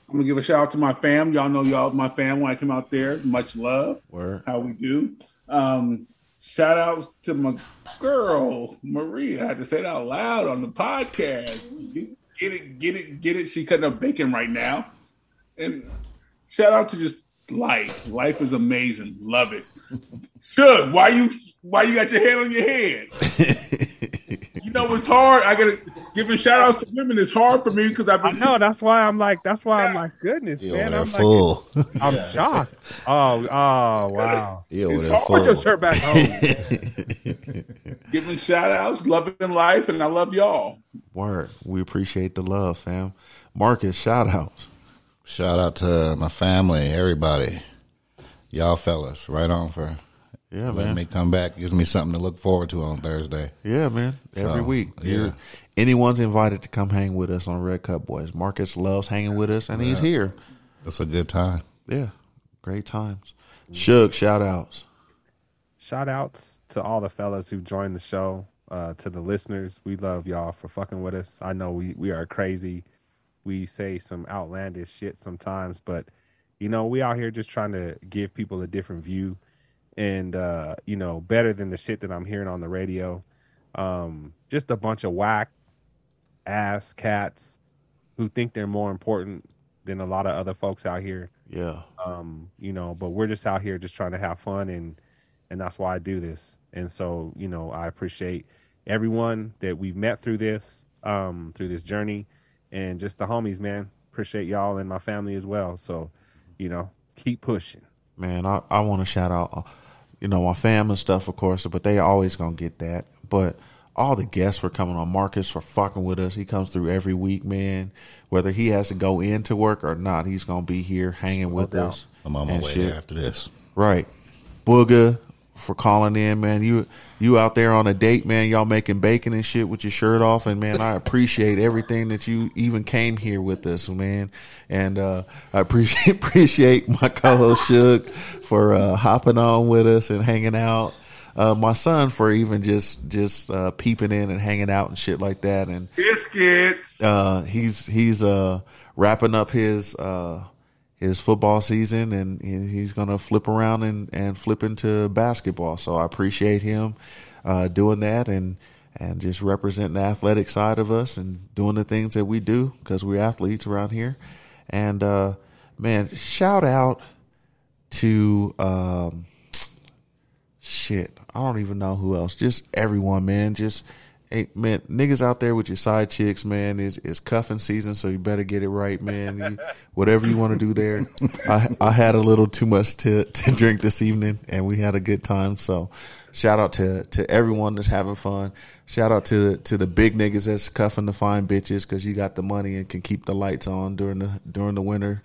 Speaker 4: I'm gonna give a shout out to my fam. Y'all know y'all my fam when I come out there. Much love.
Speaker 3: on. Word.
Speaker 4: How we do. Um, shout outs to my girl Maria. I had to say it out loud on the podcast. Get it, get it, get it. She cutting up bacon right now. And shout out to just life. Life is amazing. Love it. Shug, why you why you got your hand on your head? You know it's hard. I gotta giving shout outs to women. It's hard for me because I've
Speaker 5: I
Speaker 4: been
Speaker 5: know. That's why I'm like. That's why I'm like. Goodness,
Speaker 6: You over
Speaker 5: man.
Speaker 6: there
Speaker 5: I'm like.
Speaker 6: (laughs) fool.
Speaker 5: I'm shocked. Oh, oh, wow. Oh,
Speaker 6: You over
Speaker 4: It's
Speaker 6: there
Speaker 4: hard.
Speaker 5: Put your
Speaker 6: fool.
Speaker 5: shirt
Speaker 6: (laughs)
Speaker 5: back on.
Speaker 4: giving shout outs, loving life, and I love y'all.
Speaker 3: Word. We appreciate the love, fam. Marcus, shout outs.
Speaker 6: Shout out to my family, everybody, y'all fellas, right on for
Speaker 3: yeah, man.
Speaker 6: letting me come back. Gives me something to look forward to on Thursday.
Speaker 3: Yeah, man. Every
Speaker 6: So,
Speaker 3: week.
Speaker 6: yeah.
Speaker 3: You're- Anyone's invited to come hang with us on Red Cup Boys. Marcus loves hanging with us, and he's
Speaker 6: Yeah.
Speaker 3: here.
Speaker 6: It's a good time.
Speaker 3: Yeah. Great times. Shug, shout outs.
Speaker 5: Shout outs to all the fellas who joined the show, uh, to the listeners. We love y'all for fucking with us. I know we, we are crazy. We say some outlandish shit sometimes, but you know, we out here just trying to give people a different view and uh, you know, better than the shit that I'm hearing on the radio. Um, just a bunch of whack ass cats who think they're more important than a lot of other folks out here
Speaker 3: Yeah.
Speaker 5: um you know but we're just out here just trying to have fun and and that's why i do this and so you know i appreciate everyone that we've met through this um through this journey and just the homies man appreciate y'all and my family as well so you know keep pushing (laughs)
Speaker 3: Man, I, I want to shout out, uh, you know, my fam and stuff, of course, but they always going to get that. But all the guests were coming on. Marcus for fucking with us. He comes through every week, man. Whether he has to go into work or not, he's going to be here hanging with
Speaker 6: doubt.
Speaker 3: us.
Speaker 6: I'm on my
Speaker 3: and
Speaker 6: way
Speaker 3: shit.
Speaker 6: there after this.
Speaker 3: Right. Booga for calling in, man. You you out there on a date, man. Y'all making bacon and shit with your shirt off, and man, I appreciate everything that you even came here with us, man. And uh, I appreciate (laughs) appreciate my co-host Shug for uh, hopping on with us and hanging out. Uh, my son for even just just uh, peeping in and hanging out and shit like that, and
Speaker 4: Biscuits.
Speaker 3: uh, he's he's uh, wrapping up his uh, his football season, and he- he's gonna flip around and, and flip into basketball. So I appreciate him uh, doing that and and just representing the athletic side of us and doing the things that we do because we're athletes around here. And uh, man, shout out to um, shit. I don't even know who else. Just everyone, man. Just hey, man, niggas out there with your side chicks, man. Is is cuffing season, so you better get it right, man. You- whatever you want to do there. I I had a little too much to to drink this evening, and we had a good time. So shout out to to everyone that's having fun. Shout out to the to the big niggas that's cuffing the fine bitches because you got the money and can keep the lights on during the during the winter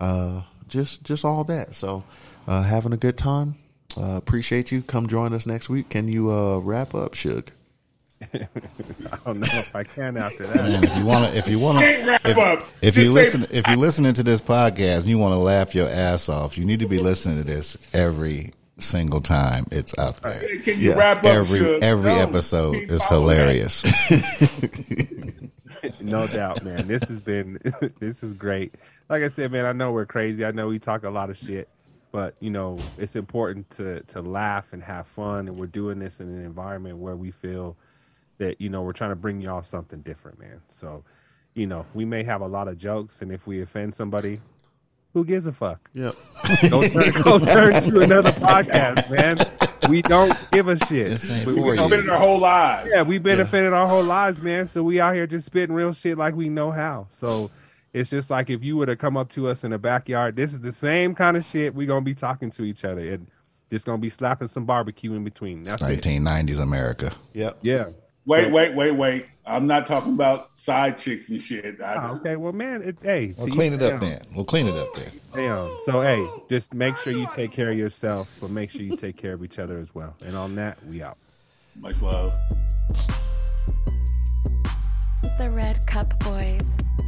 Speaker 3: uh, just just all that. So uh, having a good time. Uh, appreciate you. Come join us next week. Can you uh, wrap up, Shug?
Speaker 5: i don't know if i can after
Speaker 6: Man, if
Speaker 5: that
Speaker 6: you want to, if you want
Speaker 4: Can't
Speaker 6: to,
Speaker 4: wrap
Speaker 6: if,
Speaker 4: up.
Speaker 6: if you
Speaker 4: Just
Speaker 6: listen,
Speaker 4: say-
Speaker 6: if you're listening to this podcast and you want to laugh your ass off, you need to be listening to this every single time it's out there.
Speaker 4: Can you
Speaker 3: Yeah.
Speaker 4: wrap up
Speaker 6: Every
Speaker 4: Suge?
Speaker 6: every
Speaker 4: No.
Speaker 6: episode
Speaker 4: Keep
Speaker 6: is
Speaker 4: following that.
Speaker 6: hilarious.
Speaker 5: no doubt man this has been (laughs) this is great like i said man i know we're crazy i know we talk a lot of shit but you know it's important to to laugh and have fun and we're doing this in an environment where we feel that you know we're trying to bring y'all something different man so you know we may have a lot of jokes and if we offend somebody who gives a
Speaker 6: (laughs)
Speaker 5: fuck
Speaker 3: Yep.
Speaker 5: go turn, go turn to another podcast man we don't give a shit
Speaker 6: This ain't
Speaker 5: We-
Speaker 6: for
Speaker 5: we
Speaker 6: you.
Speaker 5: don't-
Speaker 4: Spending our whole lives.
Speaker 5: yeah, we've been offended our whole lives, man. So we out here just spitting real shit like we know how. So it's just like if you were to come up to us in the backyard, this is the same kind of shit we gonna be talking to each other and just gonna be slapping some barbecue in between. That's it.
Speaker 6: 1990s America.
Speaker 3: Yep.
Speaker 5: Yeah.
Speaker 4: Wait,
Speaker 5: So-
Speaker 4: wait, wait, wait. I'm not talking about side chicks and shit. I,
Speaker 5: Ah, okay, well, man, it, hey,
Speaker 6: We'll
Speaker 5: to
Speaker 6: clean
Speaker 5: each
Speaker 6: it
Speaker 5: their
Speaker 6: up
Speaker 5: own.
Speaker 6: then. We'll clean it up then.
Speaker 5: Damn. So hey, just make sure you take care of yourself, but make sure you take care of each other as well. And on that, we out.
Speaker 4: Much love.
Speaker 2: The Red Cup Boys.